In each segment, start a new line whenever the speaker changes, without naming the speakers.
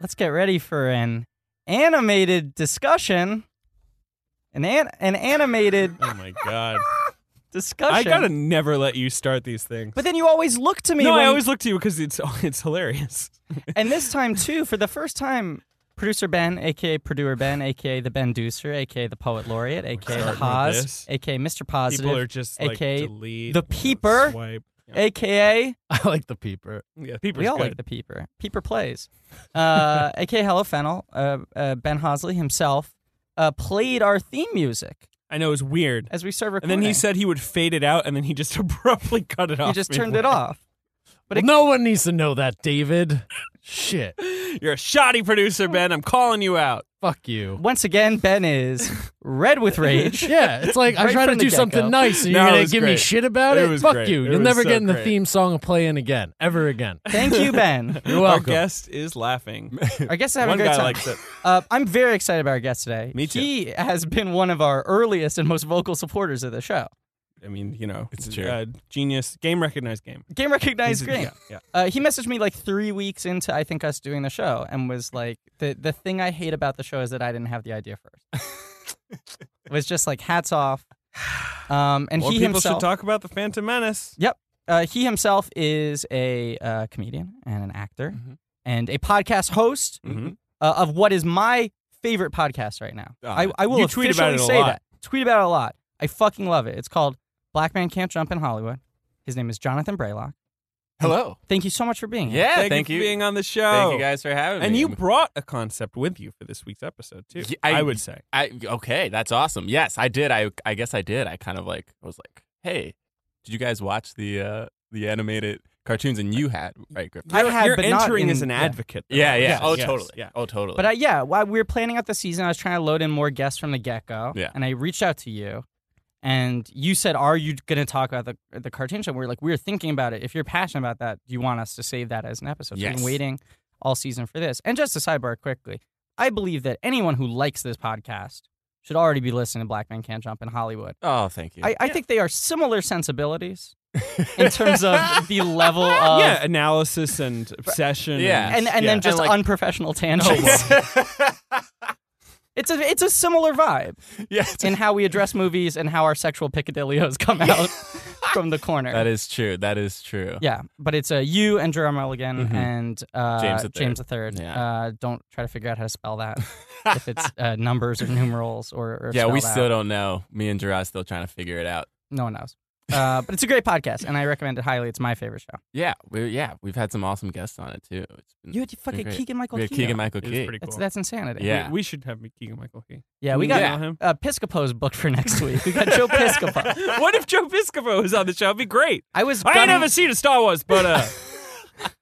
let's get ready for an animated discussion. An an, an animated
Oh my god!
discussion.
I gotta never let you start these things.
But then you always look to me.
no, I
when-
always look to you because it's it's hilarious.
and this time too, for the first time, producer Ben, aka Purduer Ben, aka the Ben Deucer, aka the Poet Laureate, aka the
starting with
Haas,
this.
aka Mr.
People are
Positive,
just like
aka
delete
the Peeper.
Swipe.
aka
I like the peeper.
Yeah, Peeper's
we all
good.
like the Peeper. Peeper plays, uh, aka Hello Fennel, uh, uh, Ben Hosley himself. Uh, played our theme music
I know it's weird.
as we started
And
recording.
then he said he would fade it out, and then he just abruptly cut it off.
he just turned it off. But
Well,
it-
no one needs to know that, David. Shit.
You're a shoddy producer, Ben. I'm calling you out.
Fuck you.
Once again, Ben is red with rage.
Yeah, it's like I
Right
try to
from the
do something
get-go.
nice, and
No,
you're
it
gonna
was
give me
great.
shit about
It
it.
was
Fuck
great.
you.
It
You'll
was
never
so
get in the
great.
theme song playing again, ever again.
Thank you, Ben.
You're
Our
welcome.
guest is laughing.
Our guest is having
One
a great
guy
time.
likes it.
Uh, I'm very excited about our guest today.
Me too.
He has been one of our earliest and most vocal supporters of the show.
I mean, you know,
It's true.
Uh, genius game, recognized game.
Game recognized
He's a-
green.
Yeah, yeah.
Uh, he messaged me like three weeks into I think us doing the show and was like, the the thing I hate about the show is that I didn't have the idea first. It was just like hats off. Um, and
More
he
people
himself.
should talk about the Phantom Menace.
uh, he himself is a uh, comedian and an actor
Mhm.
and a podcast host
Mhm.
uh, of what is my favorite podcast right now.
Ah,
I, I will
you
officially
tweet about it a
say
lot.
that. Tweet about it a lot. I fucking love it. It's called Black Man Can't Jump in Hollywood. His name is Jonathan Braylock.
Hello.
Thank you so much for being here.
Yeah,
Thank,
thank,
you for being on the show.
Thank
Oh.
you guys for having
And
me.
you
I'm-
brought a concept with you for this week's episode too.
Yeah,
I,
I-
would say.
I, okay, that's awesome. Yes, I did. I I guess I did. I kind of like I was like, hey, did you guys watch the uh the animated cartoons? And you had right, Griffin.
I
You're-
have,
You're
but not
entering
in-
as an
yeah.
advocate. though.
Yeah, yeah.
Yes,
oh,
yes,
totally.
Yeah.
Oh, totally.
But I, yeah, while we were planning out the season, I was trying to load in more guests from the get go.
Yeah.
And I reached out to you, and you said, "Are you going to talk about the the cartoon show?" We are like, "We are thinking about it. If you're passionate about that, do you want us to save that as an episode?" So We've been
Yes.
waiting all season for this. And just a sidebar, quickly, I believe that anyone who likes this podcast should already be listening to Black Man Can't Jump in Hollywood.
oh, thank you.
I, I think they are similar sensibilities in terms of the level of
yeah, analysis and obsession.
Yeah.
and and then
yeah.
just
And, like-
unprofessional tangents. It's a it's a similar vibe.
yeah,
in how we address movies and how our sexual picadillos come out from the corner.
that is true. That is true.
yeah, but it's uh, you and Jerome Mulligan
Mhm.
and uh,
James the Third.
James the Third.
Yeah.
Uh, don't try to figure out how to spell that if it's uh, numbers or numerals or, or
Yeah, we
spelled
still
out.
don't know. Me and Gerard still trying to figure it out.
no one knows. Uh, but it's a great podcast, and I recommend it highly. It's my favorite show.
Yeah, we yeah, we've had some awesome guests on it too. It's been,
You had fucking
Mm. great.
Keegan Michael
we
Key.
had Keegan Michael
It was
Key.
pretty cool.
That's that's insanity.
Yeah.
We, we should have Keegan Michael Key.
yeah. We got
Yeah.
uh, Piscopo's booked for next week. We got Joe Piscopo.
what if Joe Piscopo was on the show? It'd be great.
I was
I ain't
gunning-
ever seen a Star Wars, but uh,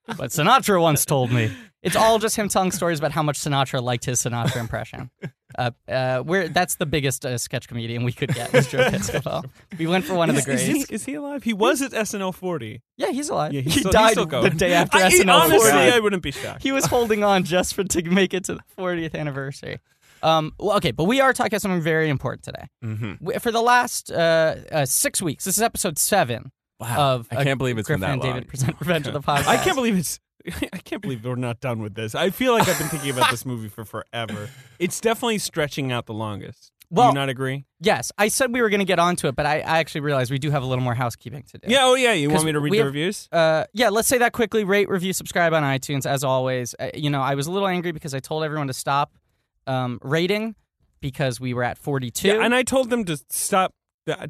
but Sinatra once told me. It's all just him telling stories about how much Sinatra liked his Sinatra impression. Uh, uh, we're, that's the biggest uh, sketch comedian we could get, is Joe Piscopo. We went for one of the
is, is
greats.
he, is he alive? He was at SNL 40.
Yeah, he's alive.
Yeah,
he
he's still- he's
died
still
the
going.
day after
I,
SNL.
honestly,
40.
I wouldn't be shocked.
he was holding on just for to make it to the 40th anniversary. Um, well, okay, but we are talking about something very important today.
Mm-hmm.
Mhm.
We- For the last uh, uh, six weeks, this is episode seven
Wow,
of
I
uh,
can't believe it's
Griffin
been that
and
long.
David present Revenge of the Podcast.
I can't believe it's. I can't believe we're not done with this. I feel like I've been thinking about this movie for forever. It's definitely stretching out the longest. Do
Well-
you not agree?
Yes, I said we were going to get onto it, but I, I actually realized we do have a little more housekeeping to do.
Yeah. Oh, yeah. You
'Cause
want me to read
we
the
have-
reviews?
Uh, yeah, let's say that quickly. Rate, review, subscribe on iTunes, as always. Uh, you know, I was a little angry because I told everyone to stop um, rating because we were at 42.
Yeah, and I told them to stop,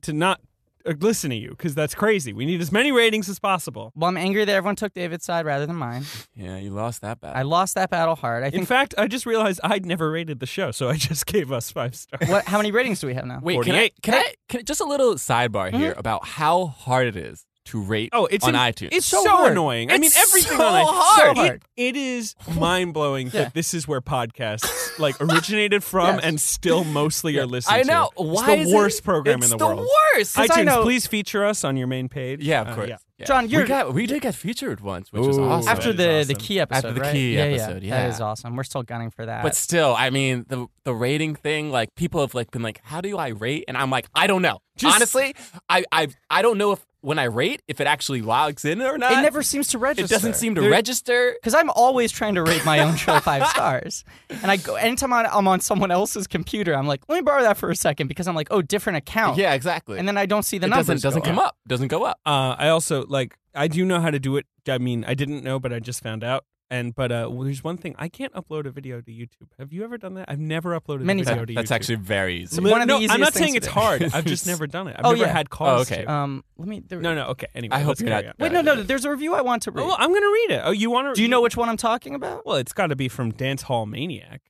to not uh, listen to you because that's crazy. We need as many ratings as possible.
well, I'm angry that everyone took David's side rather than mine.
Yeah, you lost that battle.
I lost that battle hard. I
In
think.
fact, I just realized I'd never rated the show, so I just gave us five stars.
what, how many ratings do we have now?
Wait, Can, I, can I can I- just a little sidebar
Mm-hmm.
here about how hard it is to rate
Oh, it's
on
in-
iTunes.
It's
So
so,
hard.
annoying. I
It's
mean, everything
so
on it-
hard.
So
It-
hard.
it is mind blowing
Yeah.
that this is where podcasts like originated from
Yes.
and still mostly are listened.
I know.
To.
Why
it's
is
the
it-
worst program
it's
in the,
the
world?
worst.
I
iTunes,
know-
please feature us on your main page.
yeah,
Uh,
of course. Yeah.
John, you're-
we, got, we did get featured once, which is
Ooh.
awesome.
After the,
That is
the
awesome.
key episode.
After the
right?
key
yeah,
episode,
That
yeah.
is awesome. We're still gunning for that.
But still, I mean, the the rating thing, like people have like been like, "How do I rate?" And I'm like, "I don't know."
Just-
Honestly, I I I don't know if when I rate if it actually logs in or not.
it never seems to register.
It doesn't seem to
There-
register.
because I'm always trying to rate my own show five stars, and I go anytime I- I'm on someone else's computer, I'm like, let me borrow that for a second because I'm like, oh, different account,
Yeah, exactly.
and then I don't see the
it
numbers.
doesn't doesn't
go
come up. Doesn't go up.
Uh, I also like I do know how to do it. I mean, I didn't know, but I just found out. And but uh, well, there's one thing I can't upload a video to YouTube. Have you ever done that? I've never uploaded
Many
a video
times.
to YouTube.
That's actually very easy.
One of the
no,
easiest
I'm not
things
saying
to
it's
do.
hard. I've just never done it. I've
Oh,
never
yeah.
had calls.
okay.
to.
Um, let me. There,
No, no. Okay. Anyway,
I hope
let's
you're
carry
not-
Wait,
on.
no, no. There's a review I want to read.
Oh, well, I'm gonna read it. Oh, you want to?
Do you know which one I'm talking about?
Well, it's got to be from Dance Hall Maniac.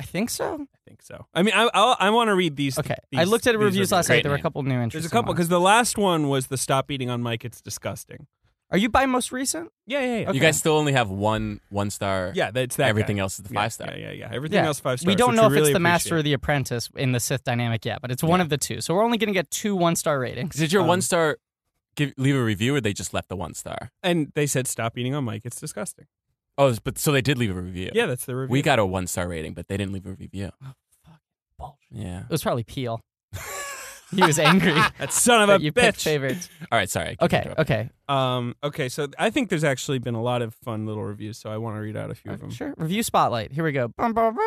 I think so.
I think so. I mean, I I'll, I want to read these.
Okay,
these-
I looked at
these
reviews last night.
Great
There were a
name.
couple new interesting.
There's a couple
ones.
because the last one was the stop eating on Mike. It's disgusting.
Are you by most recent?
Yeah, yeah, yeah.
Okay.
You guys still only have one one star.
Yeah, that's that.
Everything
guy.
else is the
Yeah,
five star.
Yeah, yeah, yeah. Everything
Yeah.
else five stars.
we don't
which
know if
really
it's the Master or
appreciate.
the Apprentice in the Sith dynamic yet, but it's one of the two. So we're only going to get two one star ratings.
Did your
Um,
one star give, leave a review, or they just left the one star?
And they said stop eating on Mike. It's disgusting.
Oh, but so they did leave a review.
Yeah, that's the review. Oh,
we got a one star rating, but they didn't leave a review.
Bullshit.
Yeah.
It was probably Peel. he was angry
that son of
that
a
you picked
bitch.
favorites.
All right. Sorry. I keep
Okay,
interrupting.
okay,
Um. Okay, so I think there's actually been a lot of fun little reviews. So I want to read out a few of them.
sure. Review spotlight. Here we go. Bum, bum, bum.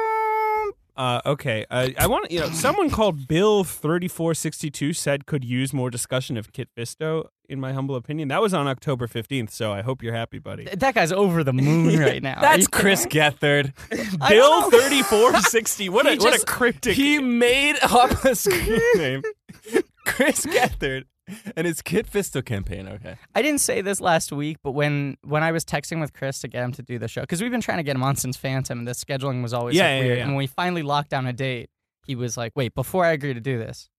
Uh, okay. Uh, I want you know someone called Bill thirty four sixty two said could use more discussion of Kit Fisto. In my humble opinion, that was on October fifteenth. So I hope you're happy, buddy.
Th- That guy's over the moon right now. Are
That's
you kidding
Chris
me?
Gethard.
I
Bill
don't know.
thirty four sixty. What a
He
what a
just-
cryptic
He made up a screen
name.
Chris Gethard and his Kid Fisto campaign. Okay.
I didn't say this last week, but when when I was texting with Chris to get him to do the show, because we've been trying to get him on since Phantom, and the scheduling was always
Yeah,
like,
yeah,
weird.
yeah.
And when we finally locked down a date, he was like, "Wait, before I agree to do this,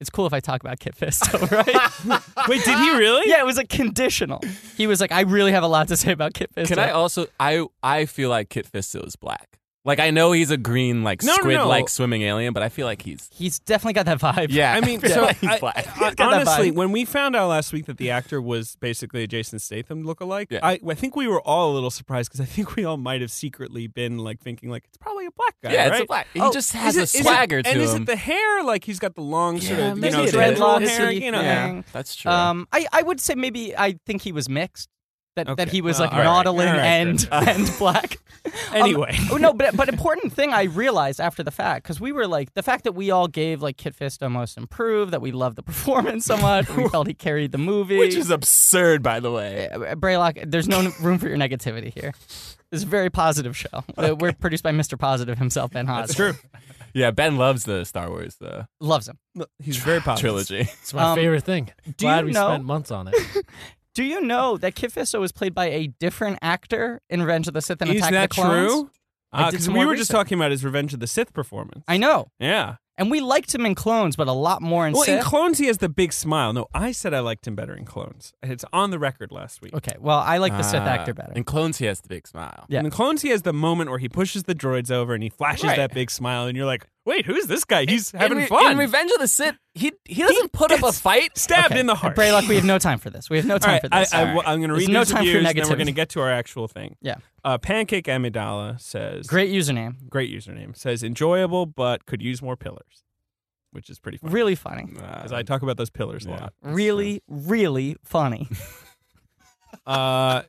it's cool if I talk about Kit Fisto, right?"
Wait, did he really?
yeah, it was a conditional. He was like, "I really have a lot to say about Kit Fisto."
Can I also? I I feel like Kit Fisto is black. Like I know he's a green like
No, no,
squid like
no.
swimming alien, but I feel like he's
He's definitely got that vibe.
yeah.
I mean,
feel
so
like he's
I-
black.
I-
got that
honestly,
vibe.
when we found out last week that the actor was basically a Jason Statham lookalike,
Yeah.
I, I think we were all a little surprised because I think we all might have secretly been like thinking like it's probably a black guy.
yeah,
right?
it's a black. He
Oh,
just has
Is it-
a
is it-
swagger to
and is
him.
it the hair? Like he's got the long sort
Yeah,
of you
maybe
know,
it's
dreadlock
dreadlocks,
hair, you know.
yeah.
yeah, that's true.
Um, I, I would say maybe I think he was mixed. That, that
Okay.
he was
Well,
like
all right.
nautilin
All right,
and
then.
and black.
Anyway.
Um, oh no, but but important thing I realized after the fact because we were like the fact that we all gave like Kit Fisto most improved that we loved the performance so much we felt he carried the movie.
which is absurd, by the way.
Uh, Braylock, there's no room for your negativity here. This is a very positive show. Uh, We're produced by Mr. Positive himself, Ben Hodges.
That's true.
Yeah, Ben loves the Star Wars the
Loves him.
He's very popular.
trilogy.
It's my
Um,
favorite thing.
do
Glad
you
we
know-
spent months on it.
Do you know that Kit Fisto was played by a different actor in Revenge of the Sith and
Is
Attack
that
of the Clones?
true?
I did
Because
some
we
more
were just
research.
talking about his Revenge of the Sith performance.
I know.
yeah.
And we liked him in Clones, but a lot more in
Well, in
Sith.
Clones, he has the big smile. No, I said I liked him better in Clones. It's on the record last week.
okay, well, I like the
Ah,
Sith actor better.
Uh, And Clones, he has the big smile.
Yeah.
In Clones, he has the moment where he pushes the droids over and he flashes
Right.
that big smile, and you're like, wait, who's this guy? He's having
in, Re-
fun.
In Revenge of the Sith, he he doesn't put up a
gets
fight.
Stabbed
Okay.
in the heart.
Braylock, we have no time for this. We have no time
All right,
for
I,
this.
I,
All right.
am going to
There's
read
no
these
time for
reviews, and then we're
negativity.
going to get to our actual thing.
Yeah.
Uh, Pancake Amidala says,
Great username.
great username. Says enjoyable, but could use more pillars, which is pretty funny.
Really funny.
Because I talk about those pillars
yeah.
a
Really, really funny.
lot.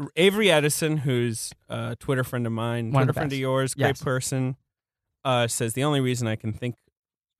Uh, Avery Edison, who's a Twitter friend of mine,
One of
Twitter
the
friend of
best.
yours, great
Yes.
person, uh, says the only reason I can think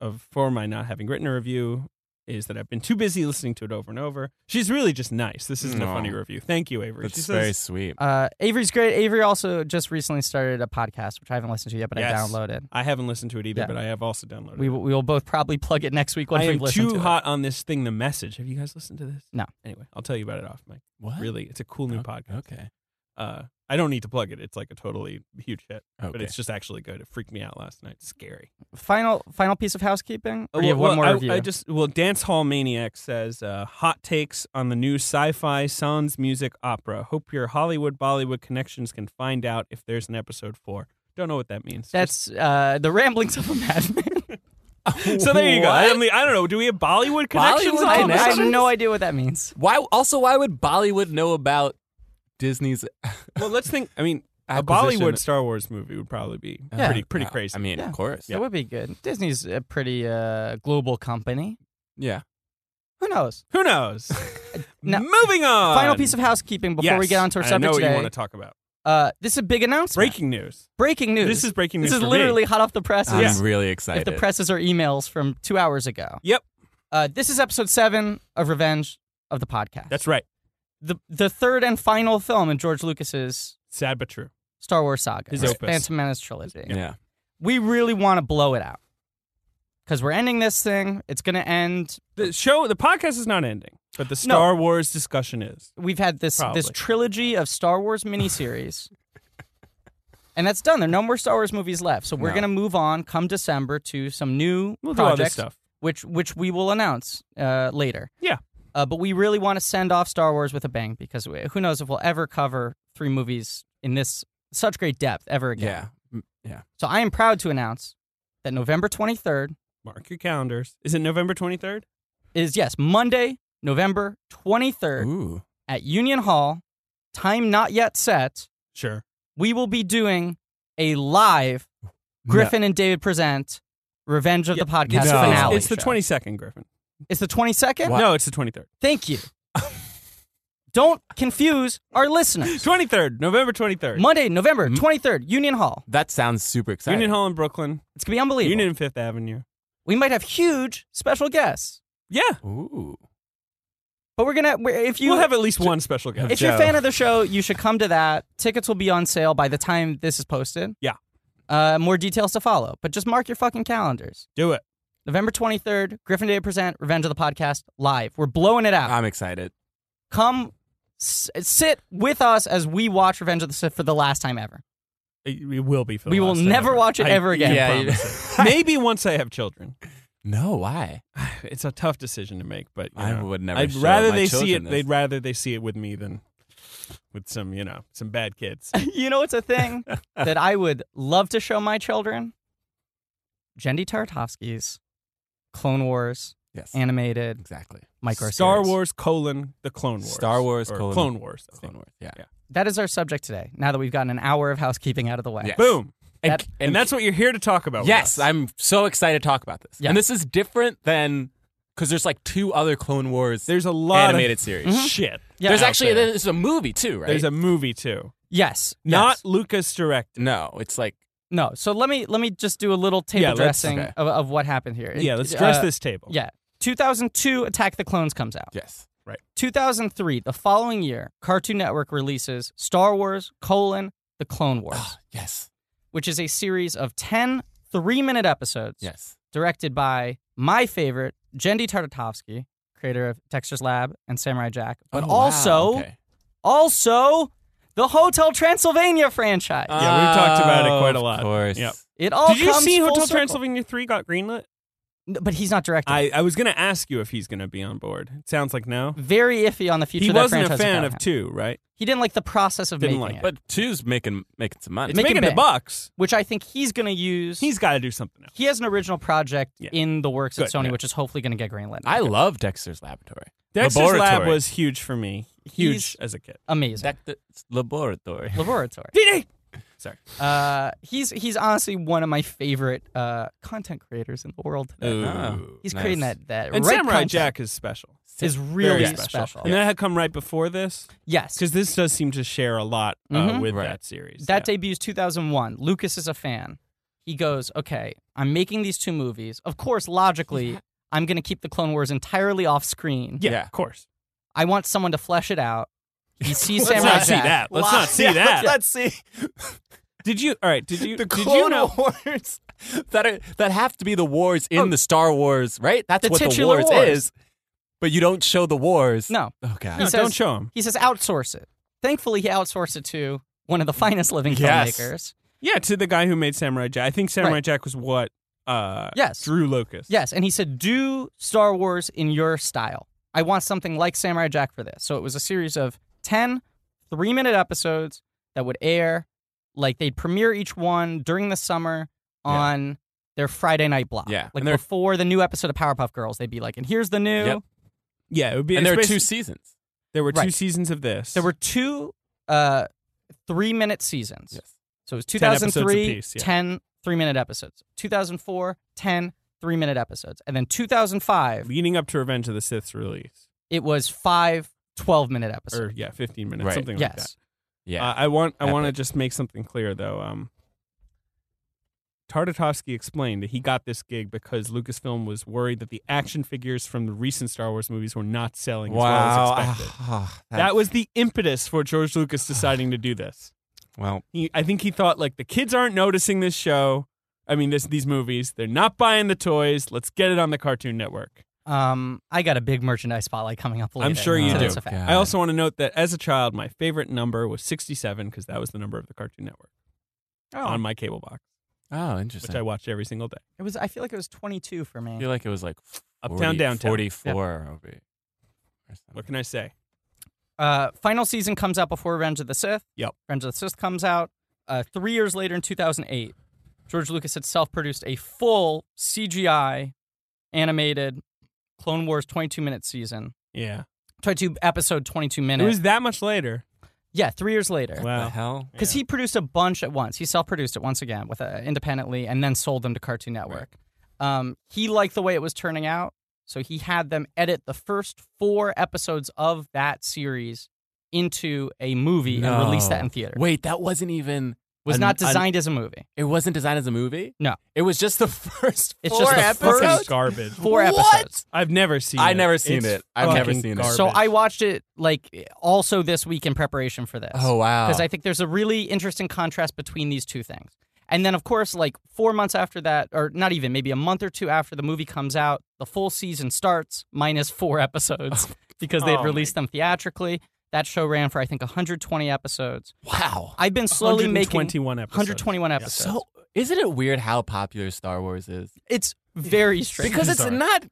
of for my not having written a review is that I've been too busy listening to it over and over. She's really just nice. This isn't a
No.
funny review. Thank you, Avery.
That's
she
very
says,
sweet.
Uh, Avery's great. Avery also just recently started a podcast, which I haven't listened to yet, but
Yes.
I downloaded.
I haven't listened to it either,
Yeah.
but I have also downloaded
We,
it.
will- we will both probably plug it next week once
I
we've
am
listened
too
to
hot on this thing, The Message. Have you guys listened to this?
No.
Anyway, I'll tell you about it off mic.
What?
Really, it's a cool new
Oh,
podcast.
Okay.
Uh, I don't need to plug it. It's like a totally huge hit,
Okay.
but it's just actually good. It freaked me out last night. It's scary.
it. Final final piece of housekeeping. Or do you have
well,
one more
I,
review.
I just well, Dance Hall Maniac says uh, hot takes on the new sci-fi sans music opera. Hope your Hollywood Bollywood connections can find out if there's an episode four. Don't know what that means.
That's uh, the ramblings of a madman.
Just- so there you go. I
What?
don't, I don't know. Do we have Bollywood connections?
Bollywood
on
I,
all
I
this?
have
connections?
no idea what that means.
Why? Also, why would Bollywood know about Disney's?
Well, let's think. I mean, a
Acquisition-
Bollywood Star Wars movie would probably be
Yeah.
pretty pretty
Uh,
crazy.
I mean,
Yeah.
of course.
That would be good. Disney's a pretty uh, global company.
Yeah.
Who knows?
Who knows?
Now-
Moving on.
Final piece of housekeeping before we
Um, Yes,
get on to our
I
subject
know what
today.
you want to talk about.
uh, this is a big announcement.
Breaking news.
Breaking news.
This is breaking news.
this is
for me.
literally hot off the presses.
I'm
Yeah.
really
If
excited.
the presses are emails from two hours ago.
Yep.
Uh, this is episode seven of Revenge of the Podcast.
That's right.
the the third and final film in George Lucas's
Sad but true.
Star Wars saga,
His
right?
opus.
Phantom Menace trilogy.
yeah.
We really want to blow it out because we're ending this thing. It's going to end.
The show, the podcast is not ending, but the Star Wars discussion is.
We've had this this
Probably.
trilogy of Star Wars miniseries, and that's done. There are no more Star Wars movies left, so we're
No.
going to move on come December to some new
We'll do all this
projects,
stuff.
which which we will announce uh, later.
Yeah.
Uh, but we really want to send off Star Wars with a bang because we, who knows if we'll ever cover three movies in this such great depth ever again.
Yeah.
So I am proud to announce that November 23rd
Mark your calendars. Is it November 23rd?
is, yes, Monday, November 23rd
Ooh.
at Union Hall, time not yet set.
Sure.
We will be doing a live Griffin and David Present Revenge of
Yeah,
the Podcast
it's,
No.
finale.
It's, it's the
show.
22nd, Griffin.
It's the 22nd?
No, it's the 23rd.
Thank you. Don't confuse our listeners.
23rd, November 23rd.
Monday, November
Mm-hmm.
23rd, Union Hall.
That sounds super exciting.
Union Hall in Brooklyn.
It's going to be unbelievable.
Union and Fifth Avenue.
we might have huge special guests,
Yeah.
Ooh.
but we're going to, if you
we'll have at least one special guest.
If you're a fan of the show, you should come to that. Tickets will be on sale by the time this is posted.
Yeah.
Uh, more details to follow, but just mark your fucking calendars.
Do it.
November 23rd, Griffin Day Present, Revenge of the Podcast live. We're blowing it out.
Uh,
I'm excited.
come s- sit with us as we watch Revenge of the Sith for the last time ever.
It it will be. For the
We will
last time
never
ever.
watch it
I-
ever again.
Yeah, you-
promise it. Maybe once I have children.
No, why?
It's a tough decision to make, but you
I
know,
would never.
I'd
show
rather
my
they see it.
children
They'd
This.
rather they see it with me than with some, you know, some bad kids.
you know it's a thing that I would love to show my children? Jendy Tartovsky's Clone Wars
Yes.
animated
exactly.
micro
Star
series.
Wars colon the Clone Wars.
Star Wars
Or
colon-
Clone Wars. I
Clone
think.
Wars. Yeah.
Yeah.
That is our subject today. Now that we've gotten an hour of housekeeping out of the way.
Yes.
Boom.
That-
And, that's what you're here to talk about. with
Yes,
us.
I'm so excited to talk about this.
Yeah.
And this is different than because there's like two other Clone Wars
There's a lot
animated
of Mm-hmm.
series.
shit.
Yeah.
There's
out
actually
there.
there's a movie too, right?
Oh, There's a movie too.
Yes.
Not
yes.
Lucas directed.
no. It's like
No. So let me let me just do a little table
Yeah, let's-
dressing
okay.
of, of what happened here.
Yeah, let's
Uh,
dress this table.
Yeah. 2002 Attack the Clones comes out.
yes,
2003, the following year, Cartoon Network releases Star Wars: colon, The Clone
Ah.
Wars,
yes,
which is a series of 10 3-minute episodes
yes.
directed by my favorite, Jendy Tartakovsky, creator of Dexter's Lab and Samurai Jack, but
Oh, wow,
also
okay.
also the Hotel Transylvania franchise.
Yeah, we've talked about it quite a lot.
Of course.
Yep.
it all
Uh, Did you
comes
see
full
Hotel
circle.
Transylvania 3 got greenlit?
No, But he's not directing.
I, I was going to ask you if he's going to be on board. It sounds like no.
Very iffy on the future.
He
of that
wasn't a
franchise
fan
without
of
him.
2, right?
He didn't like the process of
Didn't
making
like
it,
But two's making making some money.
It's
Make it
making the
big.
bucks.
which I think he's going to use.
He's got to do something else.
he has an original project
Yeah.
in the works at
Good,
Sony,
yeah.
which is hopefully going to get greenlit.
I love Dexter's Laboratory.
Dexter's Lab
Laboratory.
was huge for me.
He's-
Huge as a kid.
Amazing
Dexter's Laboratory.
laboratory.
DD! Sorry.
Uh, he's he's honestly one of my favorite uh, content creators in the world. today.
Ooh,
Oh,
He's
nice.
creating that that
And
right
Samurai
content
Jack is special.
is
Very
really
special.
special.
And that had come right before this
Yes,
because this does seem to share a lot uh,
Mhm.
with
Right.
that series.
That debuts 2001. Lucas is a fan. He goes, okay, I'm making these two movies. Of course, logically, I'm going to keep the Clone Wars entirely off screen.
yeah,
Yeah.
of course.
I want someone to flesh it out. He sees
Let's
Samurai
not see
Jack.
that. Let's not see
Yeah,
that.
Let's see.
Did you? All right. Did you?
the
did
Clone
you know? Oh.
Wars that are, that have to be the wars in the Star Wars, right? That's
The
what the
titular
wars,
wars.
is. But you don't show the wars.
No.
Oh god.
No,
says-
don't show him.
He says, outsource it. Thankfully, he outsourced it to one of the finest living
Yes.
filmmakers.
Yeah, to the guy who made Samurai Jack. I think Samurai
Right.
Jack was what uh,
Yes.
Drew Locust.
Yes. And he said, do Star Wars in your style. I want something like Samurai Jack for this. So it was a series of 10 three minute episodes that would air, like they'd premiere each one during the summer
Yeah.
on their Friday night block.
Yeah,
Like
and they're-
before the new episode of Powerpuff Girls, they'd be like, and here's the new.
Yep.
Yeah, it would be.
And there
it's
are two
basi-
seasons.
there were two
Right.
seasons of this.
There were two uh, three minute seasons.
Yes.
So it was
10 episodes
2003, 10,
apiece, yeah.
three minute episodes. 2004, 10 three minute episodes. And then 2005,
Leading up to Revenge of the Sith's release,
it was five 12 minute episodes.
or yeah, fifteen minutes,
Right.
something like that.
yes.
Yeah.
Uh, I want I want to
Epic.
just make something clear though. Um, Tartakovsky explained that he got this gig because Lucasfilm was worried that the action figures from the recent Star Wars movies were not selling as well as
Ah,
expected. that was the impetus for George Lucas deciding to do this.
well.
He, I think he thought like the kids aren't noticing this show. I mean, this these movies. They're not buying the toys. Let's get it on the Cartoon Network.
Um, I got a big merchandise spotlight coming up later.
I'm sure you
so
do.
that's a fact.
Uh,
I also want to note that as a child, my favorite number was 67 because that was the number of the Cartoon Network on my cable box.
Oh,
which I
interesting.
watched every single day.
It was. I feel like it was 22 for me.
I feel like it was like 40,
Uptown, downtown.
44 over it or something.
What can I say?
Uh, final season comes out before Revenge of the Sith.
Yep.
Revenge of the Sith comes out. Uh, three years later in 2008, George Lucas had self produced a full CGI animated Clone Wars 22 minute season.
Yeah,
22 episode 22
it
minutes.
was that much later.
yeah, three years later.
What the
Wow.
hell?
because he produced a bunch at once. He self-produced it once again with a, independently, and then sold them to Cartoon Network. Um, he liked the way it was turning out, so he had them edit the first four episodes of that series into a movie and release that
No.
in theater.
Wait, that wasn't even
was
an-
not
an-
designed as a movie.
it wasn't designed as a movie.
No.
it was just the first
It's
four
just the
episodes.
fucking
Fucking garbage.
Four
What?
episodes.
I've never seen.
I
it.
never seen
It's
it. I've never
fucking
seen it.
garbage.
So I watched it like also this week in preparation for this.
Oh wow!
because I think there's a really interesting contrast between these two things. And then, of course, like four months after that, or not even, maybe a month or two after the movie comes out, the full season starts minus four episodes because they
Oh,
had
my
released them theatrically. That show ran for, I think, 120 episodes.
wow.
I've been slowly making
121 episodes.
121 episodes.
So isn't it weird how popular Star Wars is?
it's very strange.
Because it's
Bizarre.
not.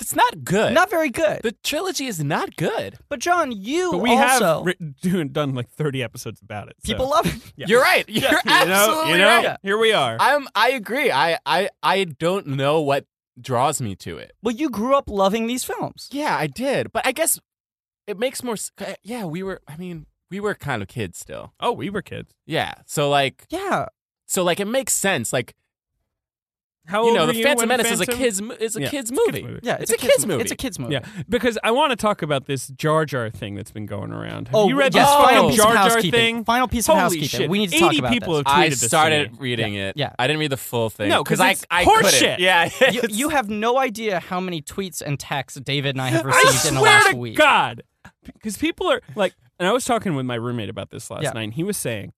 It's not good.
not very good.
the trilogy is not good.
But, John, you
But we
also,
have written, done like 30 episodes about it. so-
people love it.
Yeah.
You're right. You're
You know-
absolutely
you know,
right.
Here we are.
I'm. I agree. I. I. I don't know what draws me to it.
Well, you grew up loving these films.
Yeah, I did, but I guess it makes more. s- eh, Yeah, we were. I mean, we were kind of kids still.
oh, we were kids.
Yeah. So like.
Yeah.
So like, it makes sense. Like
How
you
old
know,
were
the
when
Phantom Menace is a
Phantom-
kids. mo- Is a
Yeah,
kids
it's a
movie.
Yeah.
It's a kids movie.
It's a kids movie.
Yeah, because I want to talk about this Jar Jar thing that's been going around. Have
Oh,
you read
just
this
oh.
final
fucking
piece of
Jar Jar
housekeeping.
thing?
Final piece of
Holy
housekeeping.
shit.
We need to
80
talk about
people
this.
have tweeted
I
this to
started
me.
reading it.
yeah.
I didn't read the full thing.
No, 'cause
I.
it's
I
horseshit.
couldn't. Yeah.
You,
it's-
you have no idea how many tweets and texts David and I have
I
received in the
swear
last
to
week.
God, because people are like, and I was talking with my roommate about this last
Yeah.
night, and he was saying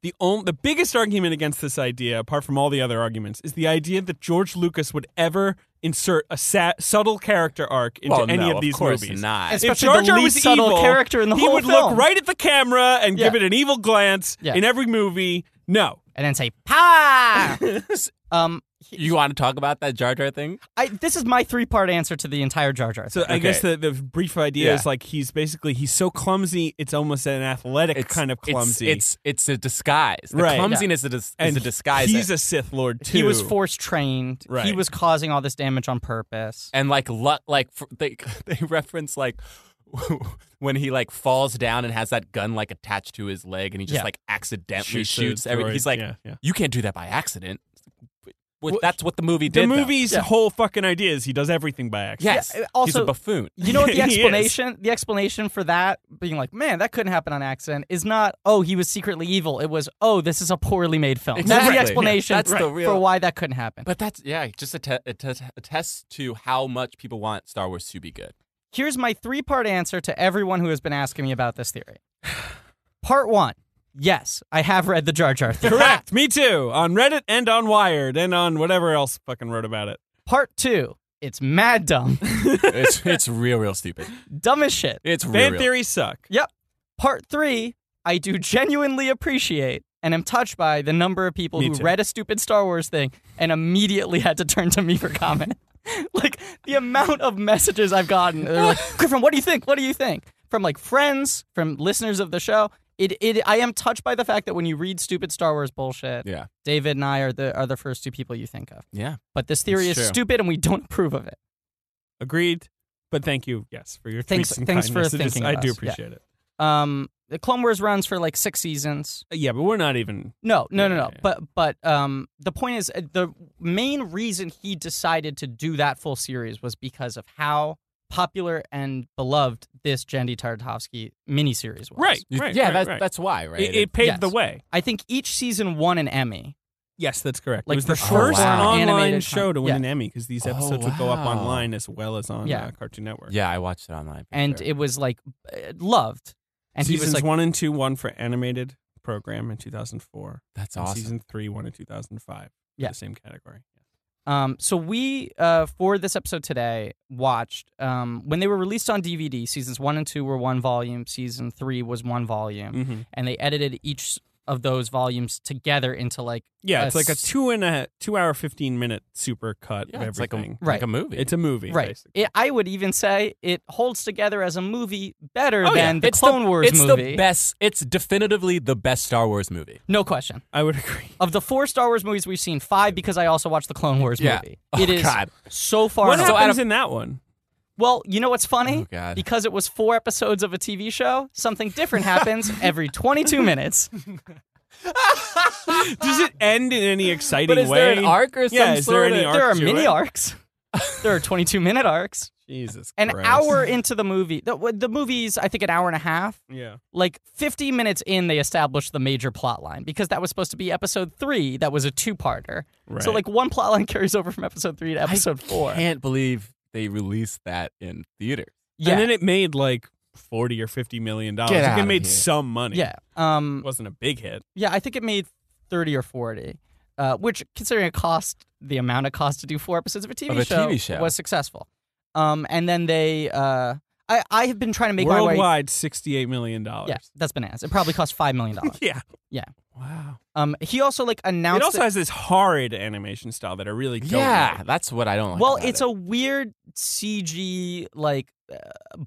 the only, the biggest argument against this idea, apart from all the other arguments, is the idea that George Lucas would ever insert a sa- subtle character arc into
well,
any
no,
of these
course
movies.
Not.
It's-
If
Especially
Jar
the
Jar
least
was
subtle
evil,
character in the
he
whole
would
film.
look right at the camera and give
Yeah.
it an evil glance
Yeah.
in every movie. No,
And then say, "Pa." um,
you want to talk about that Jar Jar thing?
I, this is my three-part answer to the entire Jar Jar.
So
thing.
I guess
Okay.
the, the brief idea
Yeah.
is like he's basically he's so clumsy it's almost an athletic kind of clumsy.
It's it's, it's a disguise. The
Right.
clumsiness is, a, dis-
and
is a disguise.
He's a Sith Lord too.
he was force trained. He
Right.
was causing all this damage on purpose.
and like luck, like fr- they they reference like when he like falls down and has that gun like attached to his leg, and he just
Yeah.
like accidentally
Shoots
shoots,
the
everything. He's
droid.
like,
Yeah, yeah.
you can't do that by accident. Well,
Well,
that's what the movie
the
did. though.
movie's
Yeah.
whole fucking idea is he does everything by accident.
yes,
Yeah,
he's
also-
a buffoon.
You know what
He
the
is.
explanation? The explanation for that being like, man, that couldn't happen on accident is not, oh, he was secretly evil. It was, oh, this is a poorly made film. That's
Exactly.
the explanation
That's the real-
for why that couldn't happen.
But that's yeah, just a, te- a, te- a test to how much people want Star Wars to be good.
here's my three part answer to everyone who has been asking me about this theory. Part one yes, I have read the Jar Jar theory.
Correct. Me too. On Reddit and on Wired and on whatever else fucking wrote about it.
part two it's mad dumb,
it's it's real, real stupid.
dumb as shit.
It's real,
Fan
real.
theories suck.
Yep. Part three I do genuinely appreciate and am touched by the number of people
Me
who
too.
read a stupid Star Wars thing and immediately had to turn to me for comment. like the amount of messages I've gotten. They're like, Griffin, what do you think? What do you think? From like friends, from listeners of the show. It, it I am touched by the fact that when you read stupid Star Wars bullshit,
Yeah,
David and I are the are the first two people you think of.
yeah.
But this theory
It's
is
true.
stupid and we don't approve of it.
Agreed. But thank you, yes, for your
Thanks-
tweets and
thanks
kind
for
messages.
thinking of
I do
us. Yeah.
appreciate it.
Um, the Clone Wars runs for like six seasons.
Uh, Yeah, but we're not even.
No, no, no,
Yeah,
no.
yeah, yeah.
But but um, the point is, uh, the main reason he decided to do that full series was because of how popular and beloved this Jandy Tartakovsky miniseries was.
Right,
You-
right.
yeah,
right,
that's
right.
that's why, right?
It, it paved
Yes.
the way.
I think each season won an Emmy.
Yes, that's correct.
Like
it was the
for
first
short form
online
animated
show to win
con-
an Emmy because these
Oh,
episodes would go up
wow.
online as well as on
Yeah.
uh, Cartoon Network.
yeah, I watched it online.
and it was like uh, loved. And he
seasons
was like,
one and two, one for animated program in 2004.
that's
and
awesome.
Season three, one in 2005. for
Yeah.
the same category.
um, so we uh, for this episode today watched um, when they were released on DVD. Seasons one and two were one volume. Season three was one volume,
Mhm.
and they edited each of those volumes together into like
Yeah, it's
A
like a
s-
two and a two hour fifteen minute super cut
Yeah,
of
it's like a,
everything.
Right.
like a movie.
It's a movie,
right.
basically.
It, I would even say it holds together as a movie better
Oh, yeah.
than the
It's
Clone Wars
it's
movie.
the best. It's definitively the best Star Wars movie.
no question.
I would agree.
Of the four Star Wars movies we've seen, five because I also watched the Clone Wars
Yeah.
movie.
Oh,
it is
God.
so far.
What
and away-
So out
happens
of-
in that one?
Well, you know what's funny?
Oh, God.
Because it was four episodes of a TV show, something different happens every 22 minutes.
Does it end in any exciting
But is
way?
there an arc or
Yeah,
some
is there
sort
any
of-
arc
there are
to
mini
it?
arcs. There are 22 minute arcs.
Jesus,
An
Christ.
hour into the movie, the, the movie's I think an hour and a half.
Yeah,
Like 50 minutes in, they established the major plot line because that was supposed to be episode three. That was a two parter.
right.
So like one plot line carries over from episode three to episode four.
I can't believe they released that in theater.
Yeah,
and then it made like forty or fifty million dollars.
Get
Like,
outta
it made
here.
some money.
yeah.
it
Um,
wasn't a big hit.
Yeah, I think it made 30 or 40, uh, which, considering it cost the amount it cost to do four episodes of a TV,
Of a
show,
TV show.
was successful. Um, and then they, uh, I, I have been trying to make my way.
Worldwide, sixty-eight million dollars.
Yeah, that's bananas. It probably cost $5 million.
Yeah.
Yeah.
Wow.
um, he also, like, announced.
It also
that-
has this horrid animation style that I really don't
Yeah,
like.
that's what I don't like.
well,
about
it's
it.
a weird CG, like, uh,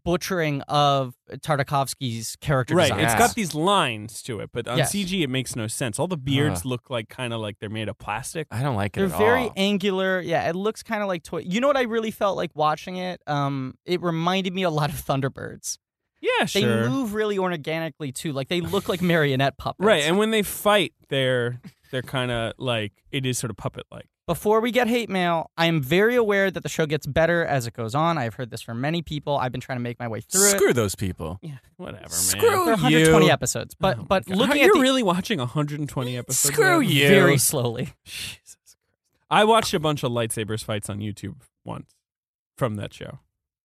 butchering of Tartakovsky's character
Right,
design.
it's
Yeah.
got these lines to it, but on
Yes.
CG it makes no sense. All the beards look like kind of like they're made of plastic.
I don't like it.
They're
at
very
all.
angular. Yeah, it looks kind of like toy. You know what I really felt like watching it? Um, it reminded me a lot of Thunderbirds.
Yeah,
they
sure.
move really organically too. Like they look like marionette puppets.
Right, and when they fight, they're they're kind of like it is sort of puppet like.
before we get hate mail, I am very aware that the show gets better as it goes on. I've heard this from many people. I've been trying to make my way through
Screw those people.
Yeah, whatever, man.
it.
Screw
There are 120
you.
episodes, but
Oh my
but
God.
looking
How-
at
you're
the
really watching 120 episodes.
Screw
of that?
you.
very slowly.
Jesus Christ. I watched a bunch of lightsabers fights on YouTube once from that show.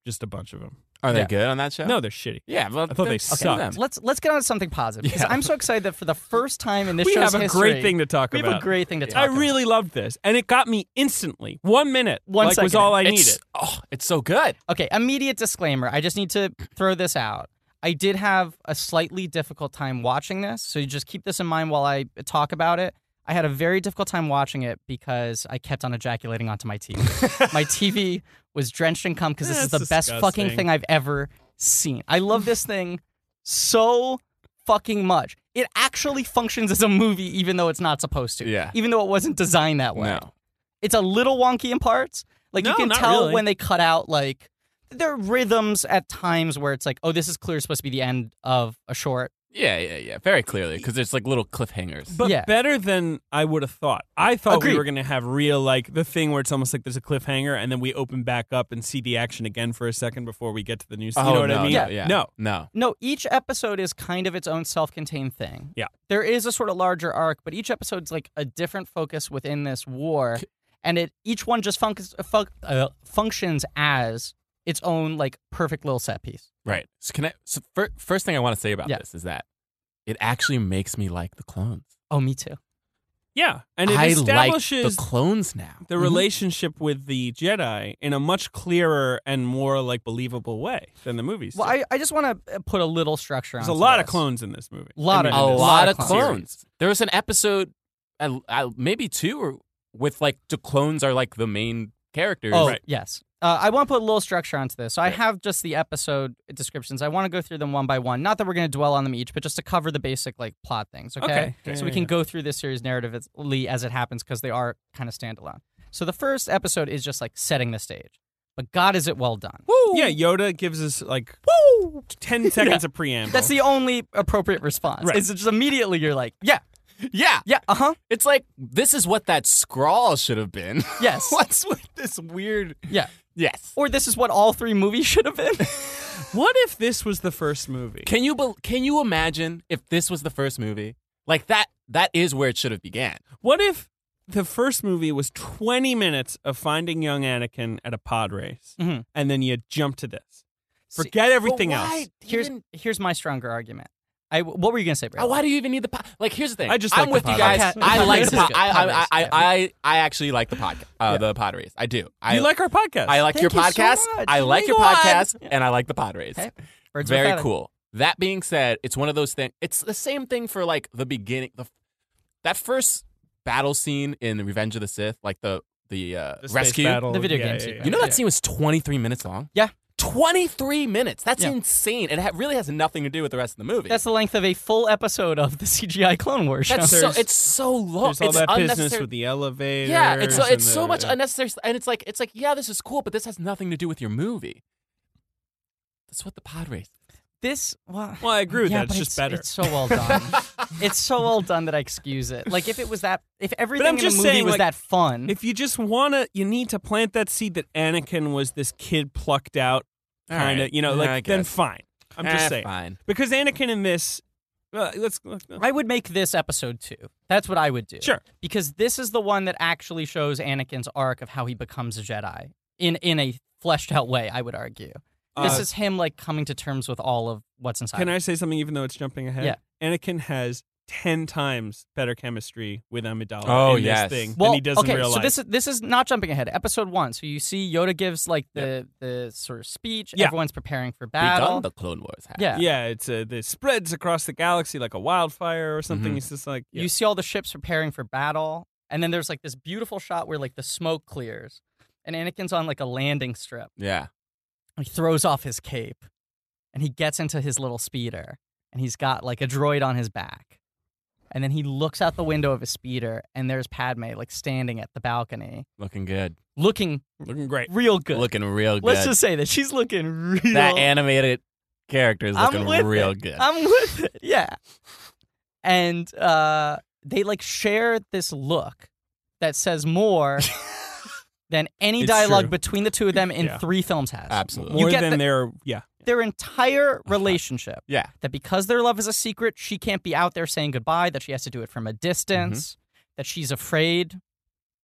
Just a bunch of them.
Are they
Yeah.
good on that show?
No, they're shitty.
Yeah, well,
I thought
then
they
screw
sucked.
them.
Let's let's get on to something positive because
Yeah.
I'm so excited that for the first time in this
we
show's
have a
history,
great thing to talk
we have
about.
a great thing to talk.
I
about.
really loved this, and it got me instantly. One minute,
One
like was
second.
all I
It's-
needed.
Oh, it's so good.
Okay, immediate disclaimer. I just need to throw this out. I did have a slightly difficult time watching this, so you just keep this in mind while I talk about it. I had a very difficult time watching it because I kept on ejaculating onto my TV. my TV was drenched in cum because this is the
That's
best fucking
disgusting.
thing I've ever seen. I love this thing so fucking much. It actually functions as a movie, even though it's not supposed to.
Yeah.
Even though it wasn't designed that way
No.
it's a little wonky in parts. Like you
No,
can
not
tell
really.
when they cut out like there are rhythms at times where it's like, oh, this is clearly supposed to be the end of a short.
Yeah, yeah, yeah. Very clearly, because there's like little cliffhangers.
But
Yeah.
better than I would have thought. I thought
Agreed.
we were going to have real, like, the thing where it's almost like there's a cliffhanger, and then we open back up and see the action again for a second before we get to the news.
oh,
you know what
no,
I mean?
No, yeah.
No.
no.
No, each episode is kind of its own self-contained thing.
Yeah.
there is a sort of larger arc, but each episode's like a different focus within this war, and it each one just func- func- uh, functions as its own like perfect little set piece.
Right. So can I? So fir- first thing I want to say about
Yeah.
this is that it actually makes me like the clones.
Oh, me too.
Yeah. And it
I like the
establishes
clones now. Mm-hmm.
the relationship with the Jedi in a much clearer and more, like, believable way than the movies.
Well,
do.
I, I just want to put a little structure on.
There's a lot of clones in this movie.
Lot
I
of-
mean,
a
in this
lot of clones.
series.
There was an episode, I, I, maybe two, or with like the clones are like the main characters.
Oh,
Right.
yes. Uh, I want to put a little structure onto this. So I have just the episode descriptions. I want to go through them one by one. Not that we're going to dwell on them each, but just to cover the basic like plot things. Okay.
Okay. Yeah,
So we
yeah,
can
yeah.
go through this series narratively as it happens because they are kind of standalone. So the first episode is just like setting the stage. but God is it well done.
Yeah, Yoda gives us like ten seconds of preamble.
That's the only appropriate response.
Right.
It's just immediately you're like, yeah,
Yeah.
yeah, uh huh,
It's like this is what that scrawl should have been.
yes,
What's with this weird?
yeah.
Yes.
Or this is what all three movies should have been.
what if this was the first movie?
Can you bel can you imagine if this was the first movie? Like that that is where it should have began.
What if the first movie was 20 minutes of finding young Anakin at a pod race,
Mhm.
and then you jump to this?
See,
Forget everything
But why
else.
here's
even-
here's my stronger argument. I what were you gonna say, Brad?
uh, why do you even need the pod? Like here's the thing.
I just
I'm
like the
with you
pod
guys.
race.
I
Pod
like
race
the
is
pod.
good.
I,
Pod
I,
race,
I,
yeah.
I, I actually like the podcast. Uh, The pod race. I do. I
you like our podcast.
I like
Thank
your
you so
podcast.
much.
I like your
Thank you,
podcast, and I like the pod race.
Okay. Birds with
Very
feathers.
cool. That being said, it's one of those things. It's the same thing for like the beginning. The that first battle scene in Revenge of the Sith, like the the, uh,
The space
rescue.
battle.
The video
Yeah,
game
yeah,
sequence.
yeah.
You know that
Yeah.
scene was 23 minutes long.
Yeah.
23 minutes. That's
Yeah.
insane. It ha- really has nothing to do with the rest of the movie.
That's the length of a full episode of the CGI Clone Wars show.
That's so.
There's-
It's so long.
There's all
it's
that business
unnecessary-
with the elevator.
yeah, it's so, it's so much unnecessary, s- and it's like it's like yeah, this is cool, but this has nothing to do with your movie. That's what the pod race.
this well,
Well, I agree with
yeah,
that. It's
but
just better.
It's so well done. it's so well done that I excuse it. Like if it was that if everything in the
just
movie
saying,
was
like,
that fun.
if you just want to, you need to plant that seed that Anakin was this kid plucked out,
All
kind of,
right.
you know,
Yeah, I
like, then
guess.
fine. I'm just
Eh,
saying.
Fine.
Because Anakin in this, uh, let's,
I would make this episode two. That's what I would do.
Sure.
Because this is the one that actually shows Anakin's arc of how he becomes a Jedi in in a fleshed out way, I would argue. This
Uh,
is him like coming to terms with all of what's inside.
Can
him.
I say something even though it's jumping ahead? Anakin has 10 times better chemistry with Amidala
Oh,
in
yes.
this thing
well,
than he does
okay,
in real
so
life.
this is this is not jumping ahead. Episode one. So you see Yoda gives like the the sort of speech.
Yeah.
Everyone's preparing for
Begun
battle.
the Clone Wars. Has.
yeah.
yeah, it's uh, it spreads across the galaxy like a wildfire or something.
Mhm.
It's just like yeah.
You see all the ships preparing for battle, and then there's like this beautiful shot where like the smoke clears, and Anakin's on like a landing strip.
Yeah.
he throws off his cape and he gets into his little speeder and he's got like a droid on his back and then he looks out the window of his speeder and there's padme like standing at the balcony
Looking good.
looking
looking great.
real good
Looking real good.
let's just say that she's looking real
that animated character is
I'm
looking
with
real
it.
good.
i'm with it yeah and uh they like share this look that says more than any
It's
dialogue
true.
between the two of them in
Yeah.
three films has
Absolutely.
More
get
than
the-
their yeah.
their entire relationship
yeah.
that because their love is a secret, she can't be out there saying goodbye, that she has to do it from a
Mm-hmm.
distance, that she's afraid,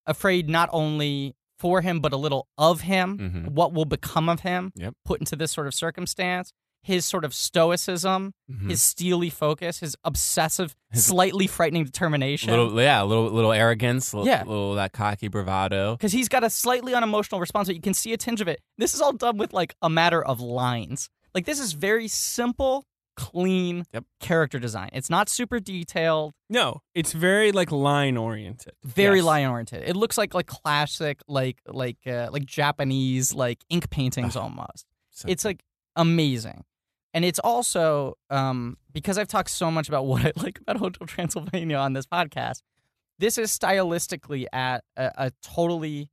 afraid not only for him, but a little of him,
Mhm.
what will become of him,
Yep.
put into this sort of circumstance, his sort of stoicism,
Mhm.
his steely focus, his obsessive,
His-
slightly frightening determination.
Mm-hmm. little yeah, little little arrogance, little,
Yeah.
little that cocky bravado.
because he's got a slightly unemotional response, but you can see a tinge of it. This is all done with like a matter of lines. Like this is very simple, clean
Yep.
character design. It's not super detailed,
No, it's very like line oriented.
very
Yes.
line oriented. It looks like like classic, like like uh, like Japanese like ink paintings almost.
So
It's like amazing. And it's also um, because I've talked so much about what I like about Hotel Transylvania on this podcast. This is stylistically at a, a totally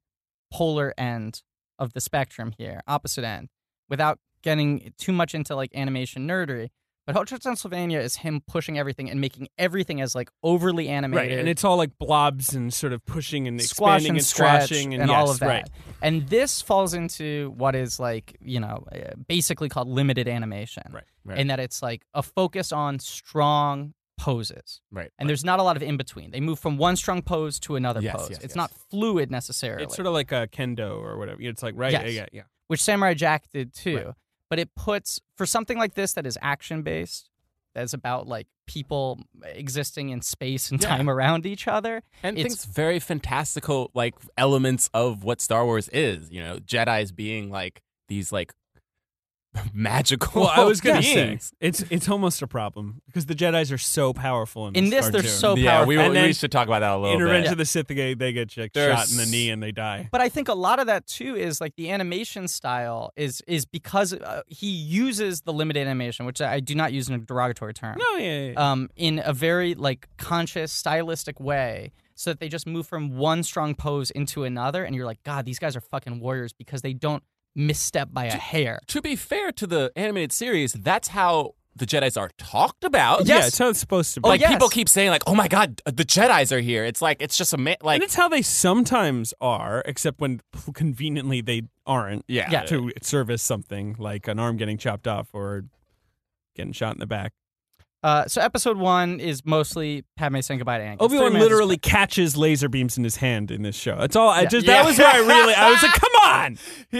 polar end of the spectrum here, opposite end, without getting too much into like animation nerdery. But Hotel Transylvania is him pushing everything and making everything as like overly
Right,
animated,
and it's all like blobs and sort of pushing and
squash
expanding
and,
and
stretch
squashing
and,
and,
all
yes,
of that.
Right.
And this falls into what is like, you know, uh, basically called limited animation.
Right,
right.
In that it's like a focus on strong poses.
right.
And there's not a lot of in between. They move from one strong pose to another
Yes,
pose.
yes,
it's
yes.
not fluid necessarily,
It's sort of like a kendo or whatever. It's like right,
Yes.
yeah, yeah, yeah.
which Samurai Jack did too.
Right.
But it puts, for something like this that is action based, that's about like people existing in space and
Yeah.
time around each other.
and
it's-
things very fantastical like elements of what Star Wars is, you know, Jedi's being like these like magical
Well, I was gonna
beings.
say it's it's almost a problem because the Jedi's are so powerful in this.
In this,
cartoon.
they're so
yeah,
powerful.
we,
And
we
then
should talk about that a little
in
bit.
Revenge of the Sith, they, they get like,
They're
shot in the
s-
knee and they die.
But I think a lot of that too is like the animation style is is because uh, he uses the limited animation, which I do not use in a derogatory term,
No, yeah, yeah, yeah.
um, in a very like conscious stylistic way, so that they just move from one strong pose into another, and you're like, God, these guys are fucking warriors because they don't misstep by a hair.
To be fair to the animated series, that's how the Jedi's are talked about.
Yeah, it's how it's supposed to be.
Oh,
like
yes.
people keep saying, like, "Oh my God, the Jedi's are here!" It's like it's just a ma- like
and it's how they sometimes are, except when p- conveniently they aren't.
Yeah.
Yeah.
To service something like an arm getting chopped off or getting shot in the back.
Uh, so episode one is mostly Padme saying goodbye to Anakin.
Obi Wan
Three minutes is-
literally catches laser beams in his hand in this show. That's all. I
Yeah.
just
Yeah.
that was where I really I was like, come on.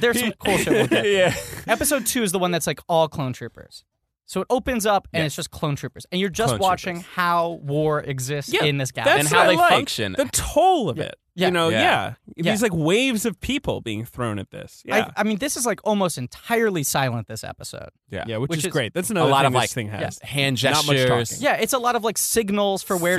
There's some cool shit we'll get to.
yeah.
Episode two is the one that's like all clone troopers. So it opens up and it's just clone troopers, and you're just
Clone
watching how war exists
Yeah,
in this
That's
galaxy.
And how
what I
they
like,
function.
The toll of it.
Yeah.
You know,
Yeah.
yeah.
Yeah.
These like waves of people being thrown at this. Yeah.
I, I mean, this is like almost entirely silent. This episode.
yeah,
yeah, which,
Which
is,
is
great. That's another
lot
thing
of,
this
like,
thing has.
yeah.
hand
Not much
gestures.
talking.
Yeah, it's a lot of like signals for where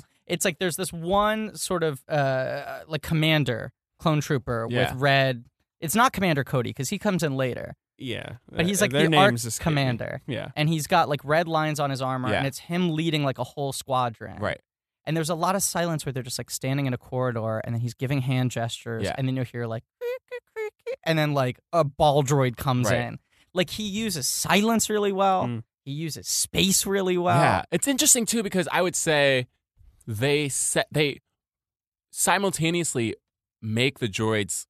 to go. It's like there's this one sort of uh, like commander clone trooper
Yeah.
with red. It's not Commander Cody because he comes in later,
Yeah,
but he's
Uh,
like
their
the
names
arc
escape me.
commander,
Yeah,
and he's got like red lines on his armor,
Yeah.
and it's him leading like a whole squadron.
Right.
And there's a lot of silence where they're just like standing in a corridor, and then he's giving hand gestures,
Yeah.
and then you'll hear like, and then like a ball droid comes
Right.
in. Like he uses silence really well.
Mm.
He uses space really well.
Yeah, it's interesting too because I would say they set they simultaneously make the droids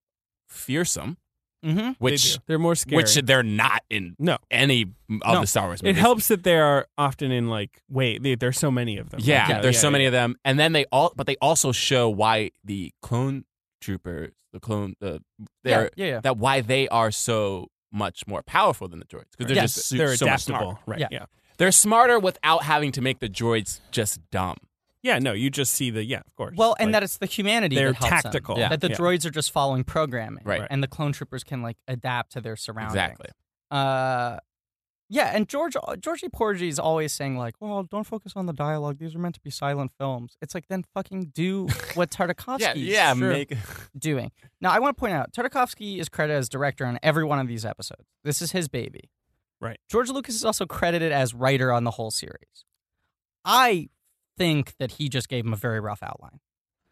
fearsome,
Mm-hmm.
which
they are more scary.
which they're not in
no,
any of
No,
the Star Wars
it
movies.
helps that they are often in like wait, they, there's so many of them.
Yeah,
Like,
there's so many of them, and then they all but they also show why the clone troopers, the clone, the
Yeah,
they're
yeah, yeah.
that why they are so much more powerful than the droids because they're
Yes,
just su-
They're
so much smarter.
adaptable, right?
Yeah.
Yeah. yeah,
They're smarter without having to make the droids just dumb.
No, you just see the yeah, of course.
Well, and
Like,
that it's the humanity
they're
that helps
tactical.
them.
Yeah.
That the
Yeah.
droids are just following programming,
Right.
And the clone troopers can like adapt to their surroundings.
Exactly.
Uh, yeah, and George Georgie Porgy is always saying like, "Well, don't focus on the dialogue. These are meant to be silent films." It's like then fucking do what Tartakovsky
Yeah, yeah, make
doing. Now, I want to point out Tartakovsky is credited as director on every one of these episodes. This is his baby.
Right.
George Lucas is also credited as writer on the whole series. I think that he just gave him a very rough outline.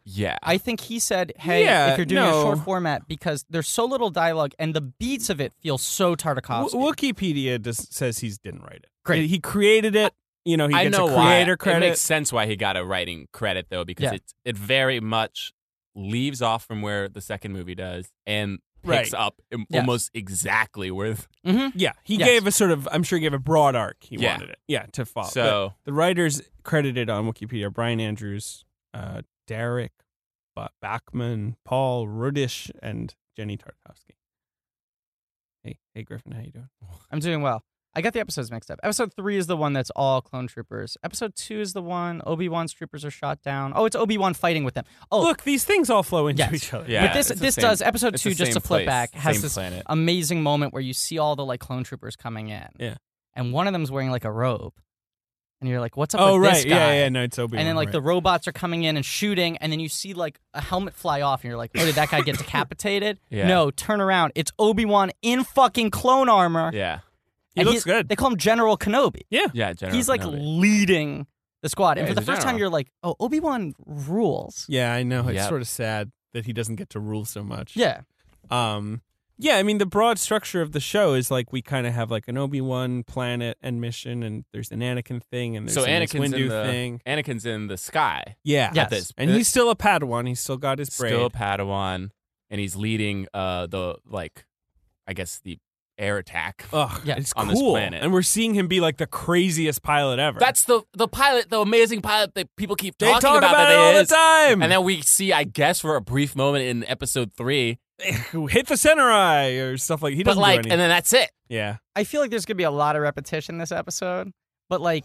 yeah.
I think he said, "Hey,
Yeah,
if you're doing a short
no.
format, because there's so little dialogue and the beats of it feel so Tartakovsky."
W- Wikipedia does, says he didn't write it.
Great.
He created it. You know, he
I
gets
know
a creator
why.
credit.
It makes sense why he got a writing credit though, because
Yeah.
it it very much leaves off from where the second movie does and picks
Right.
up im-
Yes.
almost exactly where. th-
Mhm.
yeah, he
Yes.
gave a sort of. I'm sure he gave a broad arc. He
Yeah.
wanted it. Yeah, to follow. But
so
the writers credited on Wikipedia: are Brian Andrews, uh, Derek ba- Bachman, Paul Rudish, and Jenny Tarkovsky. Hey, hey, Griffin, how you doing?
I'm doing well. I got the episodes mixed up. Episode three is the one that's all clone troopers. Episode two is the one Obi Wan's troopers are shot down. Oh, it's Obi Wan fighting with them. Oh,
Look, these things all flow into
Yes.
each other.
Yeah,
but this
it's the
this
same-
does episode
it's
two.
the
Just
same
to flip
place,
back, has
same
this
planet.
amazing moment where you see all the like clone troopers coming in.
Yeah.
and one of them's wearing like a robe, and you're like, "What's up?"
Oh
with
right,
this guy?
yeah, yeah, no, it's Obi.
and then like the robots are coming in and shooting, and then you see like a helmet fly off, and you're like, "Oh, did that guy get decapitated?"
Yeah.
No, turn around. It's Obi Wan in fucking clone armor.
yeah,
he
and
looks good.
They call him General Kenobi.
yeah. General
he's like
Kenobi.
leading the squad, and
Yeah,
for the
he's a
first time,
general.
you're like, "Oh, Obi Wan rules."
yeah, I know. It's
Yep.
sort of sad that he doesn't get to rule so much.
Yeah,
Um, yeah, I mean the broad structure of the show is like we kind of have like an Obi Wan planet and mission, and there's an Anakin thing, and there's
so
an Mace
Anakin's
Windu
in the
thing.
Anakin's in the sky.
Yeah,
Yes.
this-
and he's still a Padawan. He's still got his braid.
still a Padawan, and he's leading uh the like, I guess the air attack.
Ugh,
Yeah.
it's
on
cool.
this planet.
and we're seeing him be like the craziest pilot ever.
That's the the pilot, the amazing pilot that people keep
they
talking
talk about,
that
it all
they
the time.
And then we see, I guess, for a brief moment in episode three,
then hit the center eye or stuff like he
but
doesn't
like,
do
and
anything.
then that's it.
yeah,
I feel like there's gonna be a lot of repetition this episode, but like.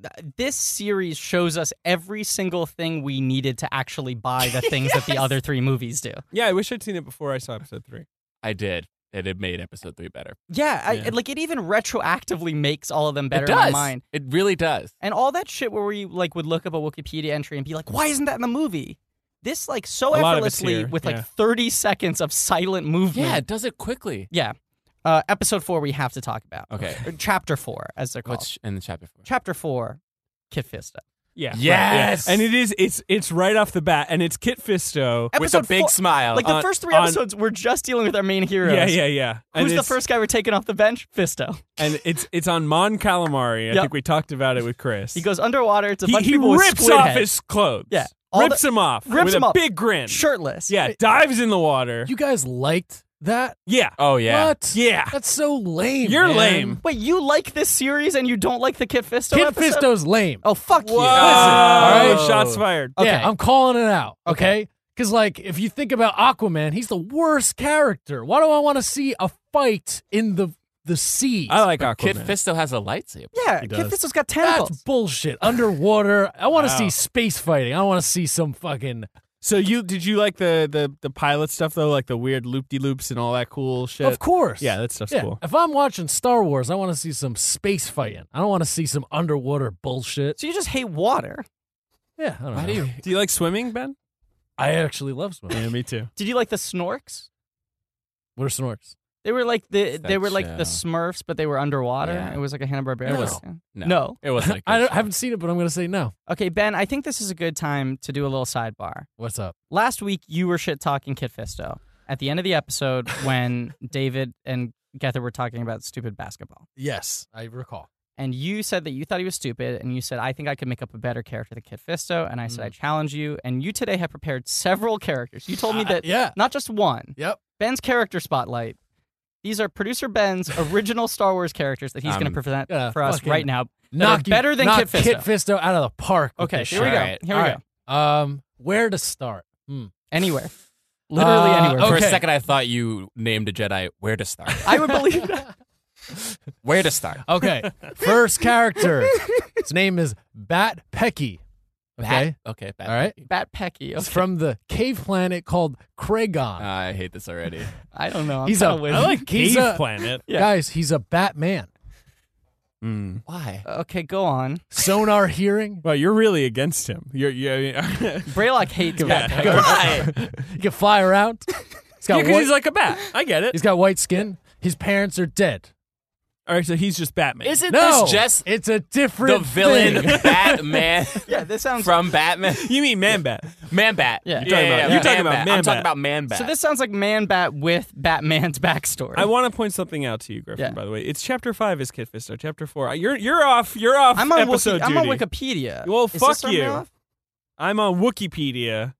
th- This series shows us every single thing we needed to actually buy the things that the other three movies do.
yeah. I wish I'd seen it before I saw episode three.
I did. And it made episode three better.
Yeah, I,
Yeah.
like it even retroactively makes all of them better
it
in
does.
my mind.
It really does.
And all that shit where we like would look up a Wikipedia entry and be like, why isn't that in the movie? This like so
A lot of it's
effortlessly
here,
with
yeah.
like 30 seconds of silent movement.
Yeah, it does it quickly.
Yeah. Uh, episode four we have to talk about.
Okay.
Or chapter four, as they're called.
What's in the chapter four?
chapter four, Kit Fisto.
Yeah. right,
Yes!
yeah. And it is it's it's right off the bat and it's Kit Fisto.
with a
Episode
big
four-
smile.
Like the
Oh, on-
first three
on-
episodes, we're just dealing with our main heroes.
Yeah, yeah, yeah. And
Who's the
it's-
first guy we're taking off the bench? Fisto.
And it's it's on Mon Calamari. I
Yep.
think we talked about it with Chris.
He goes underwater. It's a
he,
bunch
he
of people with
rips
squid
off
heads.
his clothes.
Yeah, all
rips him off.
rips
with
him
a
off.
big grin.
shirtless.
Yeah, dives in the water.
You guys liked that?
yeah.
oh yeah.
What?
Yeah.
That's so lame.
You're
man.
lame.
Wait, you like this series and you don't like the Kit Fisto
Kid
episode?
Fisto's lame.
Oh fuck you!
all
Oh.
right, shots fired.
Okay.
Yeah, I'm calling it out. Okay. Because, like, if you think about Aquaman, he's the worst character. Why do I want to see a fight in the the sea?
I like Aquaman.
Kid Fisto has a lightsaber.
Yeah,
He
Kid
does.
Fisto's got tentacles.
That's bullshit. Underwater. I want to
Wow.
see space fighting. I don't want to see some fucking.
So you did you like the the the pilot stuff though, like the weird loop de loops and all that cool shit?
Of course.
Yeah, that stuff's cool.
If I'm watching Star Wars, I want to see some space fighting. I don't want to see some underwater bullshit.
so you just hate water.
Yeah. I don't
Why
know.
do you?
Do you like swimming, Ben?
I actually love swimming.
Yeah, me too.
Did you like the Snorks?
What are snorks?
They were like the they
that
were like the
show.
Smurfs, but they were underwater.
Yeah.
It was like a Hanna Barbera.
No.
No,
No.
it wasn't. a
I
good
don't,
show.
haven't seen it, but I'm going to say no.
Okay, Ben, I think this is a good time to do a little sidebar.
What's up?
Last week you were shit talking Kid Fisto at the end of the episode when David and Gether were talking about stupid basketball.
Yes, I recall.
And you said that you thought he was stupid, and you said, I think I could make up a better character than Kid Fisto. And I
Mm.
said, I challenge you. And you today have prepared several characters. You told me that
Uh, yeah.
not just one.
Yep.
Ben's character spotlight. These are producer Ben's original Star Wars characters that he's going to
I'm
present
gonna
for us
Um, fucking
right now. that are
Knock you-
better than
knock
Kid Fisto.
Kit Fisto out of the park. with
okay,
this
here we
shit.
go.
All right.
Here
All
we
right.
go.
Um, where to start? Hmm.
Anywhere. Literally
Uh,
anywhere.
For
okay.
a second, I thought you named a Jedi where to start.
I would believe that.
Where to start?
Okay, first character. His name is Bat Pecky. Okay,
Bat- Okay. Bat-
all right.
Bat Pecky.
It's
Okay.
from the cave planet called Kragon.
Uh, I hate this already.
I don't know. I'm
He's
kinda
a-
with
I
you.
like
He's
Cave
a-
Planet.
yeah.
Guys, he's a Batman.
Hmm.
Mm.
Why?
Okay, go on.
Sonar hearing.
Well, you're really against him. You're, you're,
Braylock hates Bat Pecky.
Why?
He can fly around. He's got
because
white,
he's like a bat. I get it.
he's got white skin. His parents are dead.
All right, so he's just Batman.
Isn't
No,
this just
it's a different
the villain
thing.
Batman
Yeah, this sounds
from Batman?
you mean Man Bat?
Man Bat.
Yeah.
You're
You're
talking
about-
about,
you're talking about Man
I'm
Bat.
talking about Man Bat.
So this sounds like Man Bat with Batman's backstory.
I want to point something out to you, Griffin.
Yeah.
By the way, it's chapter five is Kit Fisto. Chapter four, you're you're off. You're off.
I'm on,
episode
Wiki- I'm on
duty.
Wikipedia.
Well,
Is this
fuck
from
you.
now on?
I'm on Wikipedia,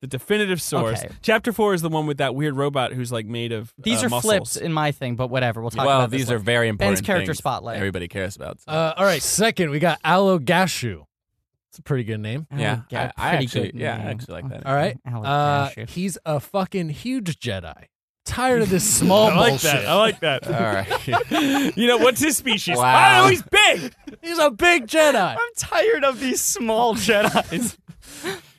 the definitive source.
Okay.
Chapter four is the one with that weird robot who's like made of
These
uh,
are
muscles.
flips in my thing, but whatever. We'll talk
well,
about this
these are
later.
very important
character
things
spotlight.
Everybody cares about. So.
Uh, all right, second we got Alogashu. It's a pretty good name.
Oh,
yeah,
yeah,
I, I
pretty
actually,
good
yeah, I
name. Oh,
actually like that.
All right, uh,
Mm-hmm. Alogashu.
he's a fucking huge Jedi. Tired of this small
I like
bullshit.
that. I like that.
All right.
you know what's his species?
Wow.
Oh, he's big.
He's a big Jedi.
I'm tired of these small Jedi's.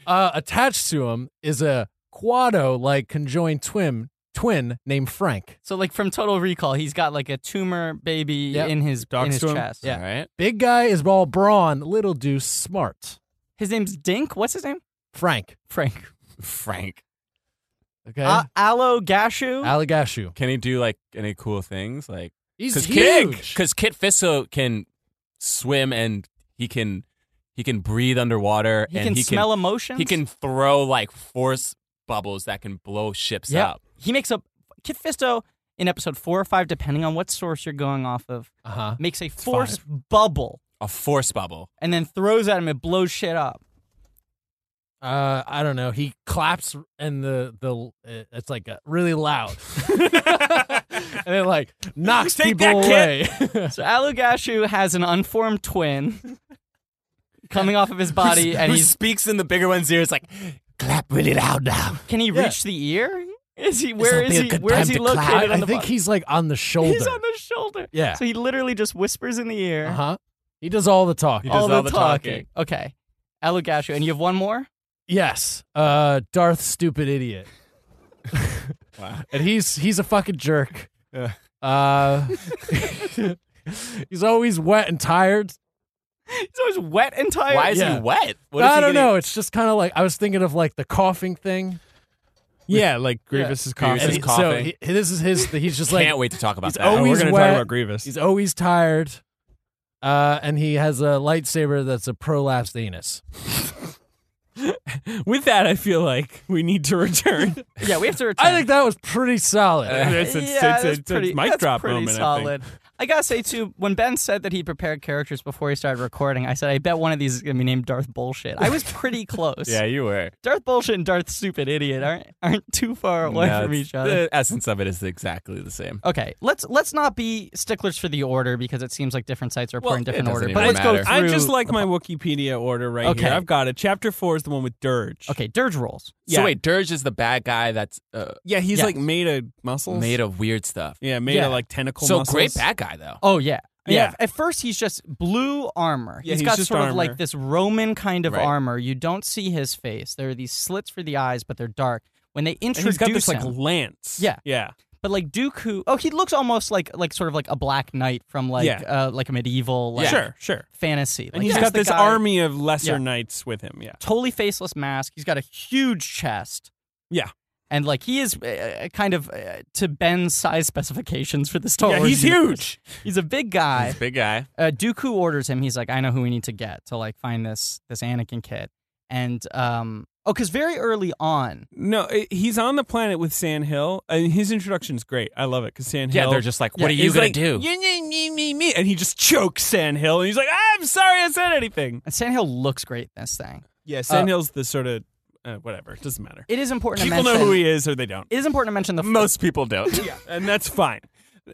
Uh, attached to him is a Quado-like conjoined twin twin named Frank.
so, like from Total Recall, he's got like a tumor baby
Yep.
in his
Talks
in his
to him.
chest.
Yeah.
All right.
Big guy is all brawn. Little dude smart.
His name's Dink. What's his name?
Frank.
Frank.
Frank.
Okay.
Uh, Aloe Gashu.
Allegashu.
Can he do like any cool things? Like,
He's
because
huge.
Kit, Fisto can swim and he can he can breathe underwater
he
and
can
he
smell emotions.
can he can throw like force bubbles that can blow ships
Yep.
up.
He makes a Kid Fisto in episode four or five, depending on what source you're going off of,
Uh huh.
makes a force bubble
A force bubble.
and then throws at him. It blows shit up.
Uh, I don't know. He claps and the the uh, it's like uh, really loud, and it like knocks
Take
people away.
that,
So Alugashu has an unformed twin coming off of his body, and
Who
he's
speaks in the bigger one's ear? It's like clap really loud now.
can he
yeah.
reach the ear? Is he where
This'll
is
be a
he
good
where is
time
he
to clap.
located on
I, I
the
think
body?
he's like on the shoulder.
He's on the shoulder.
Yeah.
So he literally just whispers in the ear
uh huh. He does all the talking.
He does
all,
all
the
the
talking. Okay. Alugashu, and you have one more?
Yes. Uh, Darth, stupid idiot,
Wow.
and he's he's a fucking jerk.
Yeah.
Uh, he's always wet and tired.
He's always wet and tired.
Why is
Yeah.
he wet? What is
I
he
don't
getting-
know. It's just kind of like I was thinking of like the coughing thing.
Yeah, like Grievous is coughing.
Grievous
And
is
he-
coughing.
So he, this is his. He's just like
Can't wait to talk about
he's
that.
Oh, we're
always
gonna
wet.
talk about Grievous.
He's always tired. Uh, and he has a lightsaber that's a prolapsed anus.
With that, I feel like we need to return.
Yeah, we have to return.
I think that was pretty solid.
it's, it's,
yeah,
it's,
that's
it's
pretty,
a mic
that's
drop
pretty
moment. I think.
solid. I gotta say too, when Ben said that he prepared characters before he started recording, I said I bet one of these is gonna be named Darth Bullshit. I was pretty close.
Yeah, you were.
Darth Bullshit and Darth Stupid Idiot aren't aren't too far away
No,
from
it's-
each other.
The essence of it is exactly the same.
Okay, let's let's not be sticklers for the order because it seems like different sites are put
Well,
in
it
different
doesn't
order.
even
But let's go
matter.
through.
I just like my Wikipedia order right
Okay.
here. I've got it. Chapter four is the one with Dirge.
okay, dirge rolls.
Yeah.
So wait, Dirge is the bad guy that's uh,
Yeah, he's
Yeah.
like made of muscles.
made of weird stuff.
Yeah, made
Yeah.
of like tentacle
so
muscles.
great bad guy though.
Oh yeah.
Yeah.
Yeah. At first, he's just blue armor.
Yeah,
he's
he's
got
just
sort of
armor.
like this Roman kind of
Right.
armor. You don't see his face. There are these slits for the eyes, but they're dark. When they
And
introduce
he's got this like
him,
lance.
Yeah.
Yeah.
but like Dooku, oh, he looks almost like like sort of like a Black Knight from like
Yeah.
uh, like a medieval like
Sure, sure.
fantasy. Like,
And he's
just
got
the
this
guy-
army of lesser
Yeah.
knights with him. Yeah.
totally faceless mask. He's got a huge chest.
Yeah.
And like he is uh, kind of uh, to Ben's size specifications for the Star
yeah,
Wars.
he's
universe.
huge.
He's a big guy.
He's a big guy.
uh, Dooku orders him. He's like, I know who we need to get to like find this this Anakin kid. And um, oh, because very early on,
No, it, he's on the planet with San Hill, and his introduction's great. I love it because San
Yeah,
Hill.
they're just like, what
Yeah,
are you
he's
gonna
like,
do?
"You- you- me, me, me," and he just chokes San Hill, and he's like, "I'm sorry, I said anything."
and Sandhill looks great in this thing.
Yeah, San
Uh,
Hill's the sort of uh, whatever. It doesn't matter.
It is important
People
to mention.
know who he is, or they don't.
it is important to mention the
Most people don't.
yeah, and that's fine.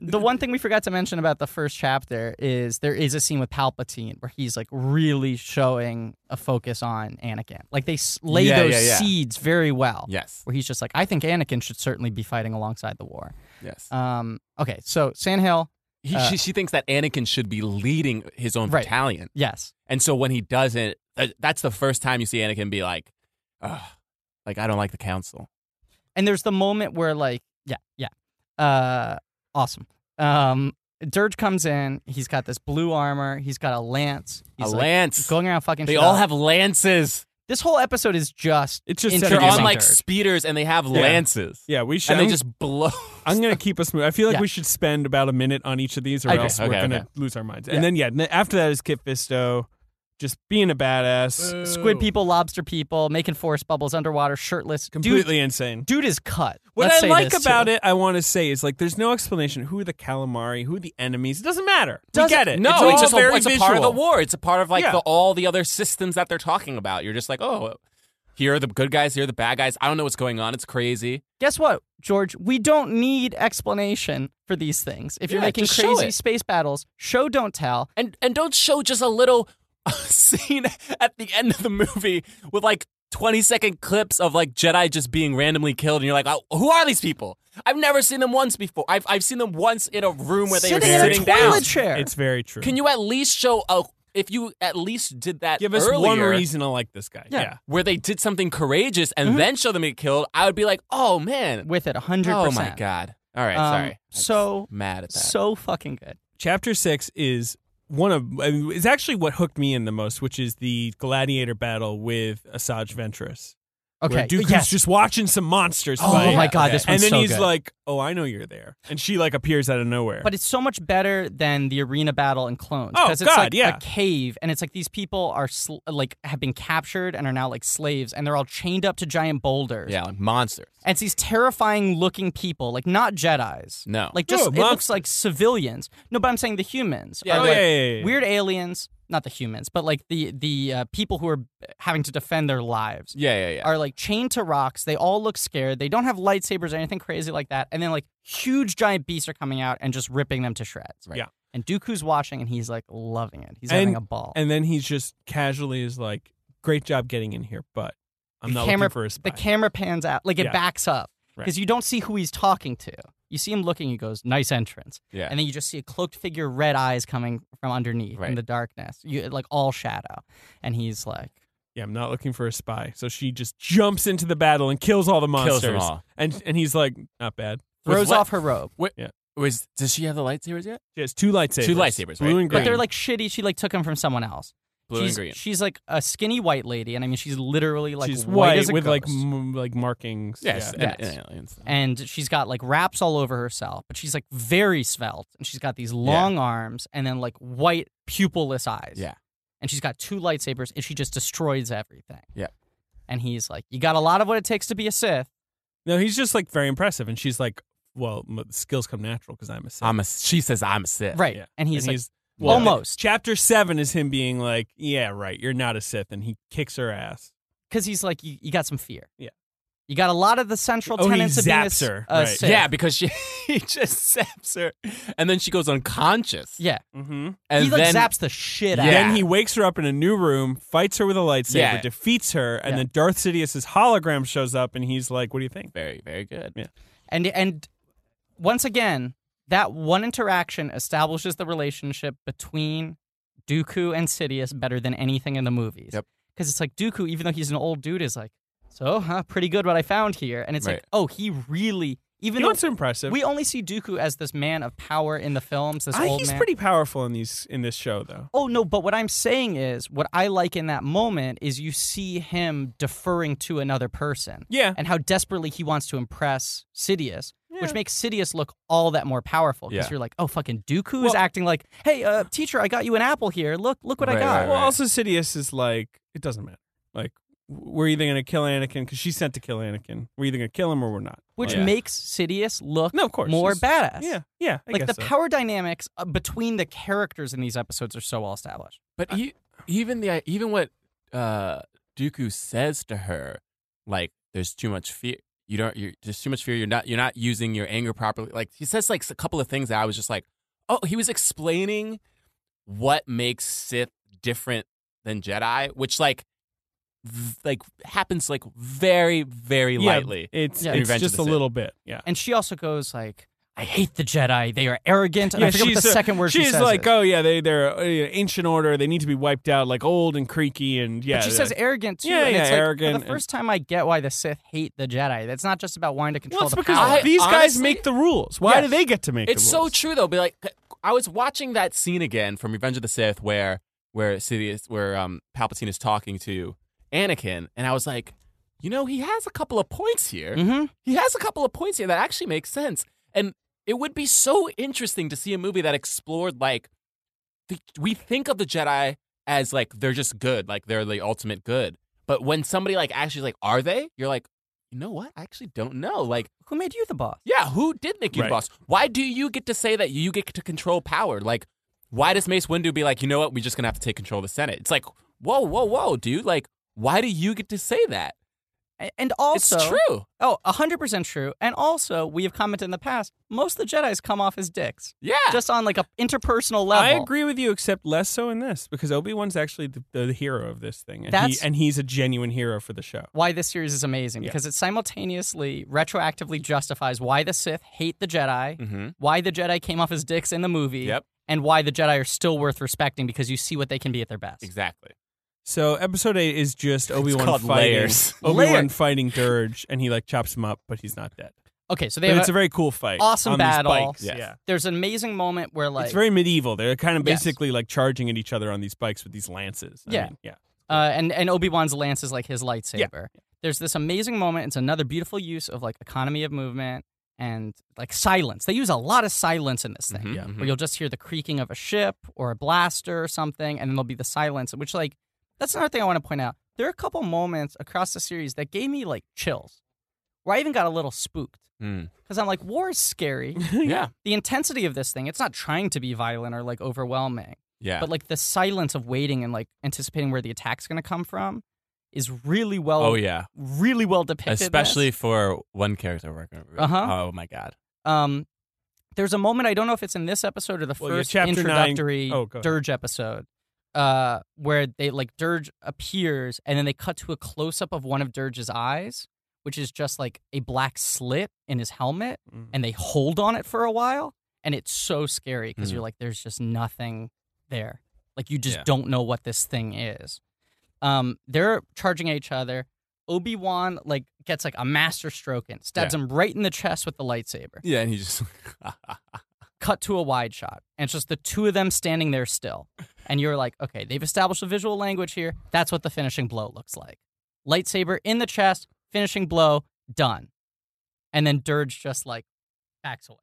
the one thing we forgot to mention about the first chapter is there is a scene with Palpatine where he's like really showing a focus on Anakin. Like they s- lay
Yeah,
those
yeah, yeah.
seeds very well.
yes.
Where he's just like, I think Anakin should certainly be fighting alongside the war.
Yes.
Um, okay, so Sandhill,
He,
uh,
she, she thinks that Anakin should be leading his own
Right.
battalion.
yes,
And so when he doesn't, uh, that's the first time you see Anakin be like, Ugh, like, I don't like the council.
and there's the moment where like yeah yeah uh awesome um dirge comes in he's got this blue armor he's got a lance he's
a
like,
lance.
going around fucking
They
shit
all
up.
have lances.
this whole episode is just
It's just
They're
They're
Introducing
on like
Dirge.
speeders and they have lances.
yeah, we should.
And they
I'm-
just blow.
I'm gonna keep us moving. I feel like
Yeah.
we should spend about a minute on each of these, or
Okay.
else we're
Okay,
gonna
okay.
lose our minds. And then yeah, n- after that is Kit Fisto, just being a badass,
squid people lobster people making forest bubbles underwater shirtless
completely insane.
dude dude is cut
What
Let's
I
say
like
this,
about
too.
it, I want to say, is like there's no explanation. Who are the calamari? Who are the enemies? It doesn't matter.
Doesn't-
we get it.
No,
it's,
it's,
all
just
very
a, it's a part of the
visual.
war. It's a part of like
Yeah.
the, all the other systems that they're talking about. You're just like, oh, here are the good guys, here are the bad guys. I don't know what's going on. It's crazy.
guess what george we don't need explanation for these things if you're
Yeah,
making
just show
crazy
it.
space battles show don't tell
and and don't show just a little scene at the end of the movie with like 20 second clips of like Jedi just being randomly killed and you're like, oh, who are these people? I've never seen them once before. I've I've seen them once in a room where they
sitting
were
in a
sitting
toilet
down.
chair
It's very true.
Can you at least show a if you at least did that
give us
earlier,
one reason to like this guy?
Yeah. Mm-hmm.
where they did something courageous and then show them get killed, I would be like, oh man,
with it 100%
oh my god. All right,
Um,
sorry. I'm
so-
mad at that.
so fucking good
Chapter six is one of I mean, is actually what hooked me in the most, which is the gladiator battle with Asajj Ventress.
Okay.
Where Dooku's
yes.
just watching some monsters
Oh
fight.
my god, this
And
one's
then
so
he's
good.
like, "Oh, I know you're there," and she like appears out of nowhere.
but it's so much better than the arena battle in Clones
Oh,
because it's
God,
like
yeah.
a cave, and it's like these people are sl- like have been captured and are now like slaves, and they're all chained up to giant boulders.
yeah, like monsters.
And it's these terrifying looking people, like not Jedi's.
No.
Like just
No,
it looks
monsters.
like civilians. No, but I'm saying the humans
Yeah,
are
oh,
like
yeah, yeah, yeah.
weird aliens, not the humans, but like the the uh, people who are having to defend their lives.
yeah, yeah, yeah.
are like chained to rocks. They all look scared. They don't have lightsabers or anything crazy like that. And then like huge giant beasts are coming out and just ripping them to shreds.
Right.
Yeah.
And Dooku's watching and he's like loving it. He's
And-
having a ball.
And then he's just casually is like, "Great job getting in here, but I'm
The
not
camera-
looking for a spy."
the camera pans out, like it
Yeah.
backs up
Right.
because you don't see who he's talking to. You see him looking. He goes, "Nice entrance."
Yeah.
And then you just see a cloaked figure, red eyes coming from underneath in
Right.
the darkness, you, like all shadow. And he's like,
yeah, I'm not looking for a spy. So she just jumps into the battle and kills all the monsters.
Kills them all.
And and he's like, "Not bad."
With
throws
what-
off her robe,
Was does she have the lightsabers yet?
She has two lightsabers.
Two lightsabers,
blue
right.
and green.
but they're like shitty. She like took him from someone else.
Blue
she's,
and green.
She's like a skinny white lady, and I mean, she's literally like
she's
white, as a
with like
ghost.
m- like markings.
Yes.
Yeah.
yeah.
and-
Yes.
and aliens.
and she's got like wraps all over herself, but she's like very svelte, and she's got these long arms, and then like white pupilless eyes.
Yeah.
and she's got two lightsabers, and she just destroys everything.
Yeah.
and he's like, "You got a lot of what it takes to be a Sith."
No, he's just like very impressive, and she's like, "Well, m- skills come natural because I'm a Sith."
I'm a. She says I'm a Sith.
Right,
Yeah.
and he's
And
like,
well,
almost.
Chapter seven is him being like, "Yeah, right. You're not a Sith," and he kicks her ass.
because he's like, you, you got some fear.
Yeah.
You got a lot of the central
Oh, he
tenets of being a,
zaps
s-
her,
a
right.
Sith.
Yeah, because she he just zaps her, and then she goes unconscious.
Yeah.
Mm-hmm.
and
he like
then
zaps the shit out
Yeah.
of
Then he wakes her up in a new room, fights her with a lightsaber,
Yeah.
defeats her, and
Yeah.
then Darth Sidious's hologram shows up, and he's like, "What do you think?"
very very good.
And and once again, that one interaction establishes the relationship between Dooku and Sidious better than anything in the movies.
Yep.
Because it's like Dooku, even though he's an old dude, is like, so, huh, pretty good what I found here. And it's like,
Right.
oh, he really, even
He
though
wants impressive.
we only see Dooku as this man of power in the films, this
I,
old
Ah, he's
man.
pretty powerful in these in this show, though.
Oh no, but what I'm saying is what I like in that moment is you see him deferring to another person
Yeah,
and how desperately he wants to impress Sidious,
Yeah.
which makes Sidious look all that more powerful because
Yeah.
you're like, "Oh fucking Dooku is
Well-
acting like, "Hey, uh, teacher, I got you an apple here. Look, look what I
Right,
got."
right,
Well,
right.
also Sidious is like, it doesn't matter. Like, w- we're either gonna kill Anakin because she's sent to kill Anakin. We're either gonna kill him or we're not.
Which
Yeah.
makes Sidious look
No, of course.
more
He's-
badass.
Yeah, yeah. I
like
guess
the
so.
power dynamics uh, between the characters in these episodes are so well established.
But he, even the even what uh, Dooku says to her, like there's too much fear. You don't. You're, there's too much fear. You're not. You're not using your anger properly. Like he says, like a couple of things that I was just like, oh, he was explaining what makes Sith different than Jedi, which like, v- like happens like very very
Yeah,
lightly.
It's
Yeah.
it's
Revenge of
just
the
a
Sith.
little bit. Yeah.
And she also goes like, "I hate the Jedi. They are arrogant." And I
Yeah,
forget what the
she's, uh,
second word she
She's
says
like,
is.
oh yeah, they they're uh, ancient order. They need to be wiped out, like old and creaky, and yeah.
but she
they're
says
like-
arrogant too.
Yeah,
and
yeah,
it's like,
arrogant
For
and-
the first time, I get why the Sith hate the Jedi. That's not just about wanting to control
well, it's
the
because
power.
I-
these guys
honestly-
make the rules. Why do
Yes.
they get to make?
It's
the
so
rules?
true though. But like, I was watching that scene again from Revenge of the Sith, where where Sidious, where um, Palpatine is talking to Anakin, and I was like, you know, he has a couple of points here.
Mm-hmm.
Mhm.
He has a couple of points here that actually makes sense, and it would be so interesting to see a movie that explored like the, we think of the Jedi as like they're just good, like they're the ultimate good. But when somebody like actually is like, are they? You're like, you know what? I actually don't know. Like.
Who made you the boss?
Yeah, who did make you
Right.
the boss? Why do you get to say that you get to control power? Like, why does Mace Windu be like, you know what, we're just gonna have to take control of the Senate? It's like, whoa, whoa, whoa, dude. Like, why do you get to say that?
A- And also,
it's true.
Oh, 100% true. And also, we have commented in the past, most of the Jedi's come off as dicks,
Yeah.
just on like a interpersonal level.
I agree with you, except less so in this because Obi Wan's actually the, the hero of this thing, and, he,
That's-
and he's a genuine hero for the show.
Why this series is amazing
Yeah.
because it simultaneously retroactively justifies why the Sith hate the Jedi,
Mm-hmm.
why the Jedi came off as dicks in the movie,
Yep.
and why the Jedi are still worth respecting because you see what they can be at their best.
Exactly.
So episode eight is just Obi Wan
called
fighting
Layers.
Obi Wan
Layer-
fighting Dirge, and he like chops him up, but he's not dead.
Okay, so they
But
have
it's
a-
a very cool fight.
awesome
on these
battle.
bikes.
Yes.
Yeah,
there's an amazing moment where like
it's very medieval. They're kind of
Yes.
basically like charging at each other on these bikes with these lances. I
Yeah.
mean, yeah.
Uh, and and Obi Wan's lance is like his lightsaber. There's this amazing moment. It's another beautiful use of like economy of movement and like silence. They use a lot of silence in this thing,
Mhm, Yeah. mhm.
where you'll just hear the creaking of a ship or a blaster or something, and then there'll be the silence. Which like that's another thing I want to point out. There are a couple moments across the series that gave me like chills, where I even got a little spooked
Mm.
because I'm like, war is scary.
Yeah.
the intensity of this thing, it's not trying to be violent or like overwhelming
Yeah.
but like the silence of waiting and like anticipating where the attack's going to come from is really well
oh yeah.
really well depicted in this.
Especially for one character working.
Uh-huh.
Oh my god.
um there's a moment i don't know if it's in this episode or the
Well, yeah,
first
chapter nine-
introductory
Oh, go ahead.
dirge episode uh where they like dirge appears and then they cut to a close up of one of dirge's eyes which is just like a black slit in his helmet
Mm.
and they hold on it for a while and it's so scary because
Mhm.
Mm.
you're like there's just nothing there like you just
Yeah.
don't know what this thing is um they're charging at each other obi-wan like gets like a master stroke in stabs him right in the chest with the lightsaber
Yeah, and he just
cut to a wide shot and it's just the two of them standing there still and you're like, okay, they've established a visual language here. That's what the finishing blow looks like. Lightsaber in the chest, finishing blow, done. And then Dirge just like backs away,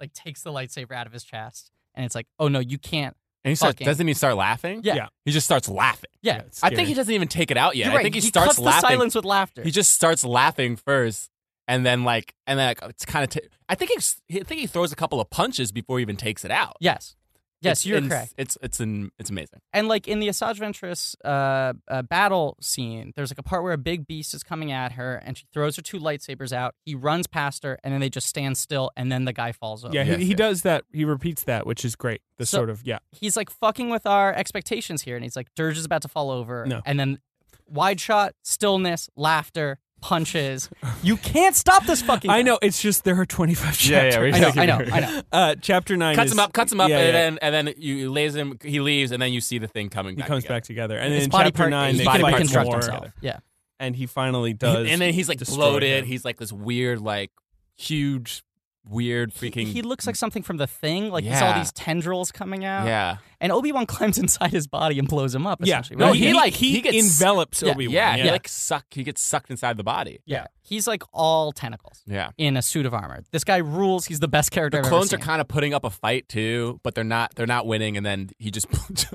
like takes the lightsaber out of his chest, and it's like, oh no, you can't.
And he starts,
Fucking-
doesn't he start laughing?
Yeah.
Yeah.
He just starts laughing.
Yeah,
it's
I
scary.
think he doesn't even take it out yet.
You're right.
I think he,
he
starts
cuts
laughing.
the silence with laughter.
He just starts laughing first, and then like, and then like, it's kind of. T- I think he's, I think he throws a couple of punches before he even takes it out.
yes, yes,
It's
you're
ins-
correct.
It's it's an it's amazing.
And like in the Asajj Ventress uh, uh, battle scene, there's like a part where a big beast is coming at her, and she throws her two lightsabers out. He runs past her, and then they just stand still, and then the guy falls over.
Yeah, he,
Yes,
he
yes.
does that. He repeats that, which is great. The
So-
sort of yeah,
he's like fucking with our expectations here, and he's like, Dirge is about to fall over,
No.
and then wide shot, stillness, laughter, punches. you can't stop this fucking.
I know. It's just there are twenty five chapters.
Yeah, yeah, we
I know, I know, I know.
Uh, chapter nine
Cuts
is-
him up, cuts him up,
yeah,
and
yeah.
then and then you you lays him. He leaves, and then you see the thing coming.
he
back
comes
together.
back together, and then
His
in
body
chapter
part,
nine
he
they
can
fight
reconstruct
more,
himself. Yeah,
and he finally does.
and then he's like
destroy
bloated.
him.
He's like this weird, like huge, weird freaking.
he looks like something from the thing. Like he's all
Yeah.
these tendrils coming out.
yeah,
And Obi Wan climbs inside his body and blows him up.
yeah.
essentially,
No,
right?
he, like,
he,
he gets-
envelops
yeah,
Obi Wan.
yeah. He like suck. He gets sucked inside the body.
yeah. He's like all tentacles
Yeah.
in a suit of armor. This guy rules. He's the best character. I've
Clones
ever
are
seen.
kind of putting up a fight too, but they're not. They're not winning, and then he just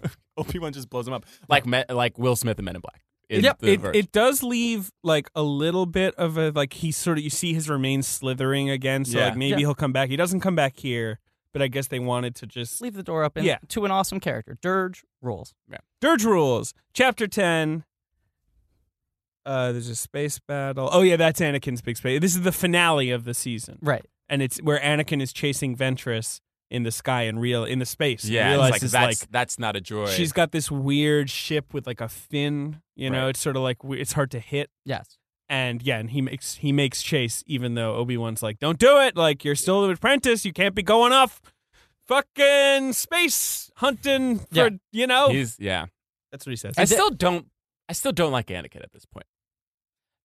Obi Wan just blows him up like Me, like Will Smith in Men in Black. in
Yep,
the
it,
verse.
it does leave like a little bit of a like he sort of you see his remains slithering again, so
Yeah.
like maybe
Yeah.
he'll come back. He doesn't come back here, but I guess they wanted to just
leave the door open.
Yeah.
to an awesome character. Dirge rules.
Dirge rules, chapter ten. Uh, there's a space battle. Oh yeah, that's Anakin's big space. This is the finale of the season,
Right.
and it's where Anakin is chasing Ventress in the sky and real in the space. and
yeah, it's like
realizes
that's that's not a droid.
like she's got this weird ship with like a fin. You know,
Right.
it's sort of like we- it's hard to hit.
Yes.
and yeah, and he makes he makes chase, even though Obi Wan's like, "Don't do it! Like you're still an apprentice. You can't be going off, fucking space hunting for
Yeah.
you know."
He's yeah.
That's what he says.
I still don't. I still don't like Anakin at this point.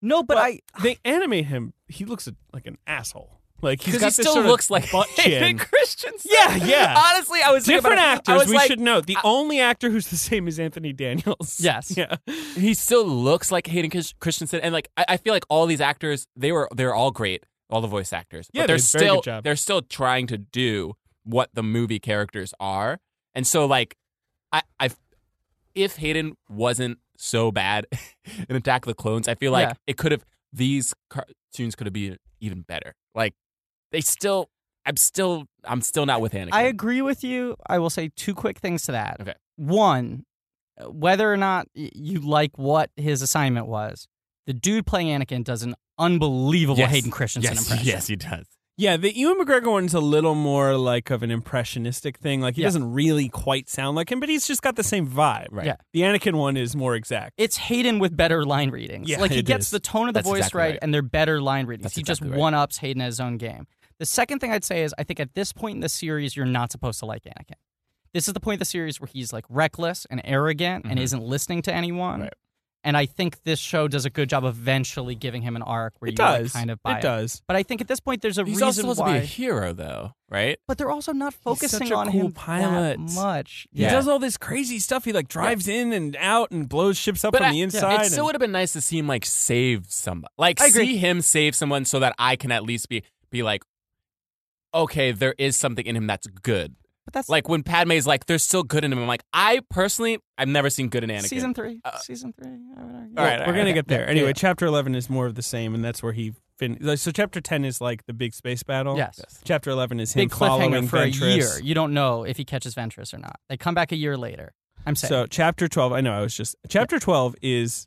No, but
Well,
I.
they animate him. He looks like an asshole. Like he's
Because
got
he
this
still
sort of
looks like
butt
Hayden
chin.
Christensen.
Yeah, yeah.
Honestly, I was thinking
Different
about it. I
actors.
was
We
like,
should note the
I-
only actor who's the same as Anthony Daniels.
Yes.
Yeah.
He still looks like Hayden Chris- Christensen, and like I, I feel like all these actors, they were they're all great, all the voice actors.
Yeah,
but they're
they did a very
still
good job.
they're still trying to do what the movie characters are, and so like I I if Hayden wasn't so bad in Attack of the Clones, I feel like
Yeah.
it could have these cartoons could have been even better. Like they still, I'm still I'm still not with Anakin.
I agree with you. I will say two quick things to that.
Okay.
One, whether or not y- you like what his assignment was, the dude playing Anakin does an unbelievable
Yes.
Hayden Christensen
yes,
impression.
yes, he does.
Yeah, the Ewan McGregor one's a little more like of an impressionistic thing. Like he
Yeah.
doesn't really quite sound like him, but he's just got the same vibe.
Right.
Yeah.
The Anakin one is more exact.
It's Hayden with better line readings.
Yeah,
like he
it
gets
is.
the tone of the
That's
voice
exactly
right,
right.
and they're better line readings.
That's
he
exactly
just
right.
one ups Hayden at his own game. The second thing I'd say is I think at this point in the series you're not supposed to like Anakin. This is the point of the series where he's like reckless and arrogant and
Mhm.
isn't listening to anyone.
Right.
And I think this show does a good job eventually giving him an arc where
It
you like,
does.
kind of buy
It does.
But I think at this point there's a
He's also
reason
supposed
why.
to be a hero, though, right?
but they're also not focusing
such a
on
cool
him
pilot.
that much.
He
Yeah.
does all this crazy stuff. He like drives in and out and blows ships up
But
from
I-
the
yeah.
inside.
It still
and-
would have been nice to see him like save somebody, like
I agree.
see him save someone, so that I can at least be be like, okay, there is something in him that's good.
But that's
Like when Padme's like, there's still good in him. I'm like, I personally, I've never seen good in Anakin.
season three.
Uh,
season three. I would argue.
all right, all
We're
right,
gonna
okay.
get there.
Yeah, yeah,
anyway,
yeah.
chapter eleven is more of the same, and that's where he fin- like, so chapter ten is like the big space battle.
Yes.
Chapter eleven is him
Big
following
cliffhanger for
Ventress.
a year. You don't know if he catches Ventress or not. They come back a year later. I'm saying.
So chapter twelve, I know I was just chapter twelve is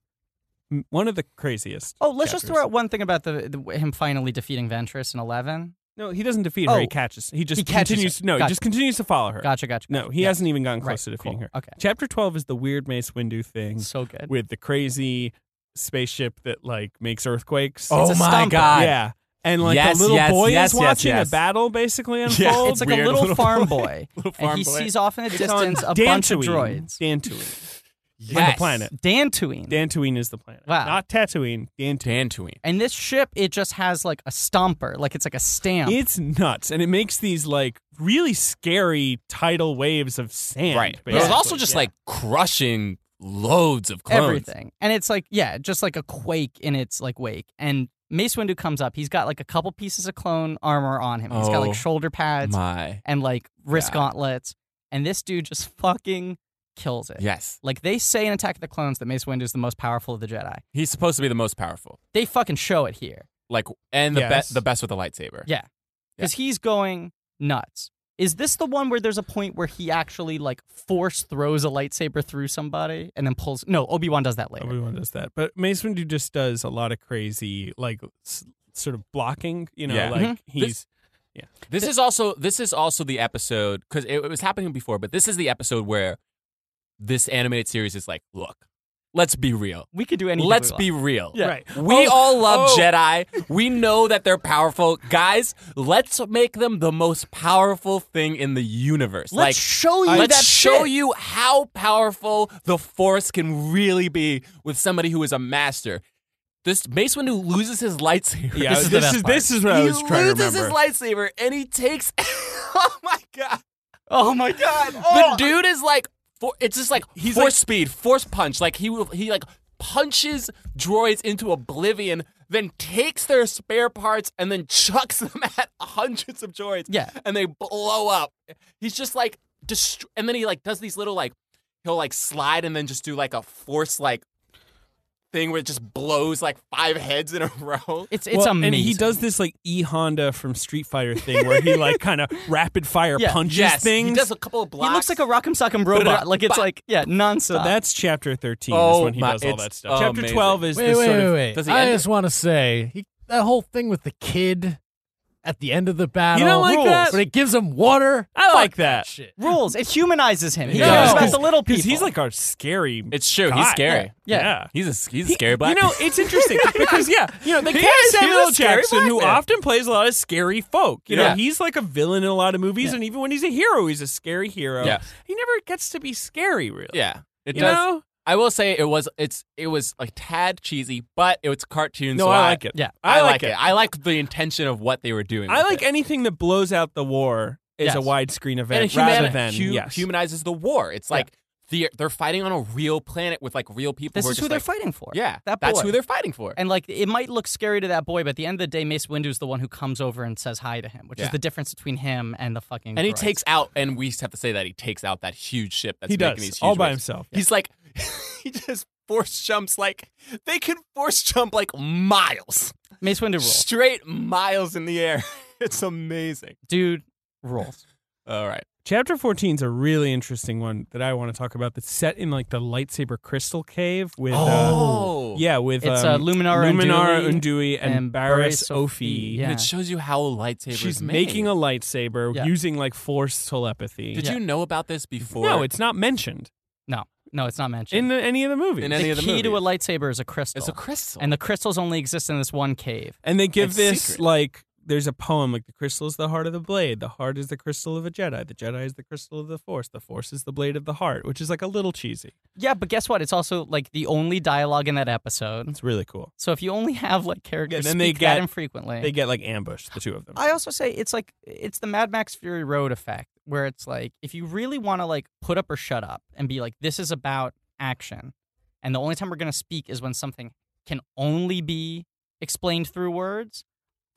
m- one of the craziest.
oh, let's just
chapters.
throw out one thing about the, the him finally defeating Ventress in eleven.
No, he doesn't defeat her.
Oh.
He catches. He just
He catches
continues.
her.
No,
Gotcha.
he just continues to follow her.
Gotcha, gotcha.
No, he
Yeah.
hasn't even gotten close
Right,
to defeating
cool.
her.
Okay,
Chapter twelve is the weird Mace Windu thing
so good.
with the crazy spaceship that like makes earthquakes.
It's
Oh
a
my
stumper.
god!
yeah. And like
Yes,
the little
yes,
boy
yes,
is
yes,
watching
yes.
a battle basically unfold.
it's like a
Weird
little,
little
farm
boy.
boy,
Little
and
farm
he
boy.
sees off in the
It's on
distance a
Dantooine.
bunch of droids.
Dantooine.
yes.
On the planet.
Dantooine.
Dantooine is the planet.
Wow.
Not Tatooine. Dantooine.
Dantooine.
And this ship, it just has like a stomper, like it's like a stamp.
It's nuts, and it makes these like really scary tidal waves of sand.
right. But it was
basically.
also just
Yeah.
like crushing loads of clones.
everything. And it's like, yeah, just like a quake in its like wake. And Mace Windu comes up. He's got like a couple pieces of clone armor on him. He's got
Oh,
like shoulder pads
My.
and like wrist
Yeah.
gauntlets. And this dude just fucking kills it.
Yes.
Like they say in Attack of the Clones that Mace Windu is the most powerful of the Jedi.
He's supposed to be the most powerful.
They fucking show it here.
Like and the
Yes.
best the best with a lightsaber.
Yeah. Because he's going nuts. Is this the one where there's a point where he actually like force throws a lightsaber through somebody and then pulls? No, Obi Wan does that later.
Everyone does that, but Mace Windu just does a lot of crazy, like s- sort of blocking. You know,
Yeah.
like
Mhm.
he's
This is also this is also the episode because it, it was happening before, but this is the episode where this animated series is like, look, let's be real.
we could do anything.
Let's
we
be real.
Yeah.
right.
We
Oh,
all love
oh.
Jedi. We know that they're powerful. Guys, let's make them the most powerful thing in the universe.
Let's
like
show you
let's
that
show
shit.
you how powerful the force can really be with somebody who is a master. This Mace Windu loses his lightsaber.
Yeah,
This
this
is
is
the
this
best
is,
part.
what I
he
was trying to
loses
remember.
his lightsaber and he takes. oh my god!
Oh my god!
The dude is like, for, it's just like force speed, force punch. Like he will- he like punches droids into oblivion, then takes their spare parts and then chucks them at hundreds of droids.
Yeah.
and they blow up. He's just like dest- and then he like does these little like he'll like slide and then just do like a force like thing where it just blows like five heads in a row.
It's it's
Well,
amazing.
And he does this like E Honda from Street Fighter thing where he like kind of rapid fire
Yeah.
punches
yes,
things.
he does a couple of blocks.
He looks like a rock'em sock'em robot. Like it's
But-
like yeah, nonstop.
so that's chapter thirteen is
Oh
when he
my-
does all that
it's
stuff. Chapter
amazing.
twelve is
Wait,
this
wait,
sort
wait,
of
wait.
does he
I
end
just want to say he, that whole thing with the kid at the end of the battle.
like Rules. that?
But it gives him water.
I like
Fuck
that.
shit.
rules. It humanizes him. He
Yeah.
cares about
Yeah.
the little people.
because he's like our scary.
it's true.
God.
He's scary.
Yeah.
He's a he's a
He-
scary black.
You know, it's interesting because yeah, you know, the
He
cast
is- he's a
Samuel
scary
Jackson,
black
who
man.
often plays a lot of scary folk. You know,
Yeah.
he's like a villain in a lot of movies,
Yeah.
and even when he's a hero, he's a scary hero.
Yeah.
he never gets to be scary, really.
yeah. It
you
does.
know.
I will say it was it's it was a tad cheesy, but it was cartoon.
No,
so
I like it.
yeah.
I, like it. I like the intention of what they were doing.
I
with
like
it.
anything that blows out the war is a
Yes.
widescreen event
and it humani-
rather than
hu-
yes.
humanizes the war. It's like the, they're fighting on a real planet with like real people.
this
who are
is who
just
they're
like-
fighting for.
Yeah,
that
that's
boy.
who they're fighting for.
And like it might look scary to that boy, but at the end of the day, Mace Windu's the one who comes over and says hi to him, which is
Yeah.
the difference between him and the fucking.
And he
droids.
takes out, and we have to say that he takes out that huge ship that's
he
making
does
these huge
all by
waves.
himself.
He's like, he just force jumps like they can force jump like miles,
Mace Windu rules,
straight miles in the air. It's amazing.
dude rules.
All right.
Chapter 14 is a really interesting one that I want to talk about. That's set in like the lightsaber crystal cave with uh,
Oh!
yeah with
It's uh,
um,
Luminara,
Luminara
Unduli.
Undui and,
and
Barris
Barriss
Ophi.
Ophi, yeah.
And it shows you how a lightsaber
She's
is made.
making a lightsaber
Yeah.
using like force telepathy.
Did
Yeah.
you know about this before?
no, it's not mentioned
No, no, it's not mentioned.
in the, any of the movies.
In
the
any of the
key to a
movies.
lightsaber is a crystal,
it's a crystal.
and the crystals only exist in this one cave.
and they give
It's
this
secret.
like there's a poem like the crystal is the heart of the blade, the heart is the crystal of a Jedi, the Jedi is the crystal of the Force, the Force is the blade of the heart, which is like a little cheesy.
Yeah, but guess what? It's also like the only dialogue in that episode.
It's really cool.
So if you only have like characters
Yeah, then they
speak
get-
that infrequently,
They get like ambushed, the two of them.
I also say it's like it's the Mad Max Fury Road effect, where it's like if you really want to like put up or shut up and be like this is about action, and the only time we're gonna speak is when something can only be explained through words.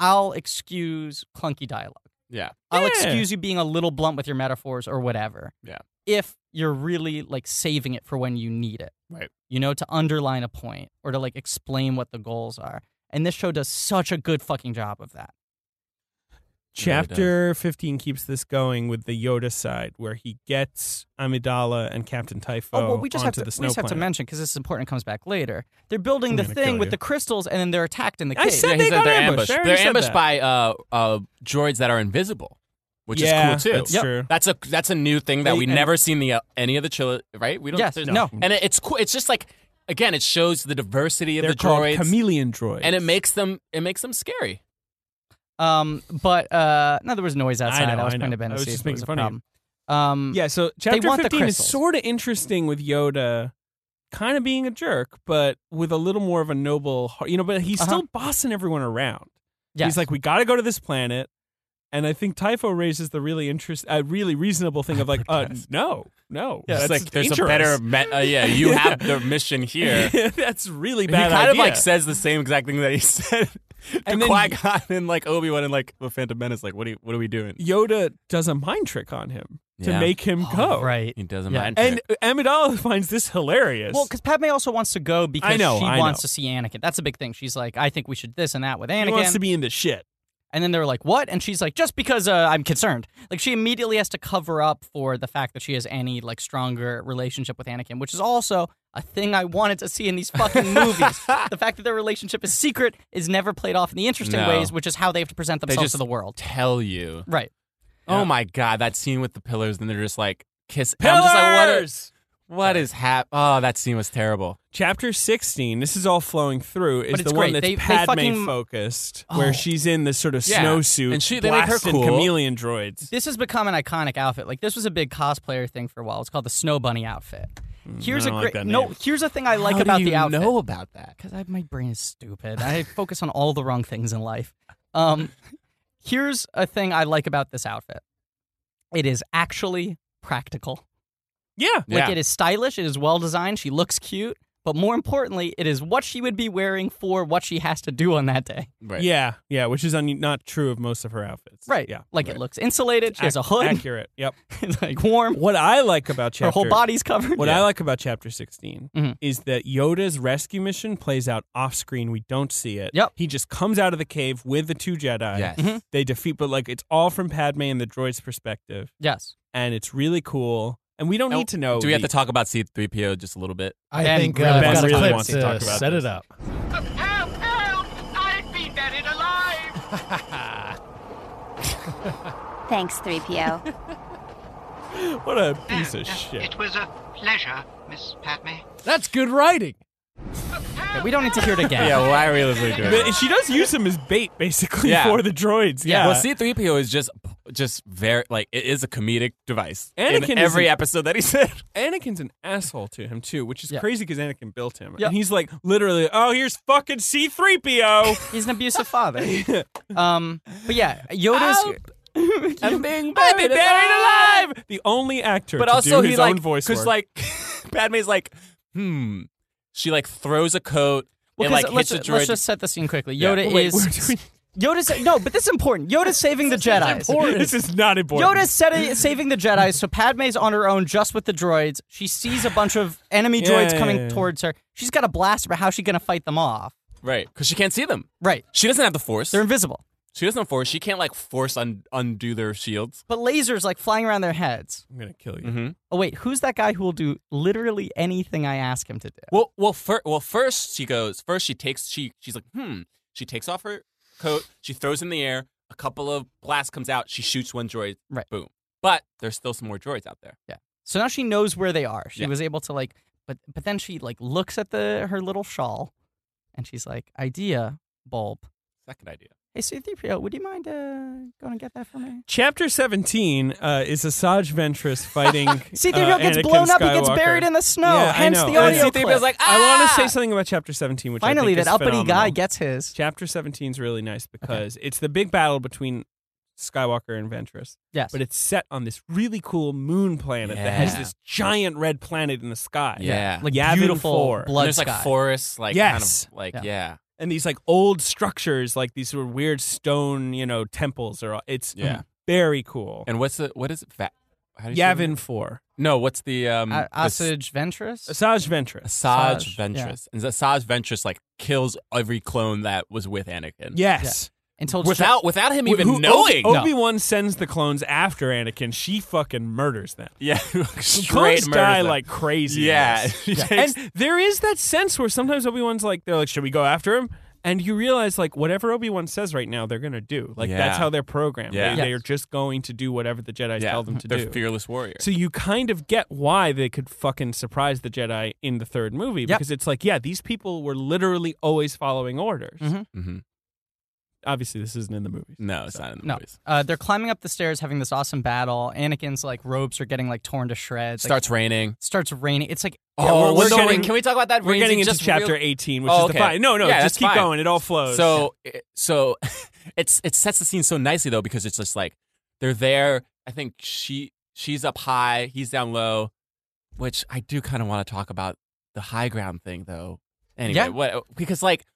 I'll excuse clunky dialogue.
yeah.
I'll
Yeah.
excuse you being a little blunt with your metaphors or whatever.
Yeah.
If you're really like saving it for when you need it.
Right.
You know, to underline a point or to like explain what the goals are. And this show does such a good fucking job of that.
Chapter 15 keeps this going with the Yoda side where he gets Amidala and Captain Typho
Oh, well, we just have
onto
to,
the
we
snow
just have to
planet.
mention because this is important. It comes back later. They're building the
I'm gonna kill
thing with
you.
the crystals, and then they're attacked in the
I
cave.
said they
he said
got
they're
ambushed.
ambushed.
I already
They're
said
ambushed
that.
by uh, uh, droids that are invisible, which
yeah,
is cool too.
That's true.
That's a that's a new thing that
They-
we
and-
never seen the uh, any of the chili right. We don't.
Yes,
there's-
no.
And it, it's cool. It's just like again, it shows the diversity of
They're
the
called
droids,
chameleon droids.
and it makes them it makes them scary.
Um, but uh, no, there was noise
I
outside. I,
know,
was
I
trying
know.
to bend
I
to
was
see
just
if it was a
making fun of
problem. Um,
Yeah, so chapter
want the
15 is
crystals.
sort of interesting with Yoda kind of being a jerk, but with a little more of a noble heart. You know, but he's
Uh-huh.
still bossing everyone around.
yes.
He's like, we got to go to this planet. And I think Typho raises the really interest, a really reasonable thing of like, uh, no, no,
Yeah, it's
that's
like there's
dangerous.
a better. Me- uh, yeah, you have the mission here.
that's really
he
bad.
kind of
idea.
like says the same exact thing that he said to
And then-
Qui Gon and like Obi Wan and like the Phantom Menace. Like, what are you, what are we doing?
Yoda does a mind trick on him
Yeah. Oh,
to make him go.
Oh, right.
He doesn't
Yeah.
mind.
And Amidala finds this hilarious.
Well, because Padme also wants to go because
know,
she
I
wants
know.
to see Anakin. That's a big thing. She's like, I think we should this and that with
he
Anakin.
wants to be in the shit.
and then they're like, what? And she's like, just because uh, I'm concerned. Like, she immediately has to cover up for the fact that she has any, like, stronger relationship with Anakin, which is also a thing I wanted to see in these fucking movies. The fact that their relationship is secret is never played off in the interesting
No.
ways, which is how they have to present themselves
just-
to the world.
tell you.
Right.
Oh my god, that scene with the pillars, and they're just like kiss. I'm just like, what is, what is hap? Oh, that scene was terrible.
Chapter 16, this is all flowing through, is
But it's
the one
great.
that's
They- they
Padme
fucking-
focused,
Oh.
where she's in this sort of
Yeah.
snowsuit,
And she- they make her
blasting
cool.
chameleon droids.
This has become an iconic outfit. Like this was a big cosplayer thing for a while. It's called the Snow Bunny outfit. Here's
I
a
don't like
great
that
no.
name.
Here's a thing I like
How
about
do you
the outfit.
Know about that?
because my brain is stupid. I focus on all the wrong things in life. Um, here's a thing I like about this outfit. It is actually practical.
Yeah.
Like it is stylish. It is well designed. She looks cute. But more importantly, it is what she would be wearing for what she has to do on that day.
right.
Yeah. Yeah. Which is un- not true of most of her outfits.
Right.
Yeah.
Like
right.
it looks insulated. She has a hood.
Accurate. Yep.
it's like warm.
What I like about chapter
Her whole body's covered.
What I like about chapter 16
Mhm.
is that Yoda's rescue mission plays out off screen. We don't see it.
Yep.
He just comes out of the cave with the two Jedi.
Yes.
Mhm.
They defeat, but like it's all from Padme and the droid's perspective.
Yes.
And it's really cool. And we don't
Oh,
need to know.
Do we have
the-
to talk about C-3PO just a little bit?
I
Ben
think
really
uh,
Ben
I've got a
really
clip
wants to talk about
set
this.
it up.
Help! Help! I've been buried alive!
Thanks, 3PO.
What a piece of shit.
It was a pleasure, Miss Padme.
That's good writing.
We don't need to hear it again.
Yeah. Why are we listening to
But she does use him as bait, basically,
Yeah.
for the droids. Yeah.
Well, C-3PO is just just very like it is a comedic device.
Anakin
in every
isn't-
episode that he said.
Anakin's an asshole to him, too, which is
Yeah.
crazy because Anakin built him.
Yeah.
And he's like, literally, oh, here's fucking C3PO.
He's an abusive father. um, but yeah,
Uh,
Yoda's.
I'm being
I've been buried alive. The only actor,
But
to
also
do
he
his
like
own voice
because
work.
like Padme's like hmm. She like throws a coat
Well,
and
'cause uh,
like
let's,
hits a droid.
let's just set the scene quickly.
Yeah.
Yoda
Wait, we're
is.
doing-
Yoda's no, but this is important. Yoda's saving the Jedi's.
this is not important.
Yoda's set- saving the Jedi, so Padme's on her own just with the droids. She sees a bunch of enemy
Yeah,
droids
yeah,
coming
yeah.
towards her. She's got a blaster, but how's she gonna fight them off?
right because she can't see them.
Right,
She doesn't have the force.
they're invisible.
she doesn't have force. She can't like force un- undo their shields.
But lasers like flying around their heads.
I'm gonna kill you.
Mm-hmm.
Oh wait, who's that guy who will do literally anything I ask him to do?
Well, well, fir- well, first she goes. First she takes. She she's like, hmm. She takes off her coat. She throws in the air. A couple of blasts comes out. She shoots one droid.
Right.
Boom. But there's still some more droids out there.
So now she knows where they are. She
Yeah.
was able to like, but but then she like looks at the her little shawl, and she's like, "Idea bulb.
Second idea.
Hey, C-3PO, would you mind uh, going and get that for me?"
Chapter 17 uh, is Asajj Ventress fighting.
C-3PO
uh,
gets
Anakin
blown up. He gets
Skywalker.
buried in the snow.
Yeah, I
hence
know.
the
And
audio
C-3PO 's
clip.
like,
I want to
"Ah!"
say something about Chapter 17, which
Finally,
I think
that
is
uppity guy
phenomenal.
gets his.
Chapter 17 is really nice because it's the big battle between Skywalker and Ventress,
Yes,
but it's set on this really cool moon planet that has
Yeah.
this giant red planet in the sky.
Yeah.
like
Yavin
beautiful
four.
blood
and there's like
sky.
forests, like
Yes.
kind of like
Yeah.
yeah.
and these like old structures, like these sort of weird stone, you know, temples are. It's
Yeah.
very cool.
And what's the what is it? Va- how do you say the name?
Yavin Four,
No, what's the um?
A-
the s-
Asajj Ventress.
Asajj Ventress.
Asajj,
Asajj
yeah.
Ventress. And Asajj Ventress like kills every clone that was with Anakin.
Yes,
Until
Without without him even
Who-
knowing.
Obi Wan sends the clones after Anakin. She fucking murders them.
Yeah.
The
Straight
clones
murders
die
them.
like crazy. in
Yeah.
this.
She takes-
and there is that sense where sometimes Obi Wan's like, they're like, should we go after him? And you realize, like, whatever Obi Wan says right now, they're gonna do. Like,
Yeah.
that's how they're programmed.
Yeah.
They, they are just going to do whatever the Jedi
yeah.
tell them to
They're
do.
fearless warriors.
So you kind of get why they could fucking surprise the Jedi in the third movie because it's like, yeah, these people were literally always following orders.
Mhm.
mm-hmm.
obviously this isn't in the movies.
No, it's not in the
No,
movies.
uh, they're climbing up the stairs, having this awesome battle. Anakin's like robes are getting like torn to shreds. Like,
Starts raining.
starts raining. It's like
oh,
we're-
we're,
we're
so-
getting-
can we talk about that?
We're
rain
getting
scene
into
just
chapter
real-
18, which
Oh,
is the
okay.
fine. No, no,
Yeah,
just
that's
keep
fine.
going. It all flows.
So, it- so it's it sets the scene so nicely though because it's just like they're there. I think she she's up high, he's down low, which I do kind of want to talk about the high ground thing though. Anyway,
Yeah.
what because like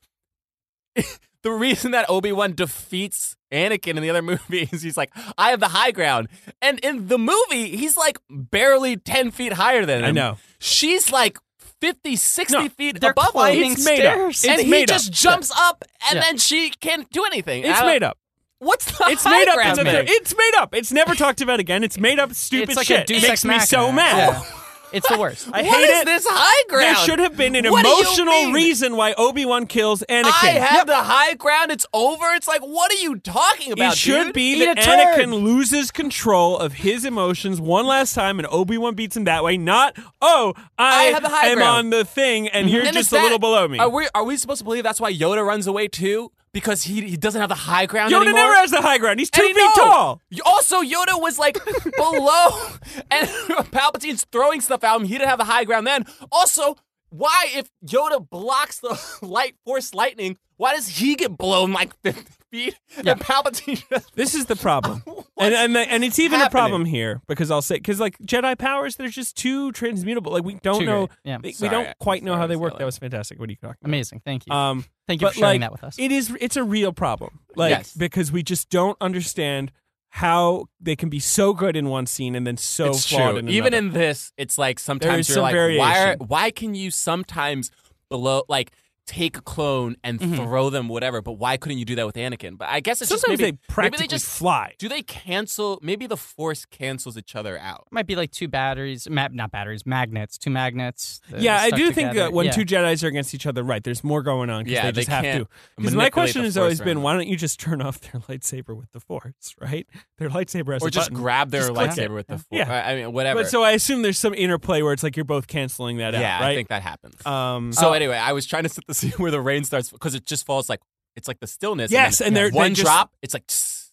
the reason that Obi Wan defeats Anakin in the other movie is he's like I have the high ground, and in the movie he's like barely ten feet higher than him.
I know.
she's like. 50, 60
No,
feet
they're
above him
climbing
It's made up.
stairs.
It's
and he
made up.
just jumps up, and
Yeah.
then she can't do anything.
It's made up.
What's the
It's
high
made up. It's,
ground
absurd.
there?
it's made up. It's never talked about again. It's made up. Stupid
it's like
shit.
a Deus
it
Ex
makes me so
Machina.
mad.
Yeah. it's the worst.
I
What
hate
is
it.
this high
There
ground?
should have been an
What do you
emotional
mean?
reason why Obi Wan kills Anakin.
I have the high ground. It's over. It's like, what are you talking about?
it should
dude?
be
Eat
that
a turd.
Anakin loses control of his emotions one last time, and Obi Wan beats him that way. Not oh, I,
I have the high
am
ground.
on the thing, and you're
And it's
just a little
that-
below me.
Are we? Are we supposed to believe that's why Yoda runs away too? Because he he doesn't have the high ground
Yoda
anymore.
never has the high ground. He's two
And
feet
he- no.
tall.
Also, Yoda was like below, and Palpatine's throwing stuff at him. He didn't have the high ground then. Also, why if Yoda blocks the light force lightning, why does he get blown like 50 feet? And Palpatine just
This is the problem, and and, the, and it's even a
happening?
problem here because I'll say because like Jedi powers, they're just too transmutable. Like we don't
Too
know,
great. Yeah.
we, we
Sorry, I-
don't quite know
sorry,
how
I
they
was
work.
yelling.
That was fantastic. What are you talking about?
Amazing. Thank you.
Um,
Thank you
but,
for sharing
like,
that with us.
It is it's a real problem. Like
Yes.
because we just don't understand how they can be so good in one scene and then so flawed in
Even
another.
in this, it's like
There
sometimes
is some
you're like, why? Are,
variation.
why can you sometimes below like take a clone and
Mm-hmm.
throw them whatever? But why couldn't you do that with Anakin? But I guess it's
sometimes
just maybe,
they practically
maybe they just
fly.
do they cancel? Maybe the Force cancels each other out.
might be like two batteries, ma- not batteries, magnets, two magnets. that
Yeah, I
stuck
do think
together.
that when
Yeah.
two Jedi's are against each other, right? There's more going on. 'cause
Yeah,
they
they
just have to.
can't
Because my
manipulate
question
the
has
Force
always been,
around.
why don't you just turn off their lightsaber with the Force, right? Their lightsaber has
or
a
just
button.
grab their
Just click it.
lightsaber with the Force.
Yeah.
I mean, whatever.
But so I assume there's some interplay where it's like you're both canceling that
yeah,
out, right?
I think that happens.
um,
Oh,
so anyway, I was trying to set the scene where the rain starts because it just falls like it's like the stillness.
Yes, and
then
they're-
one
they just-
drop. It's like tss,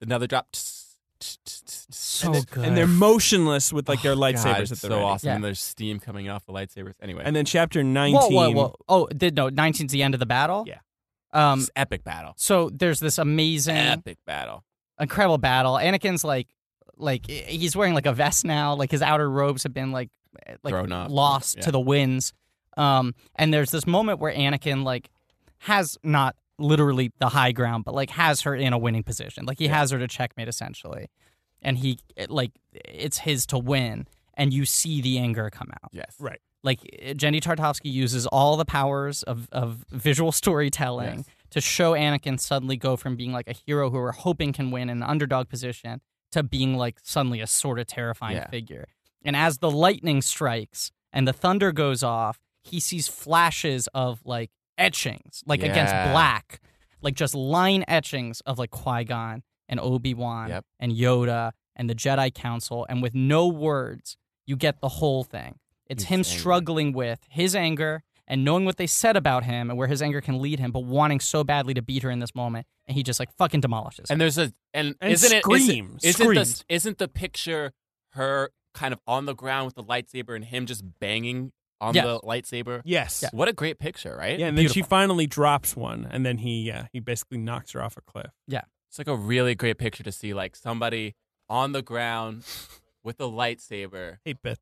another drop. tss, tss, tss, tss, tss,
so
and
good.
and they're motionless with like their lightsabers
Oh, God,
at
it's
the
so
ready.
awesome. And
Yeah.
there's steam coming off the lightsabers. Anyway,
And then chapter 19
whoa, whoa, whoa! Oh, did no? 19's the end of the battle.
Yeah.
Um.
it's epic battle.
So there's this amazing,
Epic battle.
incredible battle. Anakin's like, like he's wearing like a vest now. Like his outer robes have been like, eh, like
Thrown up.
lost
Yeah.
to the winds. Um. And there's this moment where Anakin like has not literally the high ground, but like has her in a winning position. Like he has her to checkmate essentially, and he it, like it's his to win. And you see the anger come out.
Yes.
Right.
like eh, Jenny Tartovsky uses all the powers of, of visual storytelling
Yes.
to show Anakin suddenly go from being like a hero who we're hoping can win in an underdog position to being like suddenly a sort of terrifying
Yeah.
figure. And as the lightning strikes and the thunder goes off, he sees flashes of like etchings, like against
Yeah.
black, like just line etchings of like Qui Gon and Obi Wan
Yep.
and Yoda and the Jedi Council. And with no words, you get the whole thing. It's
He's
him
angry.
struggling with his anger and knowing what they said about him and where his anger can lead him, but wanting so badly to beat her in this moment. And he just like fucking demolishes. her.
And there's a and,
And
isn't it
scream,
isn't, isn't
screams.
the, isn't the picture her kind of on the ground with the lightsaber and him just banging on
Yes.
the lightsaber?
Yes. Yeah.
What a great picture, right?
and then she finally drops one, and then he yeah, he basically knocks her off a cliff.
It's like a really great picture to see like somebody on the ground with a lightsaber.
Eight bits.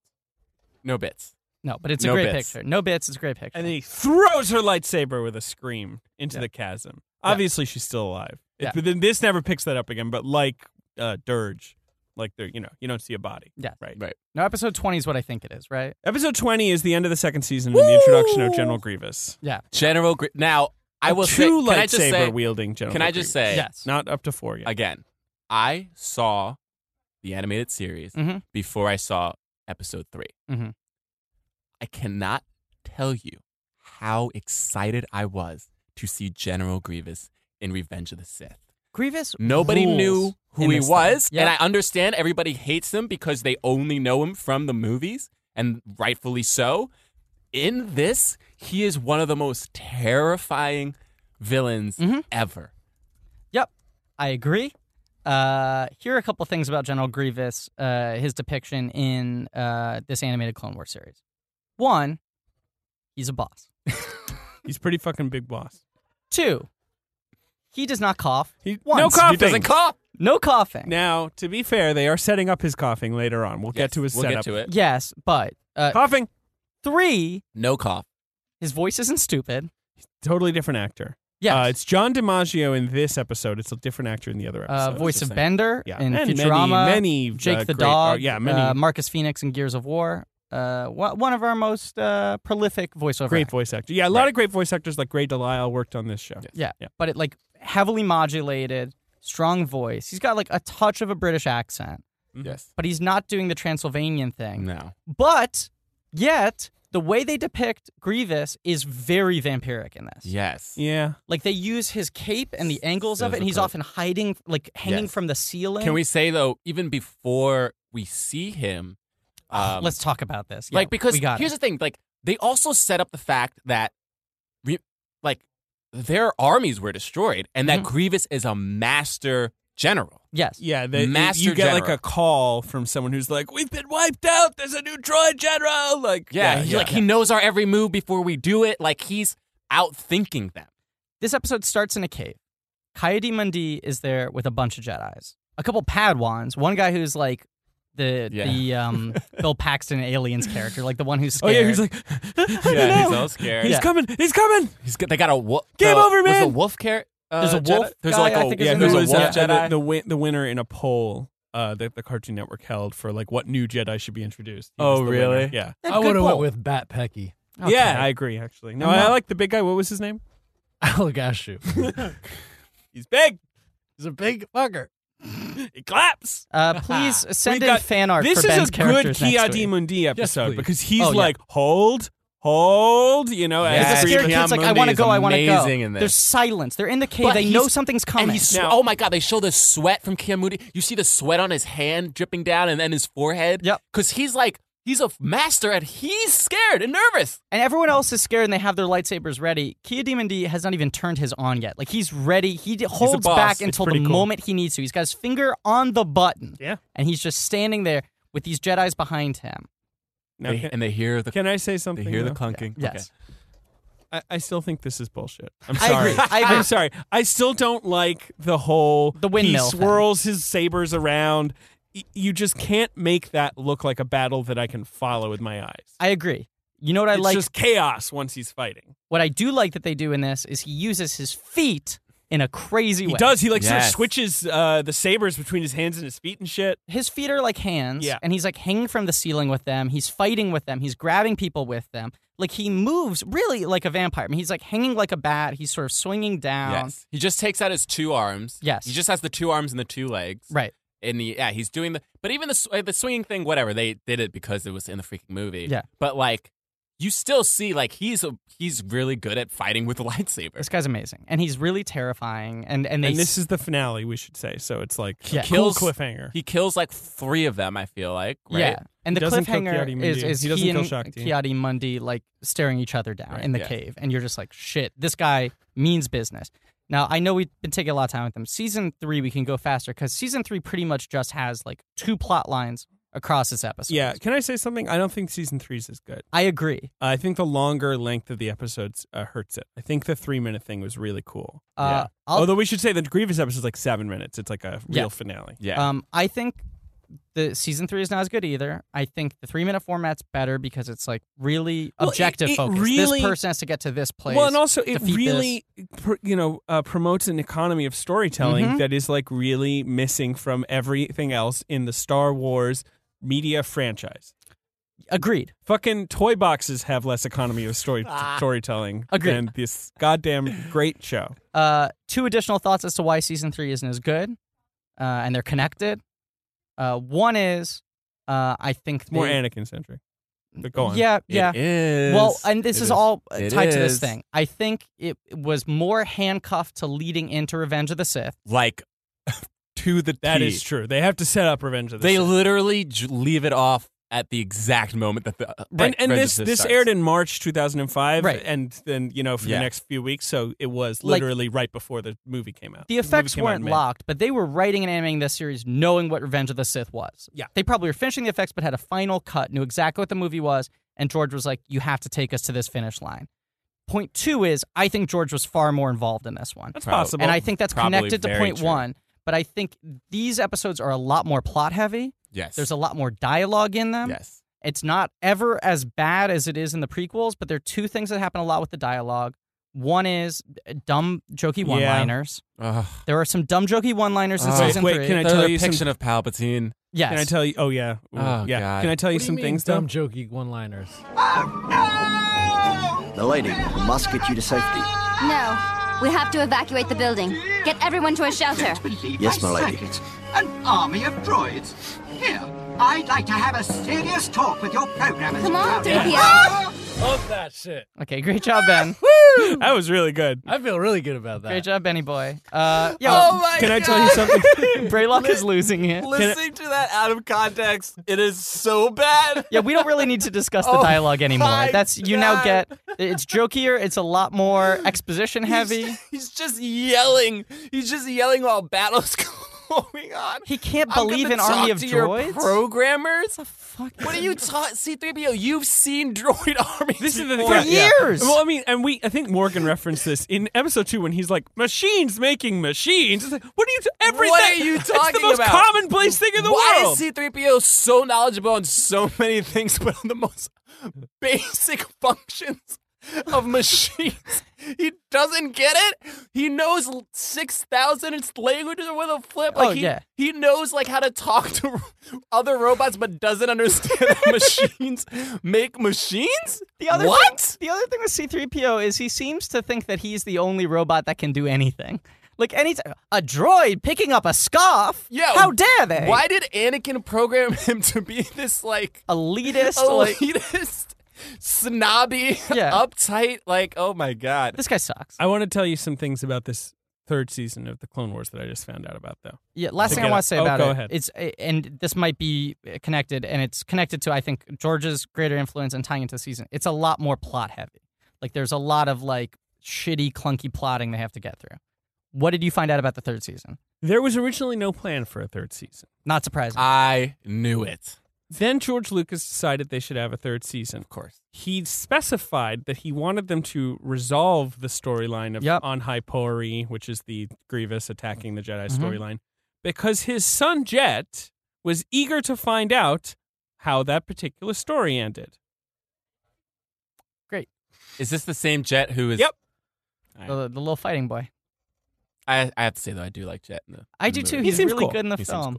No bits.
no, but it's a
No
great
bits.
picture. No bits. It's a great picture.
And then he throws her lightsaber with a scream into
Yeah.
the chasm.
Yeah.
Obviously, she's still alive. It-
Yeah.
But then this never picks that up again. But like uh, Dirge, like there, you know, you don't see a body.
Yeah.
Right.
Right.
no, episode 20 is what I think it is, right?
Episode twenty is the end of the second season and the introduction of General Grievous.
General Gr- now I
A
will say,
two
can I just
lightsaber
say
wielding General.
Can I just
Grievous.
say
Yes.
Not up to four yet.
again, I saw the animated series
Mm-hmm.
Mhm.
before I saw episode 3
Mhm.
I cannot tell you how excited I was to see General Grievous in Revenge of the Sith.
Grievous.
Nobody
rules
knew
in
who he
this
was,
thing. Yeah.
and I understand everybody hates him because they only know him from the movies, and rightfully so. In this, he is one of the most terrifying villains ever.
I agree. Uh, here are a couple things about General Grievous, uh, his depiction in uh, this animated Clone Wars series. One, he's a boss.
He's pretty fucking big boss.
Two, he does not cough.
He
Once.
no coughing.
He doesn't cough.
No coughing.
Now, to be fair, they are setting up his coughing later on. We'll get to his
We'll
setup.
get to it.
Yes, but uh,
Coughing,
three,
No cough.
his voice isn't stupid.
totally different actor.
Yes.
Uh, it's John DiMaggio in this episode. It's a different actor in the other
uh,
episode.
voice
It's
of
the same.
Bender
Yeah.
in
and
Futurama,
many, many uh,
Jake the
great-
Dog,
uh, yeah, many
uh, Marcus Phoenix in Gears of War. Uh, wha- one of our most uh, prolific voiceover.
great
actors.
voice actor. Yeah, a lot of great voice actors like Ray Delisle worked on this show.
Yeah.
Yeah.
But it like heavily modulated, strong voice. He's got like a touch of a British accent,
Yes.
but he's not doing the Transylvanian thing.
No.
But yet, the way they depict Grievous is very vampiric in this.
Yes.
Yeah.
Like they use his cape and the angles of it, and he's
Physical.
often hiding, like hanging
Yes.
from the ceiling.
Can we say though, even before we see him, um,
Let's talk about this. Yeah,
like because
we got
here's
it.
the thing, like they also set up the fact that, re- like, their armies were destroyed and
Mm-hmm.
that Grievous is a master general.
yes.
Yeah, they, you-
Master
you get like
General.
a call from someone who's like, "We've been wiped out. There's a new droid general." Like,
Yeah, he, like he knows our every move before we do it. Like he's outthinking them.
This episode starts in a cave. Coyote Mundi is there with a bunch of Jedi's, a couple Padawans, one guy who's like the
Yeah.
the um, Bill Paxton Aliens character, like the one who's
Oh
scared.
yeah, he's like,
Yeah, he's
no.
all scared.
He's
Yeah.
coming. He's coming.
He's got, they got a wolf.
Game
the,
over,
was
man.
the wolf car- uh,
There's a wolf
Jedi? There's
guy,
like
I
a
think is
Yeah,
in
who
there.
was
a wolf
uh, the,
Jedi.
the, win- the winner in a poll uh, that the Cartoon Network held for like what new Jedi should be introduced? He was
Oh,
the winner.
really?
Yeah.
I would have went with Bat Pecky.
Okay.
Yeah, I agree. Actually, no,
I'm
I
not-
like the big guy. What was his name?
Alagashu.
He's big.
Oh, He's a big fucker.
He claps.
Uh, please send
We've
in
got-
fan art
this
for
is
Ben's
a good
characters
Kia
next
Di
week.
Mundi episode
please.
because he's
Oh, yeah.
like, hold, hold, you know,
Yeah,
It's
as
a scared
Kia
kid's like, I
Mundi
want to
is
go, I want to go.
amazing in this.
There's silence. They're in the cave.
But
they know
he's-
something's coming.
and he's sw-
Now-
oh my god! They show the sweat from Kiamudi. You see the sweat on his hand dripping down and then his forehead.
Yep.
Because he's like he's a master and he's scared and nervous.
and everyone else is scared and they have their lightsabers ready. Kia Demon D has not even turned his on yet. Like he's ready. He d- holds
boss.
back
It's
until the
pretty cool.
moment he needs to. He's got his finger on the button.
Yeah.
And he's just standing there with these Jedi's behind him.
Now,
They-
can,
and they hear the
can I say
they
something?
hear the
though?
clunking.
Yes.
I, I still think this is bullshit. I'm
I
sorry.
agree. I agree.
am sorry. I still don't like the whole
The windmill
He
thing.
swirls his sabers around. Y- You just can't make that look like a battle that I can follow with my eyes.
I agree. You know what I
it's
like?
just chaos once he's fighting.
what I do like that they do in this is he uses his feet in a crazy
He
way.
does. He like sort of
Yes.
switches uh, the sabers between his hands and his feet and shit.
his feet are like hands
Yeah.
and he's like hanging from the ceiling with them he's fighting with them he's grabbing people with them like he moves really like a vampire I mean, he's like hanging like a bat he's sort of swinging down
Yes. He just takes out his two arms.
Yes.
He just has the two arms and the two legs.
right
And he, yeah, he's doing the. But even the sw- the swinging thing, whatever they did it because it was in the freaking movie.
Yeah.
But like, you still see like he's a, he's really good at fighting with a lightsaber.
this guy's amazing and he's really terrifying and and they
And this is the finale, we should say. So it's like
Yeah.
a cool cliffhanger.
He kills like three of them. I feel like. Right?
yeah and the
He doesn't kill
cliffhanger
Kiadi
is
Mundi.
is
He doesn't kill
and
Shakti.
Kiadi Mundi like staring each other down in the
yeah.
cave and you're just like shit this guy means business now I know we've been taking a lot of time with them season 3 we can go faster cuz season 3 pretty much just has like two plot lines across this episode
Yeah, can I say something? I don't think season three is as good.
I agree
I think the longer length of the episodes uh, hurts it. I think the three minute thing was really cool.
Uh, I'll-
Although we should say the Grievous episode is like seven minutes. It's like a
Yeah.
real finale.
Yeah.
Um, I think the season three is not as good either. I think the three minute format's better because it's like really
Well, it-
objective
it
focused.
really-
this person has to get to this place.
Well, and also it
defeat
really, pr- you know, uh, promotes an economy of storytelling
Mhm.
that is like really missing from everything else in the Star Wars media franchise.
agreed.
Fucking toy boxes have less economy of story storytelling
Ah. Agreed.
than this goddamn great show.
Uh, two additional thoughts as to why season three isn't as good, uh, and they're connected. Uh, one is, uh, I think
It's more
they-
Anakin centric. But go on.
Yeah, yeah.
It is.
Well, and this
It
is, all uh,
It
tied to this
is.
thing. I think it was more handcuffed to leading into Revenge of the Sith.
like to the
That
T.
is true. They have to set up Revenge of the
They
Sith.
literally j- leave it off at the exact moment that the uh,
and, and this
Register
this
starts.
aired in March 2005,
Right.
And then you know for
Yeah.
the next few weeks, so it was
Like-
literally right before the movie came out.
The
movie
effects
came out in
weren't
May.
locked, but they were writing and animating this series knowing what Revenge of the Sith was.
Yeah.
They probably were finishing the effects, but had a final cut, knew exactly what the movie was, and George was like, you have to take us to this finish line. Point two is, I think George was far more involved in this one.
That's
Probably.
possible.
and I think that's
Probably
connected to
very
point
true.
one. But I think these episodes are a lot more plot heavy.
yes,
There's a lot more dialogue in them.
yes,
It's not ever as bad as it is in the prequels, but there are two things that happen a lot with the dialogue. One is uh, dumb, jokey
Yeah.
one-liners.
Ugh.
There are some dumb, jokey one-liners in
Oh.
Wait,
season
wait,
three.
can I
the
tell you some?
depiction of Palpatine.
yes.
Can I tell you? Oh yeah. Ooh,
Oh,
yeah.
God.
Can I tell you
What do
some
mean,
things? though?
dumb jokey one-liners.
Milady, we must get you to safety.
No, we have to evacuate the building. Get everyone to a shelter.
Believe
Yes,
I
my lady.
said it. An army of droids. Here, I'd like to have a serious talk with your programmers.
Come on,
Claudia.
3PO.
Love that shit.
Okay, great job, Ben.
That was really good.
I feel really good about that.
great job, Benny boy. Uh, yeah,
Oh
Can I tell you something?
Braylock is losing it.
Listening to that out of context, it is so bad. Oh
Yeah, we don't really need to discuss the dialogue anymore.
my
That's you now
God.
get. It's jokier. It's a lot more exposition heavy.
He's just yelling. He's just yelling while battles going on.
He can't
I'm
believe
gonna
an army
talk
of
to Your
droids.
programmers? What are you taught? C3PO, you've seen droid armies.
This is the
before.
thing.
For years!
Well, I mean, and we I think Morgan referenced this in episode two when he's like, "Machines making machines." It's like, what are you? T- everything.
What are you
it's
talking
the most
about?
commonplace thing in the
Why
world.
is C3PO so knowledgeable on so many things, but on the most basic functions of machines? he doesn't get it. He knows 6,000 languages with a flip. Like
Oh,
he,
yeah.
he knows like how to talk to other robots, but doesn't understand that machines make machines?
The other
What?
Thing, the other thing with C3PO is he seems to think that he's the only robot that can do anything. Like any a droid picking up a scarf.
Yeah,
How dare they?
Why did Anakin program him to be this like
Elitist. Like,
elitist, snobby,
Yeah.
uptight? Like, oh my god.
this guy sucks.
I want to tell you some things about this third season of the Clone Wars that I just found out about, though.
Yeah. Last
To
thing I
get
want
it.
to say
Oh,
about
go
it
ahead.
it's eh, and this might be connected, and it's connected to I think George's greater influence and tying into the season. It's a lot more plot heavy. Like there's a lot of like shitty, clunky plotting they have to get through. What did you find out about the third season?
There was originally no plan for a third season.
Not surprising.
I knew it.
Then George Lucas decided they should have a third season. Of course. He specified that he wanted them to resolve the storyline of
Yep.
On High Pori, which is the Grievous attacking the Jedi storyline, because his son Jet was eager to find out how that particular story ended.
Is this the same Jet who is?
Yep.
the, the little fighting boy.
I, I have to say though, I do like Jet. In the,
I
in
do
the
too.
movie.
He's
seems
really
cool.
good in the
He seems
film.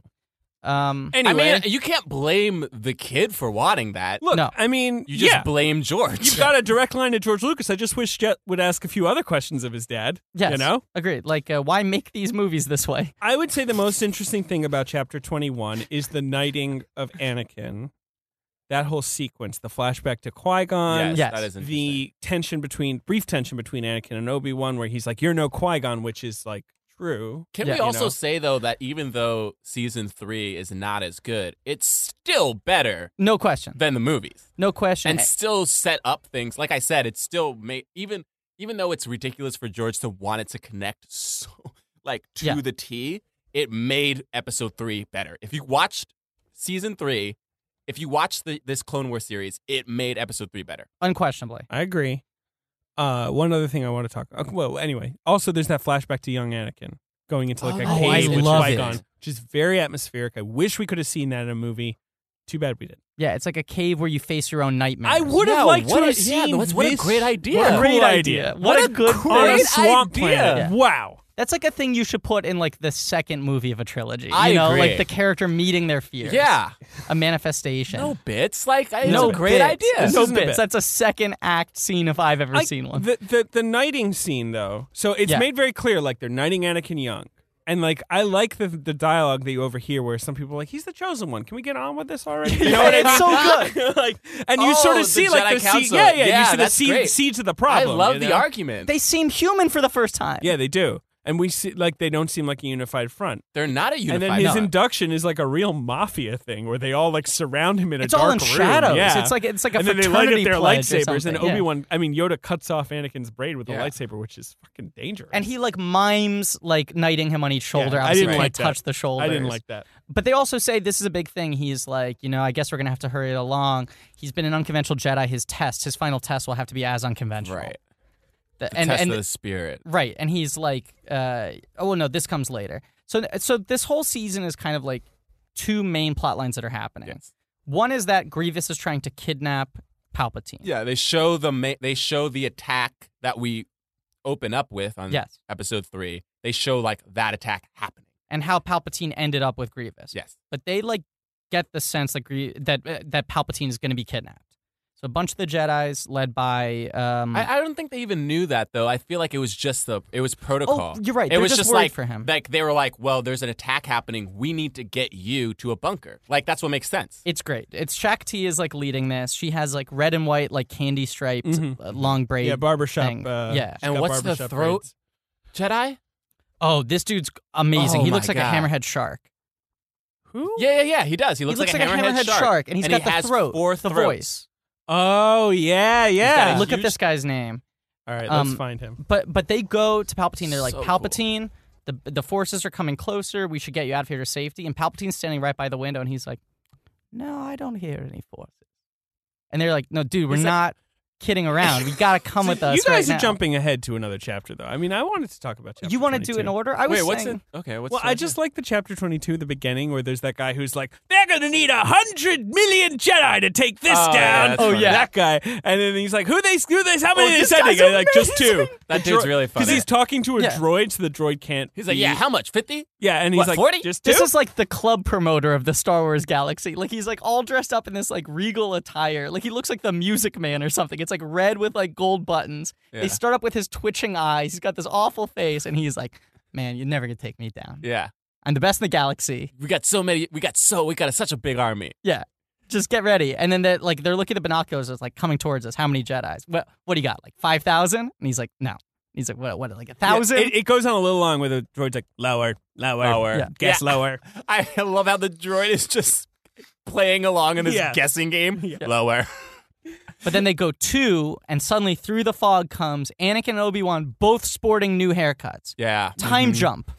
Um,
Anyway,
I mean, you can't blame the kid for wanting that.
look,
No.
I mean,
you just
yeah,
blame George.
you've got a direct line to George Lucas. I just wish Jet would ask a few other questions of his dad.
yes,
You know?
agreed. Like, uh, why make these movies this way?
I would say the most interesting thing about chapter 21 is the knighting of Anakin. That whole sequence, the flashback to Qui Gon,
yes,
Yes.
that is interesting.
the tension between, brief tension between Anakin and Obi Wan, where he's like, You're no Qui Gon, which is like true.
Can
Yeah.
we
You
also
know?
say though that even though season three is not as good, it's still better
No question.
than the movies,
No question.
and still set up things. Like I said, it's still made even even though it's ridiculous for George to want it to connect so like to
Yeah.
the T. It made episode three better. If you watched season three, if you watched the, this Clone Wars series, it made episode three better.
Unquestionably.
I agree. Uh, one other thing I want to talk okay, Well, anyway, also there's that flashback to young Anakin going into like a
Oh, I
cave with
love
Qui Gon,
it.
which is very atmospheric. I wish we could have seen that in a movie. Too bad we didn't.
Yeah, it's like a cave where you face your own nightmares.
I would have
Yeah,
liked
what
to
a-
have
yeah,
seen
that's- what a
this-
great idea.
What a
Great
cool
idea.
idea.
What a good
cool on a
great
swamp
idea.
planet.
Yeah.
Wow.
That's like a thing you should put in like the second movie of a trilogy.
I
you know,
agree.
like the character meeting their fears.
Yeah,
a manifestation.
no bits. Like I,
No
it's a great
bits.
idea.
No
isn't a
bits.
bit.
That's a second act scene if I've ever
I-
seen one.
The, the the knighting scene though. So it's
Yeah.
made very clear like they're knighting Anakin Young. And like I like the the dialogue that you overhear where some people are like he's the chosen one. Can we get on with this already? You know what I mean?
It's so
good. like and you
Oh,
sort of
the
see like
Jedi
the seed,
Council.
yeah, yeah,
Yeah,
you see the
that's
seed,
great.
seeds of the
I
problem.
love
you
the
know?
argument.
they seem human for the first time.
Yeah, they do. and we see like they don't seem like a unified front.
They're not a unified.
and then his
front.
induction is like a real mafia thing where they all like surround him in
It's
a dark
all in
room.
shadows.
Yeah.
It's like it's like a
and then they
fraternity
light up their
pledge or
lightsabers, and
something, yeah.
Obi Wan. I mean, Yoda cuts off Anakin's braid with a
Yeah.
lightsaber, which is fucking dangerous.
And he like mimes like knighting him on each shoulder.
Yeah, I
Obviously,
didn't
you
like
can't
that.
touch the shoulder.
I didn't like that.
But they also say this is a big thing. He's like, you know, I guess we're gonna have to hurry it along. He's been an unconventional Jedi. His test, his final test, will have to be as unconventional.
right.
Th-
And,
and
Test
and
of the spirit.
right, and he's like, uh, oh well, no, this comes later. So so this whole season is kind of like two main plot lines that are happening.
Yes.
One is that Grievous is trying to kidnap Palpatine.
Yeah, they show the ma- they show the attack that we open up with on
Yes.
episode three. They show like that attack happening.
And how Palpatine ended up with Grievous.
Yes.
but they like get the sense like re- that uh, that Palpatine is going to be kidnapped. So a bunch of the Jedi's led by um
I, I don't think they even knew that though. I feel like it was just the it was protocol.
you're right.
It
They're
was
just
just
worried
like
for him.
Like they were like, well, there's an attack happening. We need to get you to a bunker. Like that's what makes sense.
it's great. It's Shaq T is like leading this. She has like red and white like candy striped
Mm-hmm.
uh, long braid.
Yeah, barbershop.
thing.
Uh,
yeah.
she's
And
got
what's the
barbershop
throat?
braids.
Jedi?
Oh, this dude's amazing.
Oh
he looks
my
like a
God.
hammerhead shark.
Who?
Yeah, yeah, yeah. He does. He
He
looks,
looks like, a hammerhead, shark. and he's
and
got
he
the
has
throat,
four
the
throats.
voice.
Oh yeah, yeah.
a
Look at
huge-
this guy's name.
All right, let's
um,
find him.
But but they go to Palpatine. They're like,
So cool.
Palpatine, the the forces are coming closer. We should get you out of here to safety. And Palpatine's standing right by the window, and he's like, No, I don't hear any forces. And they're like, No, dude, we're
He's like-
not kidding around. We gotta come
So
with us.
You guys
right
are
now."
jumping ahead to another chapter, though. I mean, I wanted to talk about chapter.
You want to
22.
do it in order? I was
Wait, what's
saying,
it? Okay, what's
Well,
the-
I just like the chapter 22, the beginning, where there's that guy who's like, they're going to need a hundred million Jedi to take this
Oh, yeah,
down.
that's Oh, funny. yeah.
That guy. And then he's like, who they, who they, how many
Oh,
they
this
sending?
guy's
And like, just two.
amazing. That dude's really
Because
funny.
he's talking to a
Yeah.
droid, so the droid can't.
He's like, yeah. How much? Fifty?
Yeah, and he's
What,
like,
40?
just two.
This is like the club promoter of the Star Wars galaxy. Like he's like all dressed up in this like regal attire. Like he looks like the music man or something. It's like red with like gold buttons.
Yeah.
They start up with his twitching eyes. He's got this awful face and he's like, Man, you're never gonna take me down.
Yeah.
I'm the best in the galaxy.
We got so many. We got so. We got such a big army.
Yeah. Just get ready. And then they're like they're looking at the binoculars, it's like coming towards us. How many Jedi's? What what do you got? Like five thousand? And he's like, No. He's like, What what like a thousand?
Yeah, it, it goes on a little long where the droid's like, lower, lower,
Lower. Yeah.
guess
Yeah.
lower.
I love how the droid is just playing along in this
Yeah.
guessing game. Lower.
But then they go two, and suddenly through the fog comes Anakin and Obi Wan, both sporting new haircuts.
Yeah.
Time
Mm-hmm.
jump.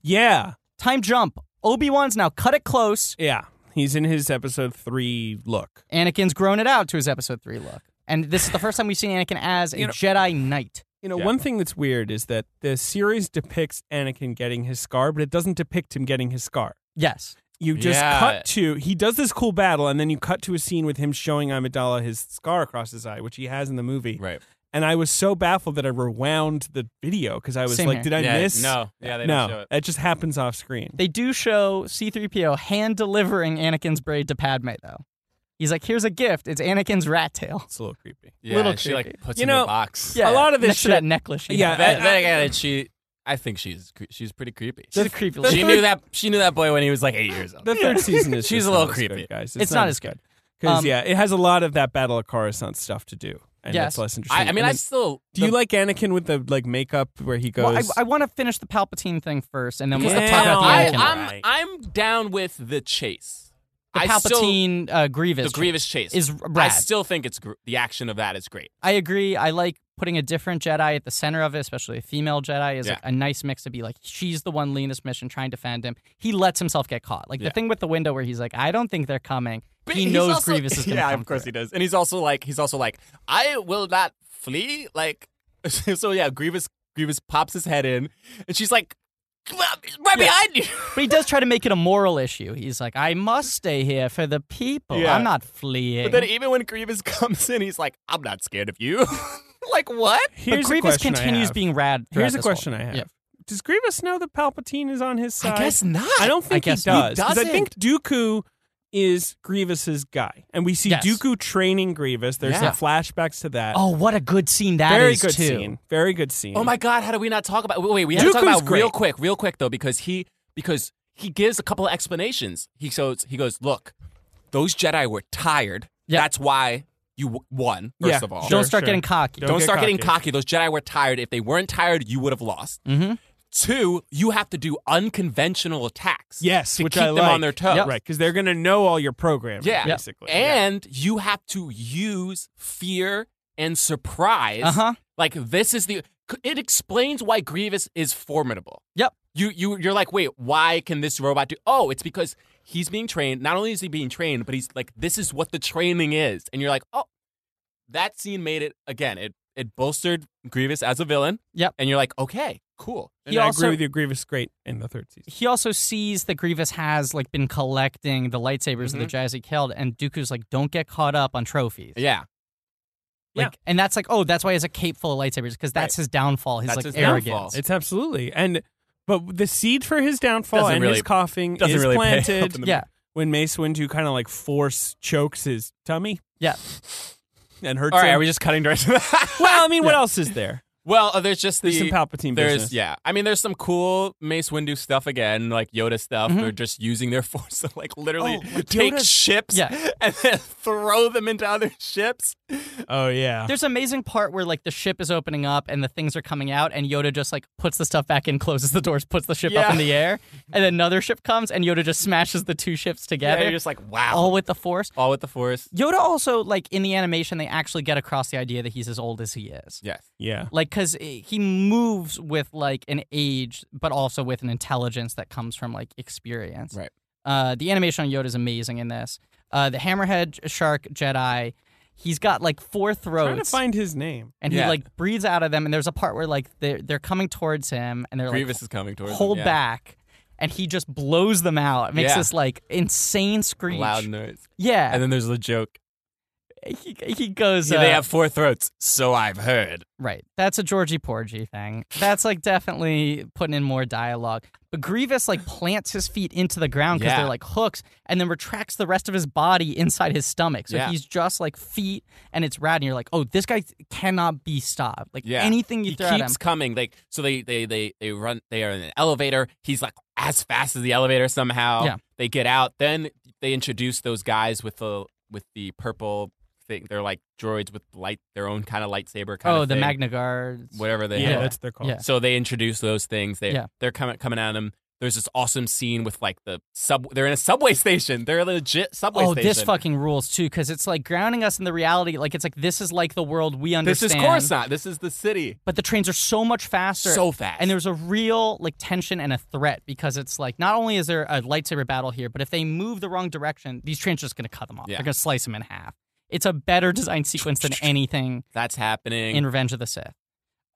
Yeah,
Time jump. Obi Wan's now cut it close.
yeah. He's in his episode three look.
Anakin's grown it out to his episode three look. And this is the first time we've seen Anakin as a
You know-
Jedi Knight.
You know,
Yeah.
one thing that's weird is that the series depicts Anakin getting his scar, but it doesn't depict him getting his scar.
Yes.
You just
Yeah.
cut to he does this cool battle, and then you cut to a scene with him showing Amidala his scar across his eye, which he has in the movie.
Right.
And I was so baffled that I rewound the video because I was
Same
like,
here.
"Did I
yeah,
miss?"
No. Yeah. They
no,
Don't show it.
just happens off screen.
They do show C3PO hand delivering Anakin's braid to Padme, though. He's like, here's a gift. It's Anakin's rat tail.
It's a little creepy.
Yeah.
little
she like
creepy.
puts
You
in
know,
the box.
A lot of this
next to that
shit-
necklace. she
Yeah,
had.
That,
I-
that
I-
again, she. I think she's cre- she's pretty creepy.
she's a creepy. little-
she knew that she knew that boy when he was like eight years old.
The third season is
She's
just
a little
not as good,
creepy.
guys.
It's not as good.
because
Um,
yeah, it has a lot of that Battle of Coruscant stuff to do, and
Yes.
it's less interesting.
I, I
And
mean, I
then-
still.
do you like Anakin with the like makeup where he goes?
Well, I, I want to finish the Palpatine thing first, and then
Because
we'll
the
talk about the
I,
Anakin.
Palpatine-
I'm
Right.
I'm down with the chase.
the
I still-
Palpatine uh, Grievous.
the Grievous chase
is
I
rad.
still think it's gr- the action of that is great.
I agree. I like putting a different Jedi at the center of it, especially a female Jedi, is
Yeah.
like a nice mix to be like she's the one leading this mission, trying to defend him. He lets himself get caught. Like
Yeah.
the thing with the window where he's like, I don't think they're coming.
But
he
he's
knows
also-
Grievous is going to
Yeah,
come.
of course
through.
he does. And he's also like, he's also like, I will not flee. Like, so yeah, Grievous, Grievous pops his head in, and she's like, "Come on, it's right behind you.
But he does try to make it a moral issue. He's like, I must stay here for the people.
Yeah.
I'm not fleeing.
But then even when Grievous comes in, he's like, I'm not scared of you. like what?
But
Here's a
Grievous
question I
continues
have.
being rad. throughout
Here's a
this whole-
question I have.
Yeah.
Does Grievous know that Palpatine is on his side?
I guess not.
I don't think
guess
he
not.
does. 'cause I think Dooku is Grievous's guy, and we see
Yes.
Dooku training Grievous. There's
Yeah.
the flashbacks to that.
Oh, what a good scene that is
very good
too.
scene. Very good scene.
Oh my god, how do we not talk about? Wait, we have to talk
Dooku's
about real
great.
quick, real quick though, because he because he gives a couple of explanations. He goes, he goes, look, those Jedi were tired.
Yeah.
That's why you w- won. First
Yeah.
of all,
Sure,
Don't start
sure.
getting cocky.
Don't
Don't
get
start getting
cocky. Mm-hmm.
cocky. Those Jedi were tired. If they weren't tired, you would have lost. Two, you have to do unconventional attacks.
Yes,
to
which
keep
I
them
like.
on their toes.
Right, because they're gonna know all your programming.
Yeah.
basically.
And you have to use fear and surprise.
Uh-huh.
Uh huh.
Like this is the it explains why Grievous is formidable.
Yep.
You you you're like, "Wait, why can this robot do Oh, it's because he's being trained. Not only is he being trained, but he's like this is what the training is." And you're like, "Oh, that scene made it again. It it bolstered Grievous as a villain."
Yep.
And you're like, "Okay, cool."
And
He
I
also-
agree with you. Grievous is great in the third season.
He also sees that Grievous has like been collecting the lightsabers
Mm-hmm.
of the Jazz he killed, and Dooku's like, "Don't get caught up on trophies."
Yeah.
Like, and that's like, oh, that's why he has a cape full of lightsabers because that's his downfall. His
That's
like
his
arrogance.
downfall.
It's absolutely and but the seed for his downfall
Doesn't
and
really-
his coughing
doesn't
is
really pay off
planted.
in the-
Yeah,
when Mace Windu kind of like force chokes his tummy
yeah.
and hurts
All right,
him.
are we just cutting direct to that?
well, I mean, what else is there?
well, uh, there's just the
There's some Palpatine
There's
business.
yeah. I mean, there's some cool Mace Windu stuff again, like Yoda stuff.
Mhm.
They're just using their force to like literally
Mm-hmm. Oh, like
take
Yoda's-
ships
Yeah.
and then throw them into other ships.
Oh yeah.
There's an amazing part where like the ship is opening up and the things are coming out, and Yoda just like puts the stuff back in, closes the doors, puts the ship up
Yeah.
in the air, and then another ship comes, and Yoda just smashes the two ships
Yeah,
together,
you're just like wow,
all with the Force.
all with the force.
Yoda also like in the animation they actually get across the idea that he's as old as he is.
Yes.
yeah.
Like cuz he moves with like an age but also with an intelligence that comes from like experience.
Right.
Uh the animation on Yoda is amazing in this. Uh the hammerhead shark Jedi He's got like four
Trying to
throats,
find his name.
and he
Yeah.
like breathes out of them. And there's a part where like they're they're coming towards him, and they're
Grievous
like
is coming towards.
hold
them, yeah.
back, and he just blows them out. It makes
Yeah.
this like insane screech.
Loud noise.
yeah,
And then there's the joke.
he, he goes.
Yeah, they
uh,
have four throats, so I've heard.
Right. That's a Georgie Porgy thing. That's like definitely putting in more dialogue. But Grievous like plants his feet into the ground because
Yeah.
they're like hooks and then retracts the rest of his body inside his stomach. So
Yeah.
he's just like feet and it's rad. And you're like, oh, this guy cannot be stopped. Like
Yeah.
anything you
he
throw
keeps
at him.
coming. Like so, they they they they run. They are in an elevator. He's like as fast as the elevator. Somehow,
Yeah.
They get out. Then they introduce those guys with the with the purple thing. They're like droids with light, their own kind of lightsaber. Kind
Oh,
of
the
thing,
Magna Guards.
whatever they
Yeah,
have.
that's their call.
Yeah.
So they introduce those things. They
Yeah.
they're coming coming at him. There's this awesome scene with like the sub. They're in a subway station. They're a legit subway
Oh,
station.
this fucking rules too, because it's like grounding us in the reality. Like it's like this is like the world we
This
understand.
is Coruscant. This is the city.
But the trains are so much faster.
So fast.
And there's a real like tension and a threat because it's like not only is there a lightsaber battle here, but if they move the wrong direction, these trains are just going to cut them off.
Yeah.
They're going to slice them in half. It's a better design sequence than anything
that's happening.
in Revenge of the Sith.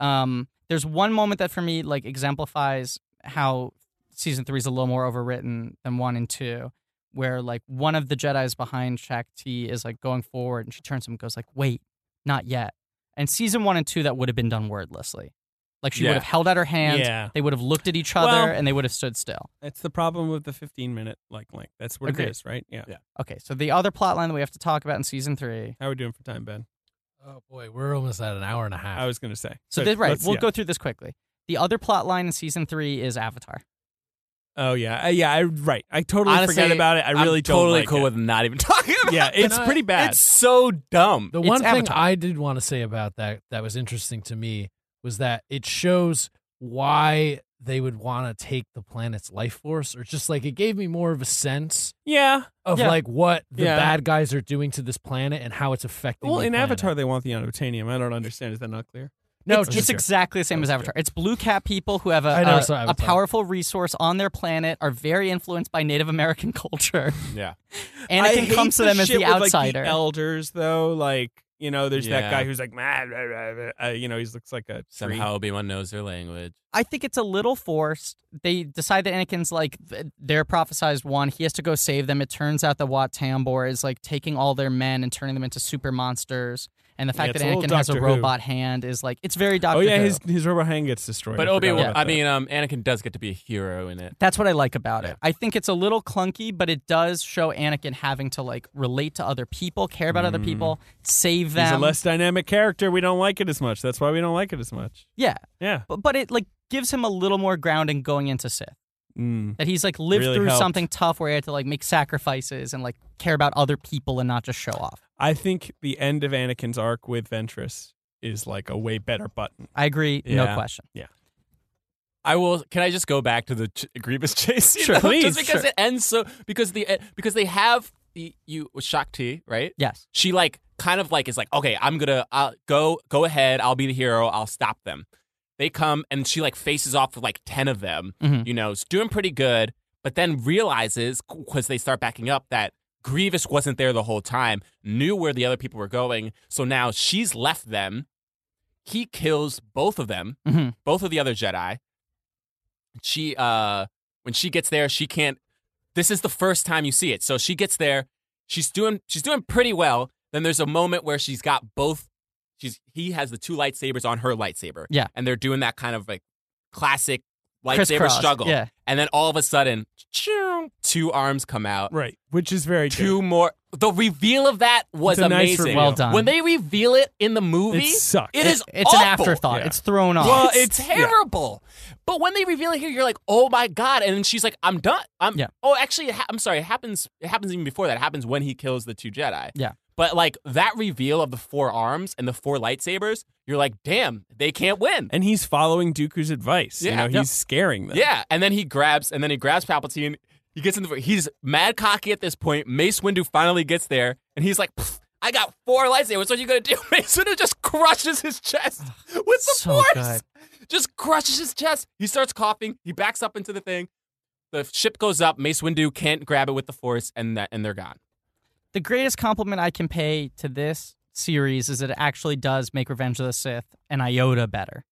Um, there's one moment that for me like exemplifies how season three is a little more overwritten than one and two, where like one of the Jedi's behind Shakti is like going forward, and she turns to him and goes like, "Wait, not yet." And season one and two, that would have been done wordlessly. Like she
Yeah.
would have held out her hand.
Yeah.
They would have looked at each other
Well-
and they would have stood still.
That's the problem with the 15 minute like length. That's what
Agreed.
it is, right? Yeah.
Yeah.
Okay, so the other plot line that we have to talk about in season three.
How are we doing for time, Ben?
Oh boy, we're almost at an hour and a half.
I was gonna say.
So
But
this, right,
let's-
we'll
yeah.
go through this quickly. The other plot line in season three is Avatar.
Oh yeah, Uh, yeah. I right. I totally forget
Honestly,
about it. I really
I'm
don't
totally
like
cool
it.
with not even talking about.
Yeah,
it.
it's
I-
pretty bad.
It's so dumb.
The
It's
one thing
Avatar.
I did want to say about that that was interesting to me was that it shows why they would want to take the planet's life force, or just like it gave me more of a sense
yeah.
of
Yeah.
like what the
Yeah.
bad guys are doing to this planet and how it's affecting.
Well,
the
in
planet.
Avatar, they want the unobtainium. I don't understand. Is that not clear?
no,
it's,
just
it's
here.
exactly the same as Avatar. It's blue cap people who have a,
I never
a-
saw
a
Avatar.
powerful resource on their planet, are very influenced by Native American culture.
Yeah.
and
I
it
hate
comes to them as
shit
the
with, like,
outsider.
elders, though, like you know, there's that
Yeah.
guy who's like, "Mah, rah, rah, rah," uh, you know, he looks like a tree.
Somehow Obi Wan knows their language.
I think it's a little forced. They decide that Anakin's like th- their prophesized one. He has to go save them. It turns out that Wat Tambor is like taking all their men and turning them into super monsters. And the
Yeah,
fact
it's
that
a little
Anakin has a
Doctor Who.
robot hand is like it's very Doctor
Oh yeah,
Who.
his his rubber hand gets destroyed.
But
I
Obi
forgot
Wan,
about
I
that.
mean, um, Anakin does get to be a hero in it.
That's what I like about it. I think it's a little clunky, but it does show Anakin having to like relate to other people, care about other people, save them.
Mm-hmm. he's a less dynamic character. We don't like it as much. That's why we don't like it as much.
yeah,
Yeah.
but, but it like gives him a little more grounding going into Sith.
Mm.
That he's like lived
Really
through
helped.
something tough where he had to like make sacrifices and like care about other people and not just show off.
I think the end of Anakin's arc with Ventress is like a way better button.
I agree, no
Yeah.
question.
I will. Can I just go back to the ch- Grievous chase? scene,
Sure.
though?
Please,
Just because
sure.
it ends so because the eh, because they have the, you Shakti right?
Yes.
She like kind of like is like okay, I'm gonna uh, go go ahead. I'll be the hero. I'll stop them. They come and she like faces off with like ten of them.
Mhm.
You know, is doing pretty good, but then realizes because they start backing up that. Grievous wasn't there the whole time, knew where the other people were going, so now she's left them. He kills both of them,
Mhm.
both of the other Jedi. She uh when she gets there, she can't this is the first time you see it. So she gets there, she's doing she's doing pretty well. Then there's a moment where she's got both she's he has the two lightsabers on her lightsaber.
Yeah.
And they're doing that kind of like classic lightsaber
Crisscross,
struggle.
yeah.
And then all of a sudden, choo, two arms come out.
Right, which is very
Two more. The reveal of that was
It's a nice
amazing.
reveal. Well
done.
When they reveal it in the movie,
It sucks. It-
It is
it's an
awful.
afterthought.
Yeah.
Oh, It's thrown off.
Well, it's
It's- yeah.
terrible. But when they reveal it here, you're like, oh my god! And then she's like, I'm done. I'm.
Yeah.
Oh, actually, it ha- I'm sorry. It happens. It happens even before that. It happens when he kills the two Jedi.
Yeah.
But like that reveal of the four arms and the four lightsabers, you're like, damn, they can't win.
and he's following Dooku's advice.
Yeah.
you know, he's
Yeah.
scaring them.
Yeah, and then he grabs, and then he grabs Palpatine. He gets in the. He's mad cocky at this point. Mace Windu finally gets there, and he's like, "Pfft, "I got four lightsabers. What are you gonna do?" Mace Windu just crushes his chest with the
so
force. Just crushes his chest. He starts coughing. He backs up into the thing. The ship goes up. Mace Windu can't grab it with the force, and that and they're gone.
the greatest compliment I can pay to this series is that it actually does make Revenge of the Sith an iota better.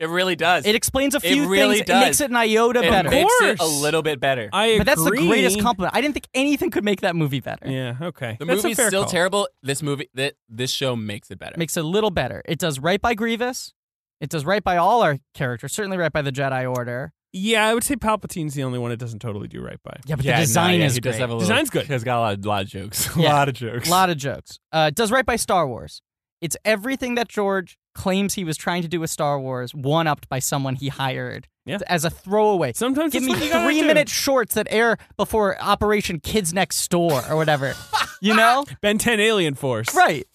It really does.
It explains a
It
few
really
things. It
does.
makes it an iota
It
better.
makes it a
course.
little bit better.
I agree.
But that's the greatest compliment. I didn't think anything could make that movie better.
Yeah, okay.
the
That's a
movie's
fair
still
call.
terrible. This movie, th- this show makes it better.
Makes it a little better. It does right by Grievous. It does right by all our characters. Certainly right by the Jedi Order.
Yeah, I would say Palpatine's the only one it doesn't totally do right by.
Yeah, but
no,
the design
yeah,
is
he
great.
does have a little,
Design's good.
He's got a lot, of- lot of jokes.
Yeah.
of jokes.
lot of jokes. Uh, it does right by Star Wars. It's everything that George claims he was trying to do with Star Wars, one upped by someone he hired
Yeah.
as a throwaway.
Sometimes
Give
that's
me
what you gotta
three
do.
minute shorts that air before Operation Kids Next Door or whatever. you know?
Ben 10 Alien Force.
Right.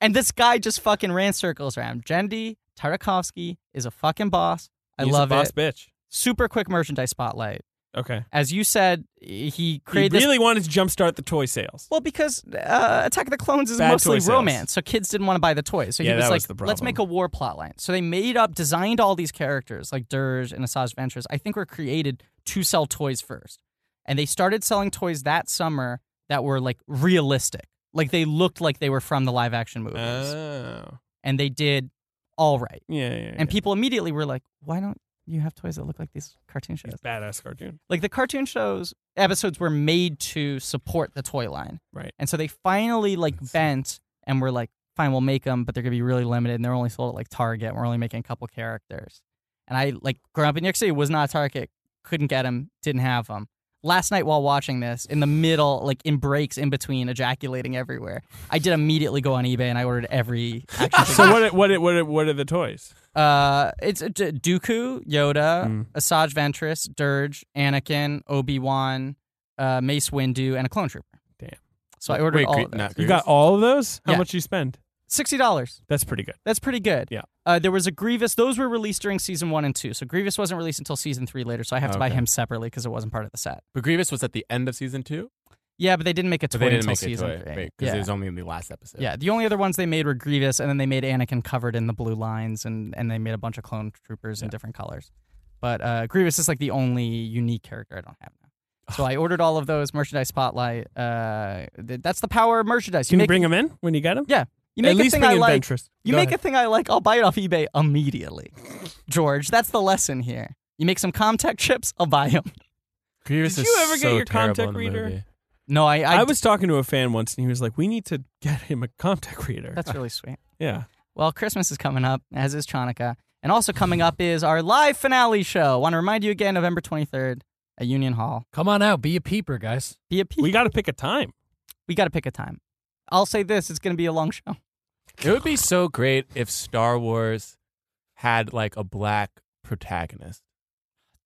And this guy just fucking ran circles around. Jendi Tarakovsky is a fucking boss. I
He's
love
a boss
it.
bitch.
Super quick merchandise spotlight.
Okay.
As you said, he
He
created this
really wanted to jumpstart the toy sales.
Well, because uh, Attack of the Clones is
Bad
mostly
toy sales.
romance, so kids didn't want to buy the toys. So
Yeah,
he was
that
like,
was the
"Let's
problem.
make a war plot line." So they made up, designed all these characters like Dirge and Asajj Ventress. I think were created to sell toys first, and they started selling toys that summer that were like realistic, like they looked like they were from the live action movies,
Oh.
and they did all right.
Yeah, yeah, yeah.
And people immediately were like, "Why don't you have toys that look like these cartoon shows?"
He's a badass cartoon.
like the cartoon shows episodes were made to support the toy line
Right.
and so they finally like bent and were like fine we'll make them but they're gonna be really limited and they're only sold at like target we're only making a couple characters and i like growing up in new york city was not a target couldn't get them didn't have them last night while watching this in the middle like in breaks in between ejaculating everywhere i did immediately go on ebay and i ordered every action figure.
So what? What? What? What are the toys?
Uh, it's uh, D- Dooku, Yoda,
Mm.
Asajj Ventress, Dirge, Anakin, Obi Wan, uh, Mace Windu, and a clone trooper.
Damn.
So I ordered
Wait,
all
Gre-
of those.
not
You
Grievous.
got all of those? How
Yeah.
much you spend?
Sixty dollars.
That's pretty good.
That's pretty good.
Yeah.
Uh, there was a Grievous. Those were released during season one and two. So Grievous wasn't released until season three later. So I have to buy
Okay.
him separately because it wasn't part of the set.
But Grievous was at the end of season two.
Yeah, but they didn't make a toy
But they didn't
until
make
season
it to it,
three.
right? Because
yeah.
it was only in the last episode.
yeah. The only other ones they made were Grievous, and then they made Anakin covered in the blue lines, and and they made a bunch of clone troopers in different colors. But uh, Grievous is like the only unique character I don't have now. So I ordered all of those merchandise spotlight. Uh, th- that's the power of merchandise.
Can you
make,
bring them in when you get them?
yeah, you make
At
a
least
thing
bring
I
in
like.
Ventress.
You
Go
make
ahead.
a thing I like, I'll buy it off eBay immediately. George, that's the lesson here. You make some Comtech chips, I'll buy them.
Grievous
Did
is
you ever get
so
your
terrible
contact
in the
reader?
movie.
No, I I,
I was talking to a fan once, and he was like, "We need to get him a contact reader."
That's really sweet.
yeah.
Well, Christmas is coming up, as is Chanukah. And also coming up is our live finale show. Want to remind you again, November 23rd at Union Hall.
Come on out, be a peeper, guys.
Be a peep.
We
We,
got to pick a time.
got to pick a time. I'll say this it's going to be a long show.
It would be so great if Star Wars had like a black protagonist.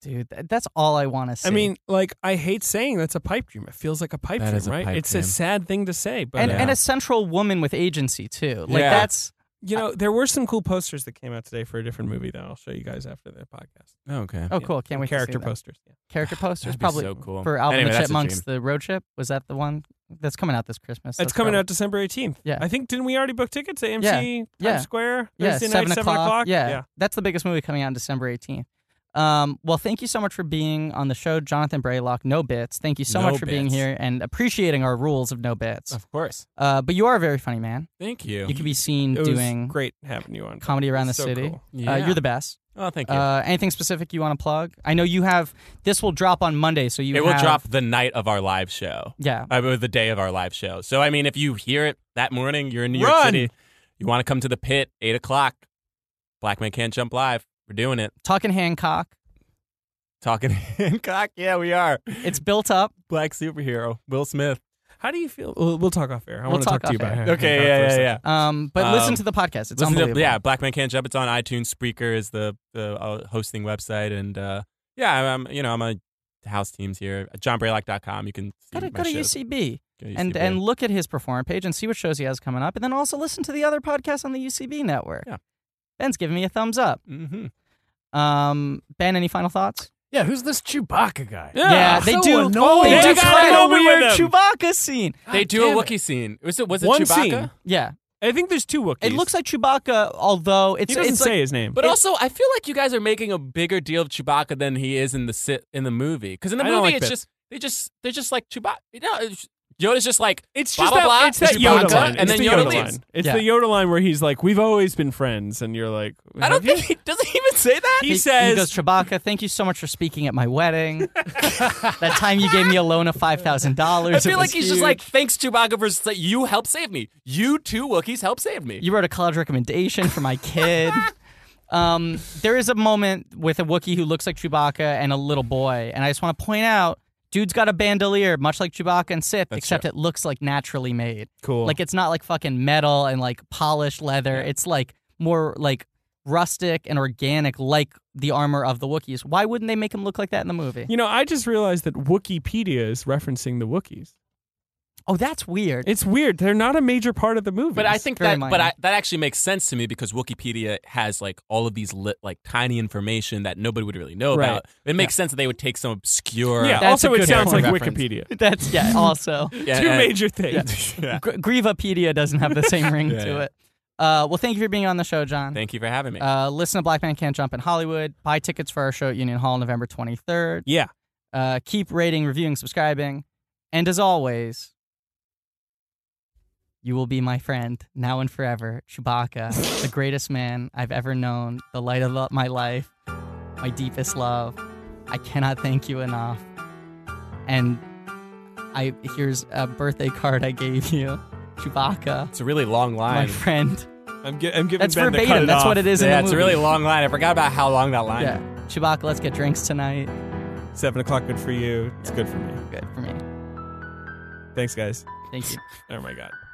Dude, th- that's all I want to see.
I mean, like, I hate saying that's a pipe dream. It feels like a pipe
That
dream,
is a
right?
pipe
it's
dream.
a sad thing to say, but
and,
uh,
and a central woman with agency, too. Like,
Yeah.
that's
You know, there were some cool posters that came out today for a different movie that I'll show you guys after the podcast.
Okay.
Oh,
Yeah.
cool! Can't wait.
Character
to see that.
posters. Yeah.
Character posters,
That'd be
probably
so cool.
for Alvin
Anyway,
and the
that's a
Chipmunks.
dream.
The road trip was that the one that's coming out this Christmas.
It's coming out December eighteenth.
Yeah.
I think didn't we already book tickets at MC
Yeah.
Times
Yeah.
Square?
yeah,
Thursday night,
seven o'clock. Yeah.
yeah.
that's the biggest movie coming out on December eighteenth. Um, well, thank you so much for being on the show, Jonathan Braylock. No bits. Thank you so
No
much for being
bits.
here and appreciating our rules of no bits.
Of course.
Uh, but you are a very funny man.
Thank you.
You can be seen
It was
doing
great having you on.
comedy around the
So
city.
cool.
Uh,
Yeah.
you're the best.
oh, thank you.
Uh, anything specific you want to plug? I know you have. This will drop on Monday, so you
it will
have-
drop the night of our live show.
Yeah,
I mean, the day of our live show. So I mean, if you hear it that morning, you're in New York
Run!
City. You want to come to the pit, eight o'clock. Black man can't jump live. We're doing it.
talking Hancock.
Talking Hancock. Yeah, we are.
It's built up.
Black superhero Will Smith.
How do you feel? We'll, we'll talk off air. I
We'll
want to
talk
talk to you
off
about
air.
Hancock
Okay,
for a
yeah, yeah,
second.
yeah.
Um, but listen
Um,
to the podcast. It's
Listen to-
unbelievable.
yeah, Black Man Can't Jump. It's on iTunes, Spreaker is the the uh, hosting website, and uh, yeah, I'm, I'm- you know I'm on house teams here. JohnBraylock.com. You can see
Gotta
my
go to
shows.
UCB
Go to
and
UCB.
and look at his perform page and see what shows he has coming up, and then also listen to the other podcasts on the UCB network.
Yeah.
Ben's giving me a thumbs up.
Mhm.
Um, Ben, any final thoughts?
Yeah, who's this Chewbacca guy?
Yeah, they
so
do.
annoying.
They
Ah, They
do
got
crack
it
over
over
your
with them.
Chewbacca scene.
They do a
damn
Wookiee scene. Was it was it
One
Chewbacca?
scene.
Yeah,
I think there's two Wookiees.
it looks like Chewbacca, although it's
he doesn't
it's
say
like,
his name.
But also, I feel like you guys are making a bigger deal of Chewbacca than he is in the sit in the movie. Because in the
I
movie,
don't like
it's
that.
just they just they're just like Chewbacca. No, it's- Yoda's just like
It's
blah,
just
blah,
that,
blah,
it's that
Chewbacca,
Yoda line. it's
and then
the
Yoda,
Yoda
leaves.
line. It's
Yeah.
the Yoda line where he's like, "We've always been friends," and you're like,
I don't
"Have you?"
think he doesn't he even say that.
He
He
says-
goes, Chewbacca, thank you so much for speaking at my wedding. that time you gave me a loan of five thousand dollars.
I feel like he's just like, thanks Chewbacca for sa- you helped save me. You two Wookiees helped save me.
you wrote a college recommendation for my kid. um, there is a moment with a Wookiee who looks like Chewbacca and a little boy, and I just want to point out, dude's got a bandolier much like Chewbacca and Sith, except it looks like naturally made.
Cool.
Like it's not like fucking metal and like polished leather. It's like more like rustic and organic, like the armor of the Wookiees. Why wouldn't they make him look like that in the movie?
You know, I just realized that Wikipedia is referencing the Wookiees.
Oh, that's weird.
It's weird. They're not a major part of the movie.
But I think
Very
that,
minor.
but I, that actually makes sense to me because Wikipedia has like all of these lit, like tiny information that nobody would really know
Right.
about. It makes sense that they would take some obscure,
yeah.
That's
Also,
a good
it sounds
point.
like
Reference.
Wikipedia.
That's yeah. Also,
Yeah,
Two
and-
major things.
Gr- Grievapedia doesn't have the same ring to it. Uh, well, thank you for being on the show, John.
Thank you for having me.
Uh, listen to Black Man Can't Jump in Hollywood. Buy tickets for our show at Union Hall November 23rd.
yeah.
Uh, keep rating, reviewing, subscribing. And as always, you will be my friend now and forever. Chewbacca, the greatest man I've ever known, the light of lo- my life, my deepest love. I cannot thank you enough. And I here's a birthday card I gave you, Chewbacca,
it's a really long
my
line.
friend.
I'm, gi- I'm giving
That's
Ben the cut
verbatim.
it
That's
off.
what it is in the
yeah, it's a
movie.
really long line. I forgot about how long that line.
Yeah.
is.
Chewbacca, let's get drinks tonight.
Seven o'clock. Good for you. It's good for me.
Good for me.
Thanks, guys.
Thank you.
Oh my god.